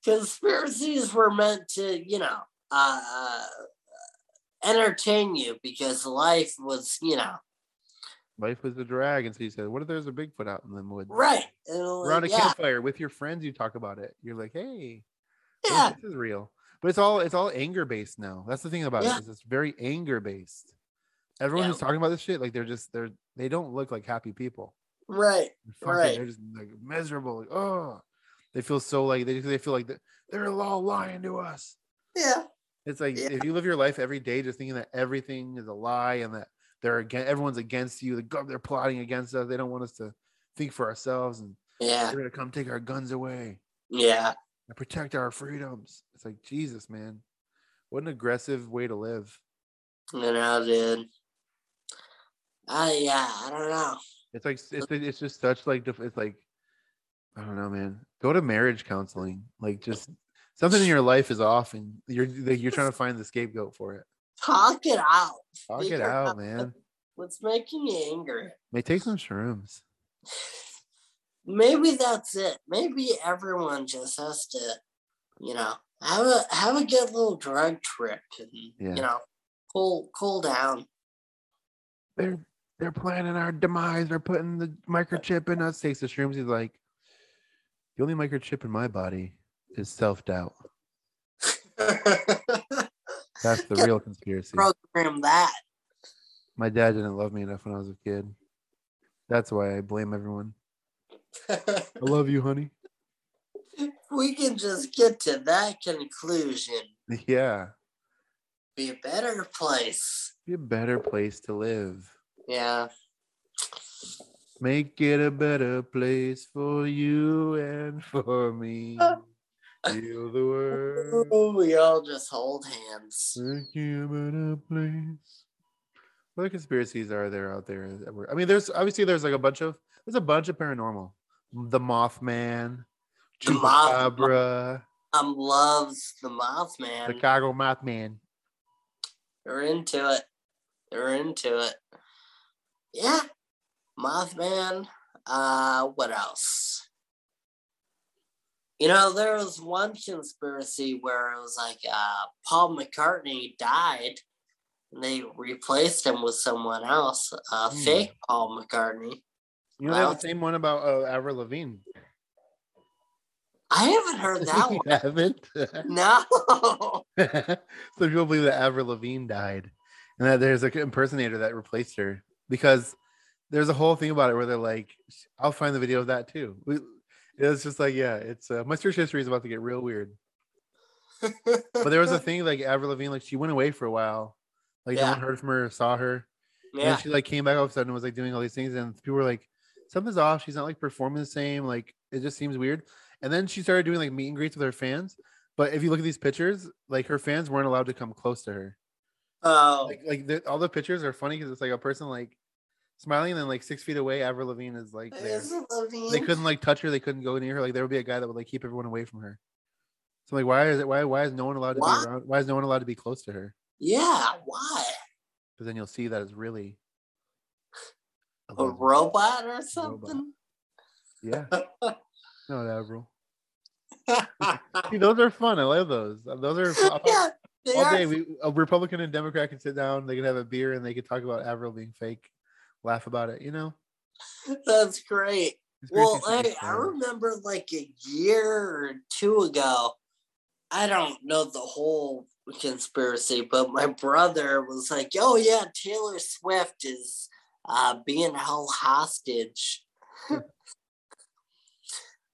S3: conspiracies were meant to, you know, uh, uh, entertain you because life was, you know,
S4: Life was a drag. And so you said, What if there's a Bigfoot out in the woods?
S3: right. And,
S4: Around a
S3: yeah,
S4: campfire with your friends, you talk about it. You're like, hey, what if
S3: yeah,
S4: this is real. But it's all it's all anger based now. That's the thing about
S3: Yeah.
S4: it, is it's very anger based. Everyone
S3: Yeah.
S4: who's talking about this shit, like they're just they're they don't look like happy people.
S3: right,
S4: They're fucking-
S3: Right.
S4: They're just like miserable. Like, oh, they feel so like they they feel like they're, they're all lying to us.
S3: yeah,
S4: It's like
S3: Yeah.
S4: if you live your life every day just thinking that everything is a lie and that they're against, everyone's against you, the gov- they're plotting against us. They don't want us to think for ourselves and
S3: yeah,
S4: they're gonna come take our guns away
S3: yeah,
S4: and protect our freedoms. It's like Jesus, man, what an aggressive way to live.
S3: you know, dude. I Uh, yeah, I don't know.
S4: It's like it's it's just such like def- it's like I don't know, man. Go to marriage counseling. Like just something in your life is off and you're like, you're trying to find the scapegoat for it.
S3: Talk it out.
S4: Talk
S3: Figure
S4: it out,
S3: out
S4: man.
S3: What's making you angry?
S4: May take some shrooms.
S3: Maybe that's it. Maybe everyone just has to, you know, have a have a good little drug trip and
S4: Yeah.
S3: you know, cool cool down.
S4: they're they're planning our demise. They're putting the microchip in us. Takes the shrooms. He's like, The only microchip in my body is self doubt. That's the real conspiracy.
S3: Program that.
S4: My dad didn't love me enough when I was a kid. That's why I blame everyone. I love you, honey.
S3: we can just get to that conclusion.
S4: Yeah.
S3: Be a better place.
S4: Be a better place to live.
S3: Yeah.
S4: Make it a better place for you and for me. Heal the world.
S3: Ooh, we all just hold hands.
S4: Make it a better place. What other conspiracies are there out there? that were- I mean, there's obviously there's like a bunch of there's a bunch of paranormal. The Mothman,
S3: The Moth-
S4: Chupacabra,
S3: Um, loves the
S4: the
S3: Mothman.
S4: Chicago Mothman.
S3: They're into it. They're into it. Yeah. Mothman. Uh, what else? You know, there was one conspiracy where it was like uh, Paul McCartney died and they replaced him with someone else, uh,
S4: Hmm.
S3: fake Paul McCartney.
S4: You know, they have
S3: Wow.
S4: the same one about uh, Avril Lavigne.
S3: I haven't heard that
S4: You
S3: one.
S4: haven't.
S3: No.
S4: Some people believe that Avril Lavigne died, and that there's an impersonator that replaced her because there's a whole thing about it where they're like, "I'll find the video of that too." We, it's just like, yeah, it's uh, my search history is about to get real weird. But there was a thing like Avril Lavigne, like she went away for a while, like no
S3: Yeah.
S4: one heard from her, or saw her, and
S3: yeah.
S4: then she like came back all of a sudden and was like doing all these things, and people were like, "Something's off. She's not like performing the same. Like it just seems weird." And then she started doing like meet and greets with her fans. But if you look at these pictures, like her fans weren't allowed to come close to her
S3: Oh,
S4: like like the, all the pictures are funny because it's like a person like smiling and then like six feet away avril lavigne is like there
S3: is it Levine?
S4: they couldn't like touch her they couldn't go near her like there would be a guy that would like keep everyone away from her so like why is it why why is no one allowed to
S3: Why?
S4: be around why is no one allowed to be close to her
S3: Yeah. Why?
S4: because then you'll see that it's really
S3: A
S4: Lavigne.
S3: robot or something?
S4: yeah no avril see those are fun i love those those are fun.
S3: yeah, they
S4: all
S3: are.
S4: day we, a republican and democrat can sit down they can have a beer and they can talk about avril being fake laugh about it you know
S3: That's great. Well,
S4: Conspiracy
S3: hey,
S4: theories
S3: I
S4: are-
S3: remember like a year or two ago. I don't know the whole conspiracy, but my brother was like, "Oh yeah, Taylor Swift is uh, being held hostage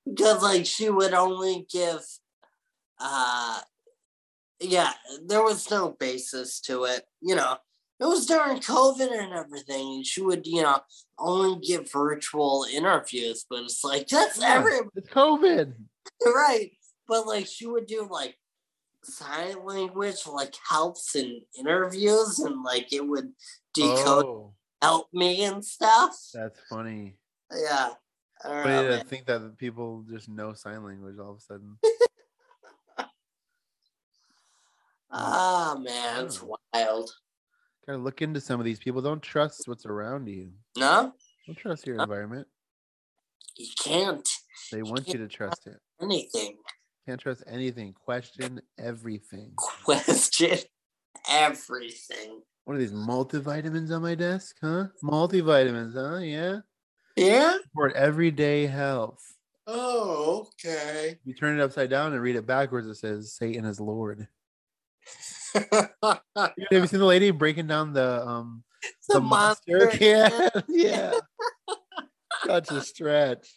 S3: because like she would only give." Uh, yeah, there was no basis to it. You know, it was during COVID and everything. and She would, you know, only give virtual interviews, but it's like that's
S4: Yeah,
S3: every
S4: It's COVID.
S3: right. But like she would do like sign language, like helps in interviews, and like it would decode
S4: Oh,
S3: help me and stuff.
S4: that's funny.
S3: Yeah. I don't
S4: But
S3: know,
S4: yeah, I
S3: man.
S4: think that people just know sign language all of a sudden.
S3: Ah man, it's
S4: Oh.
S3: wild.
S4: Gotta look into some of these people. Don't trust what's around you.
S3: No,
S4: Don't trust your
S3: Huh?
S4: environment.
S3: you can't
S4: They want you to trust it.
S3: anything.
S4: Can't trust anything. Question everything.
S3: Question everything.
S4: What are these multivitamins on my desk? Huh? Multivitamins, huh? Yeah.
S3: Yeah.
S4: For everyday health.
S3: Oh, okay.
S4: You turn it upside down and read it backwards. It says Satan is Lord. Have you seen the lady breaking down the um
S3: the, monster.
S4: can. yeah. Such a stretch.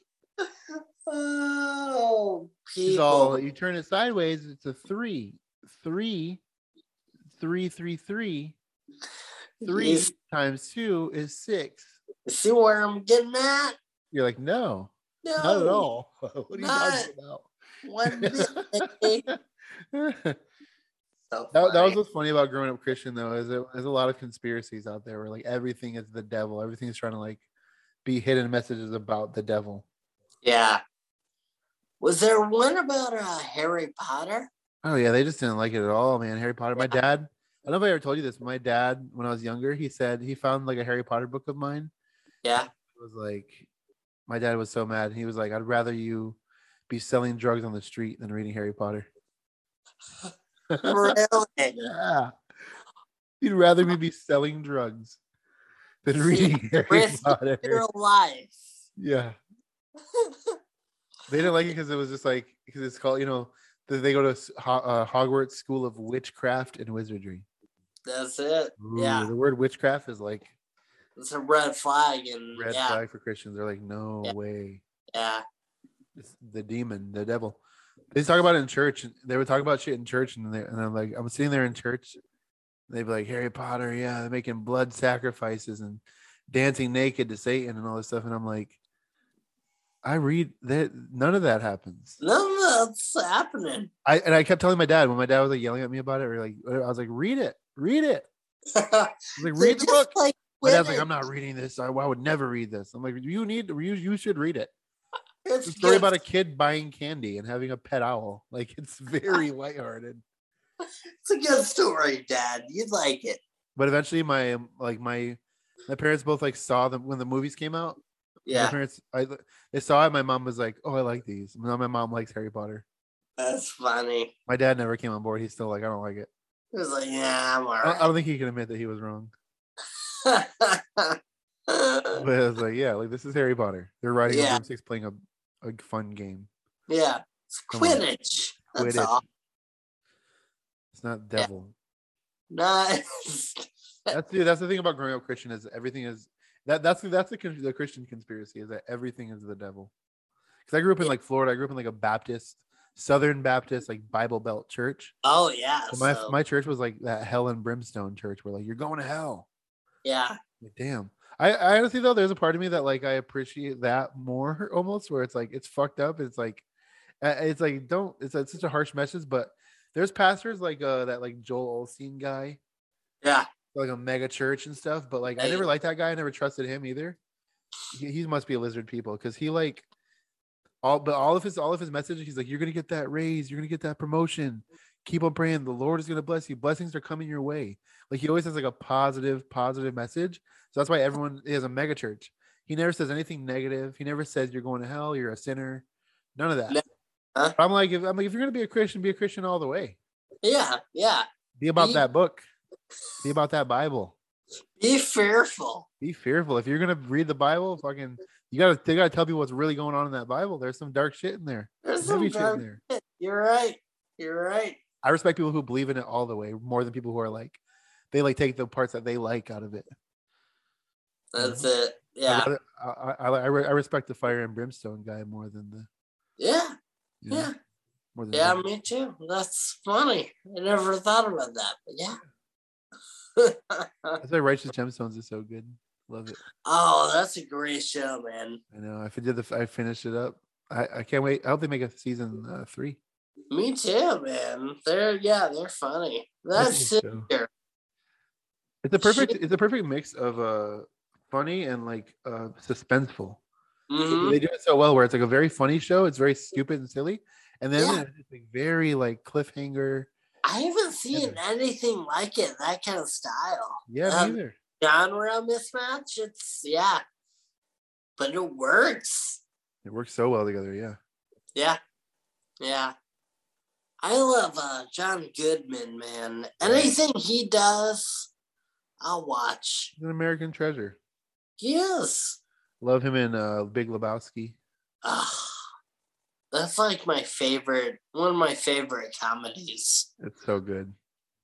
S3: Oh,
S4: It's
S3: people.
S4: all you turn it sideways, it's a three. Three, three, three, three, three
S3: You s-
S4: times two is six.
S3: see where I'm getting at?
S4: You're like, no,
S3: No,
S4: not at all. what are you talking
S3: One bit.
S4: about? that,
S3: So
S4: that was
S3: funny.
S4: what's funny about growing up Christian though, is that there's a lot of conspiracies out there where like everything is the devil, everything is trying to like be hidden messages about the devil.
S3: yeah. Was there one about uh, Harry Potter?
S4: Oh yeah, they just didn't like it at all, man. Harry Potter. My dad. I don't know if I ever told you this. My dad, when I was younger, he said he found like a Harry Potter book of mine.
S3: Yeah.
S4: It was like, my dad was so mad. He was like, "I'd rather you be selling drugs on the street than reading Harry Potter."
S3: Really?
S4: yeah, you'd rather me be selling drugs than reading Harry
S3: risk
S4: Potter.
S3: Your life.
S4: Yeah, They didn't like it because it was just like because it's called you know th- they go to s- Ho- uh, Hogwarts School of Witchcraft and Wizardry.
S3: That's it.
S4: Ooh,
S3: Yeah.
S4: the word witchcraft is like
S3: It's a red flag, and
S4: red
S3: yeah,
S4: flag for Christians. They're like, no
S3: Yeah.
S4: way,
S3: yeah,
S4: it's the demon, the devil. They just talk about it in church. and They would talk about shit in church, and, they, and I'm like, I'm sitting there in church. and They'd be like, Harry Potter, yeah, they're making blood sacrifices and dancing naked to Satan and all this stuff, and I'm like, I read that none of that happens.
S3: none of that's happening.
S4: I and I kept telling my dad when my dad was like yelling at me about it, or like I was like, read it, read it. I was like,
S3: They
S4: read the
S3: just,
S4: book.
S3: Like,
S4: My
S3: win
S4: dad's like,
S3: it.
S4: I'm not reading this. I, I would never read this. I'm like, you need to you, you should read it.
S3: It's
S4: It's a story
S3: just-
S4: about a kid buying candy and having a pet owl. Like it's very lighthearted.
S3: It's a good story, Dad. You'd like it.
S4: But eventually my um, like my my parents both like saw them when the movies came out. My
S3: Yeah,
S4: parents I they saw it, my mom was like, Oh, I like these. Now my mom likes Harry Potter.
S3: that's funny.
S4: My dad never came on board. He's still like, I don't like it.
S3: It was like, yeah, I'm all
S4: I, I
S3: right.
S4: don't think he can admit that he was wrong.
S3: yeah,
S4: But I was like, Yeah, like this is Harry Potter. They're riding
S3: Yeah.
S4: on broomsticks playing a, a fun game.
S3: it's
S4: Come on.
S3: Quidditch. That's
S4: Oh Quidditch.
S3: all.
S4: It's not devil.
S3: Nice.
S4: that's dude, that's the thing about growing up Christian is everything is that that's that's the, con- the Christian conspiracy is that everything is the devil. Because I grew up in like Florida, I grew up in like a Baptist, Southern Baptist, like Bible Belt church.
S3: Oh yeah.
S4: So my
S3: so,
S4: my church was like that hell and brimstone church where like you're going to hell.
S3: yeah.
S4: Like, damn. I, I honestly though there's a part of me that like I appreciate that more almost where it's like it's fucked up. It's like uh, it's like don't it's, it's such a harsh message, but there's pastors like uh that like Joel Olstein guy
S3: Yeah.
S4: like a mega church and stuff. But like, I
S3: Right.
S4: never liked that guy. I never trusted him either. He, he must be a lizard people because he like all, but all of his all of his messages. He's like, you're gonna get that raise. You're gonna get that promotion. Keep on praying. The Lord is gonna bless you. Blessings are coming your way. Like he always has like a positive, positive message. So that's why everyone he has a mega church. He never says anything negative. He never says you're going to hell. You're a sinner. None of that.
S3: No. Huh?
S4: I'm like, if, I'm like, if you're gonna be a Christian, be a Christian all the way.
S3: Yeah. Yeah.
S4: Be about
S3: Be-
S4: that book. Be about that Bible.
S3: Be fearful.
S4: be fearful if you're gonna read the bible fucking you gotta they gotta tell people what's really going on in that bible there's some dark shit in there
S3: There's
S4: There's
S3: some
S4: heavy shit in
S3: dark.
S4: there
S3: You're right. You're right.
S4: i respect people who believe in it all the way more than people who are like they like take the parts that they like out of it
S3: That's
S4: Yeah.
S3: it.
S4: Mm-hmm. I
S3: Yeah.
S4: rather- I, I, I, I re- I respect the fire and brimstone guy more than the
S3: Yeah.
S4: you know,
S3: Yeah.
S4: more than
S3: Yeah,
S4: the-
S3: me too. That's funny. I never thought about that, but yeah.
S4: that's why righteous gemstones is so good love it
S3: oh, that's a great show, man.
S4: i know i did the i finished it up i, I can't wait i hope they make a season uh, three
S3: Me too, man. They're yeah, they're funny. That's
S4: That's a
S3: it.
S4: good show.
S3: here.
S4: it's a perfect
S3: Shit.
S4: it's a perfect mix of uh funny and like uh suspenseful
S3: Mhm.
S4: they do it so well where it's like a very funny show it's very stupid and silly and then
S3: Yeah.
S4: it's like very like cliffhanger
S3: I haven't seen anything like it. That kind of style,
S4: yeah me
S3: Um,
S4: either.
S3: genre mismatch. It's yeah, but it works.
S4: it works so well together yeah
S3: Yeah, yeah. I love uh, John Goodman, man. Anything he does, I'll watch.
S4: he's an american treasure
S3: He is.
S4: love him in uh big lebowski
S3: Ugh. That's like my favorite, one of my favorite comedies.
S4: it's so good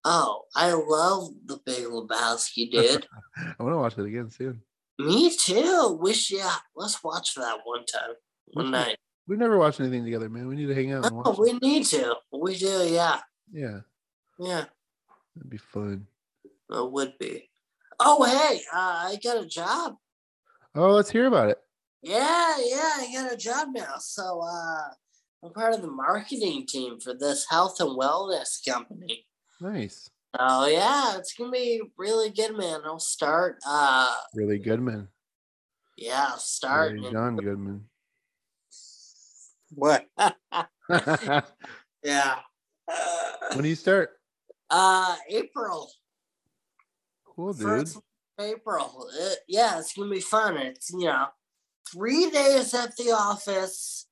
S3: Oh, I love the Big Lebowski, dude.
S4: i want to watch it again soon
S3: Me too. Wish yeah. Let's watch that one time, one night.
S4: we've never watched anything together man we need to hang out and
S3: Oh,
S4: watch it.
S3: we need to. We do. Yeah,
S4: yeah
S3: yeah.
S4: it'd be fun
S3: It would be. Oh hey, uh, I got a job.
S4: oh let's hear about it
S3: Yeah, yeah. I got a job now. So uh, I'm part of the marketing team for this health and wellness company.
S4: nice
S3: Oh yeah, it's gonna be really good, man. I'll start. Uh,
S4: really goodman
S3: yeah, I'll start.
S4: really
S3: in-
S4: john goodman
S3: What?
S4: when
S3: yeah.
S4: do you start
S3: Uh, April
S4: cool Oh, dude
S3: first, of April. Uh, yeah, it's gonna be fun. It's you know, three days at the office,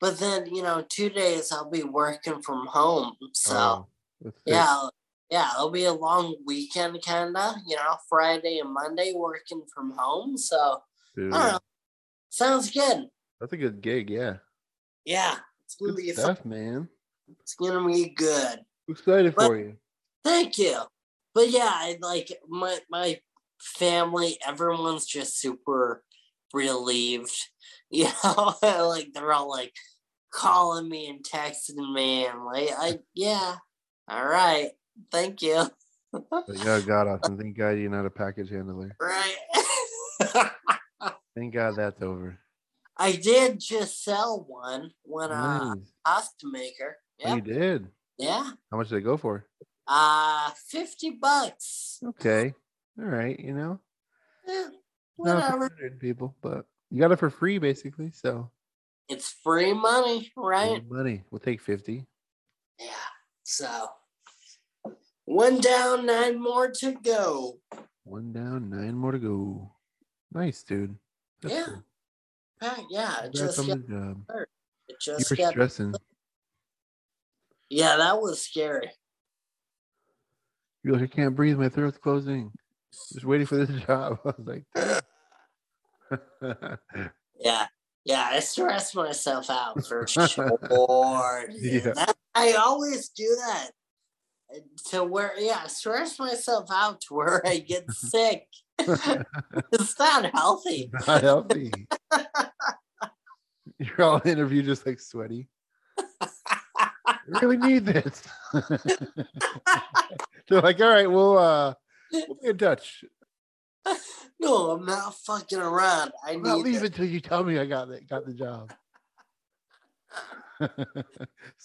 S3: but then you know, two days I'll be working from home. So
S4: Oh, that's sick.
S3: yeah, yeah, it'll be a long weekend, kinda. You know, Friday and Monday working from home. So
S4: Dude,
S3: I don't know. Sounds good.
S4: that's a good gig yeah
S3: Yeah, it's gonna
S4: Good
S3: be
S4: stuff, man.
S3: it's gonna be good.
S4: I'm excited
S3: But-
S4: for you.
S3: Thank you. But yeah, I like my my family, everyone's just super relieved. You know, like they're all like calling me and texting me and like I yeah. All right. Thank you.
S4: But yeah, God, Austin. Thank God you're not a package handler.
S3: Right.
S4: Thank God that's over.
S3: I did just sell one when I
S4: Nice.
S3: asked to maker.
S4: Mm. Oh, you
S3: Yep.
S4: did.
S3: Yeah.
S4: How much did it go for?
S3: Uh fifty bucks.
S4: Okay. All right. You know,
S3: Eh,
S4: not for
S3: Whatever.
S4: 100 people, but you got it for free basically. So
S3: It's free money, right?
S4: good money. We'll take 50.
S3: Yeah. So one down, nine more to go.
S4: One down, nine more to go. Nice, dude.
S3: Yeah,
S4: cool.
S3: Uh, yeah, it
S4: Congrats
S3: just
S4: on
S3: got,
S4: the job.
S3: it
S4: You
S3: just
S4: were
S3: got
S4: stressing.
S3: yeah, that was scary.
S4: You're like, I can't breathe. My throat's closing. Just waiting for this job. I was like,
S3: Yeah. Yeah, I stressed myself out for sure.
S4: Yeah.
S3: That- I always do that. To where yeah, I stress myself out to where I get sick. it's not healthy.
S4: not healthy. You're all in interview just like sweaty. I really need this. They're like, all right, we'll uh we'll be in touch.
S3: No, I'm not fucking around. I
S4: I'm not
S3: need
S4: leaving until you tell me I got it, got the job.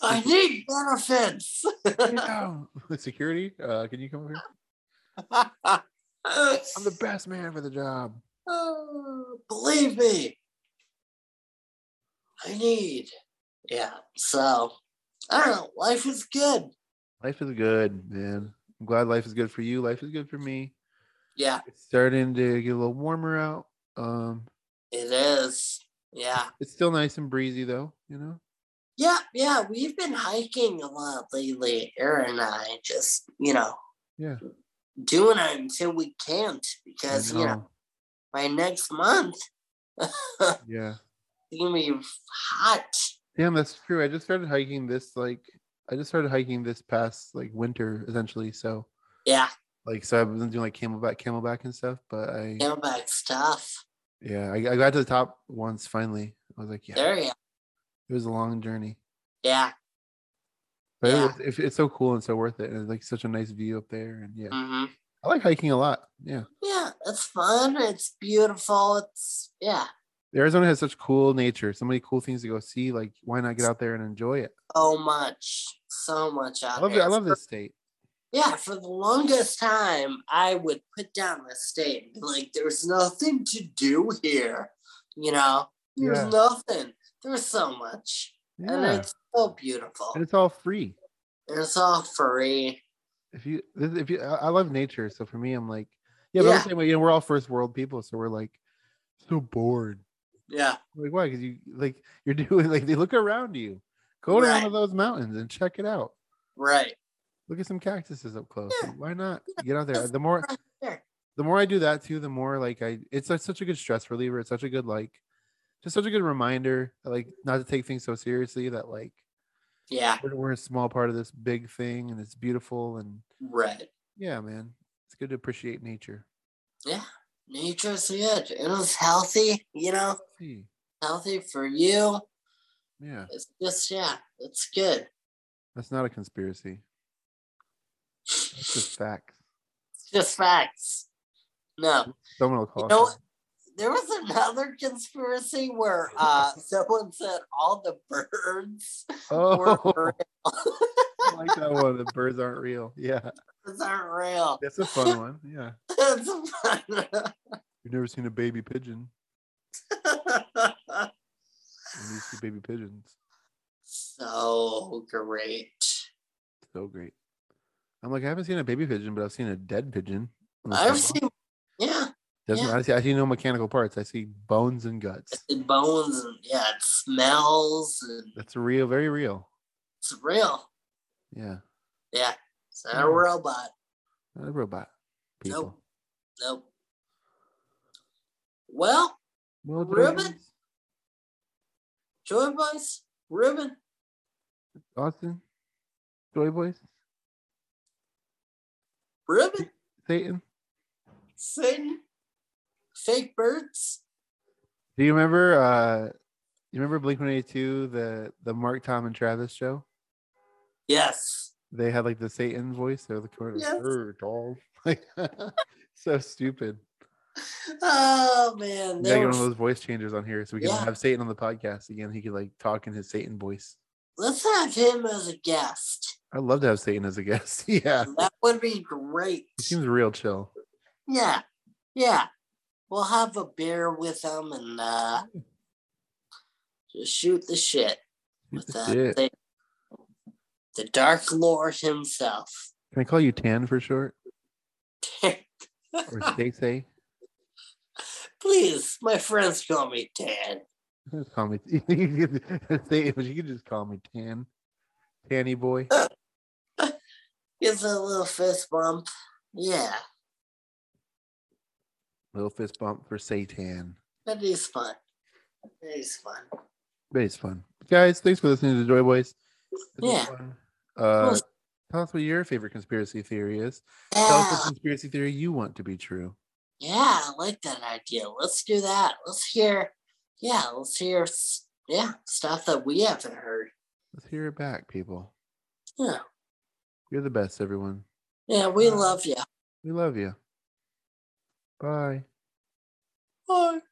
S3: I need benefits.
S4: Yeah. Security, uh, can you come over here? I'm the best man for the job.
S3: Oh, believe me, I need. Yeah. So I don't know. Life is good.
S4: Life is good, man. I'm glad life is good for you. Life is good for me.
S3: Yeah,
S4: It's starting to get a little warmer out. Um,
S3: it is. Yeah.
S4: it's still nice and breezy though, you know.
S3: Yeah. Yeah. We've been hiking a lot lately, Aaron and I. Just you know.
S4: Yeah.
S3: Doing it until we can't
S4: I
S3: because you
S4: Um,
S3: know by next month
S4: know. Yeah.
S3: it's gonna be hot.
S4: Damn, that's true. I just started hiking this like I just started hiking this past like winter essentially. So
S3: Yeah.
S4: like so I've been doing like camelback, camelback and stuff. But I
S3: Camelback stuff.
S4: yeah, I, I got to the top once finally. I was like, yeah,
S3: There you. Go.
S4: it was a long journey,
S3: Yeah.
S4: but
S3: Yeah.
S4: it was, if- it's so cool and so worth it. And it's like such a nice view up there. And yeah,
S3: hmm
S4: I like hiking a lot. Yeah,
S3: Yeah, it's fun. It's beautiful. It's yeah.
S4: Arizona has such cool nature, so many cool things to go see. Like, why not get out there and enjoy it?
S3: so much, so much out
S4: I love it.
S3: there.
S4: I love this state.
S3: Yeah, for the longest time, I would put down the state and be like, "There's nothing to do here," you know. There's
S4: Yeah.
S3: nothing. There's so much, and
S4: Yeah,
S3: it's so beautiful.
S4: and it's all free.
S3: And it's all free.
S4: if you this- if you I I love nature, so for me I'm like yeah, but
S3: Yeah.
S4: I'm saying, you know, we're all first world people, so we're like so bored.
S3: Yeah,
S4: Like why? Because you like you're doing like they look around you, go to one
S3: Right.
S4: of those mountains and check it out.
S3: right.
S4: Look at some cactuses up close.
S3: Yeah.
S4: Like, Why not
S3: Yeah,
S4: get out there?
S3: that's
S4: The more
S3: right there.
S4: the more I do that too, the more like I it's like such a good stress reliever. It's such a good like just such a good reminder that, like not to take things so seriously that like
S3: Yeah,
S4: we're, we're a small part of this big thing and it's beautiful and
S3: right.
S4: yeah, man, it's good to appreciate nature.
S3: Nature's good. It was healthy. You know,
S4: See,
S3: healthy for you.
S4: yeah.
S3: It's just yeah, it's good.
S4: That's not a conspiracy. That's just facts.
S3: It's just facts. No.
S4: Someone will call.
S3: You
S4: us
S3: know,
S4: out.
S3: there was another conspiracy where uh, someone said all the birds
S4: oh,
S3: were
S4: I like that one. The birds aren't real. Yeah,
S3: birds aren't real.
S4: that's a fun one. Yeah,
S3: It's fun.
S4: you've never seen a baby pigeon. And you see baby pigeons.
S3: so great.
S4: So great. I'm like, I haven't seen a baby pigeon, but I've seen a dead pigeon. I'm like,
S3: I've
S4: "Oh,
S3: seen, yeah,
S4: Doesn't
S3: yeah.
S4: I see? I see no mechanical parts. I see bones and guts.
S3: the bones and yeah, it smells and
S4: That's real, very real.
S3: it's real.
S4: Yeah,
S3: Yeah, it's not
S4: Yeah.
S3: a robot.
S4: not a robot. People.
S3: Nope. Nope. Well,
S4: Well,
S3: Ribbon?
S4: dudes,
S3: joy boys, Ruben.
S4: Austin, Joy Boys,
S3: Ruben.
S4: Satan.
S3: Satan. Fake birds.
S4: Do you remember? uh You remember Blink One Eighty Two, the the Mark, Tom, and Travis show?
S3: Yes.
S4: They had like the Satan voice. They're the corner.
S3: Yes.
S4: Like, so stupid.
S3: Oh man.
S4: Yeah,
S3: They
S4: get
S3: were,
S4: one of those voice changers on here so we can
S3: Yeah.
S4: have Satan on the podcast again. He could like talk in his Satan voice.
S3: let's have him as a guest.
S4: I'd love to have Satan as a guest. yeah.
S3: That would be great.
S4: He seems real chill.
S3: Yeah. Yeah. We'll have a beer with him and uh just shoot the shit
S4: Shoot
S3: with
S4: the
S3: that.
S4: shit.
S3: thing. The Dark Lord himself.
S4: Can I call you Tan for short? Or Say Say?
S3: Please, my friends call me Tan.
S4: Just call me. you could say- but you could just call me Tan. Tanny boy.
S3: Gives a little fist bump. Yeah,
S4: Little fist bump for Satan.
S3: that is fun. That is fun.
S4: But it's fun. Guys, thanks for listening to Joy Boys. This was
S3: Yeah.
S4: fun. Uh,
S3: Cool.
S4: tell us what your favorite conspiracy theory is. Tell
S3: Yeah,
S4: us what conspiracy theory you want to be true.
S3: Ah, yeah, I like that idea. Let's do that. Let's hear. Yeah, let's hear. s- Yeah, stuff that we haven't heard.
S4: Let's hear it back, people.
S3: Yeah,
S4: You're the best, everyone.
S3: yeah, we love you.
S4: We love you. Bye.
S3: Bye.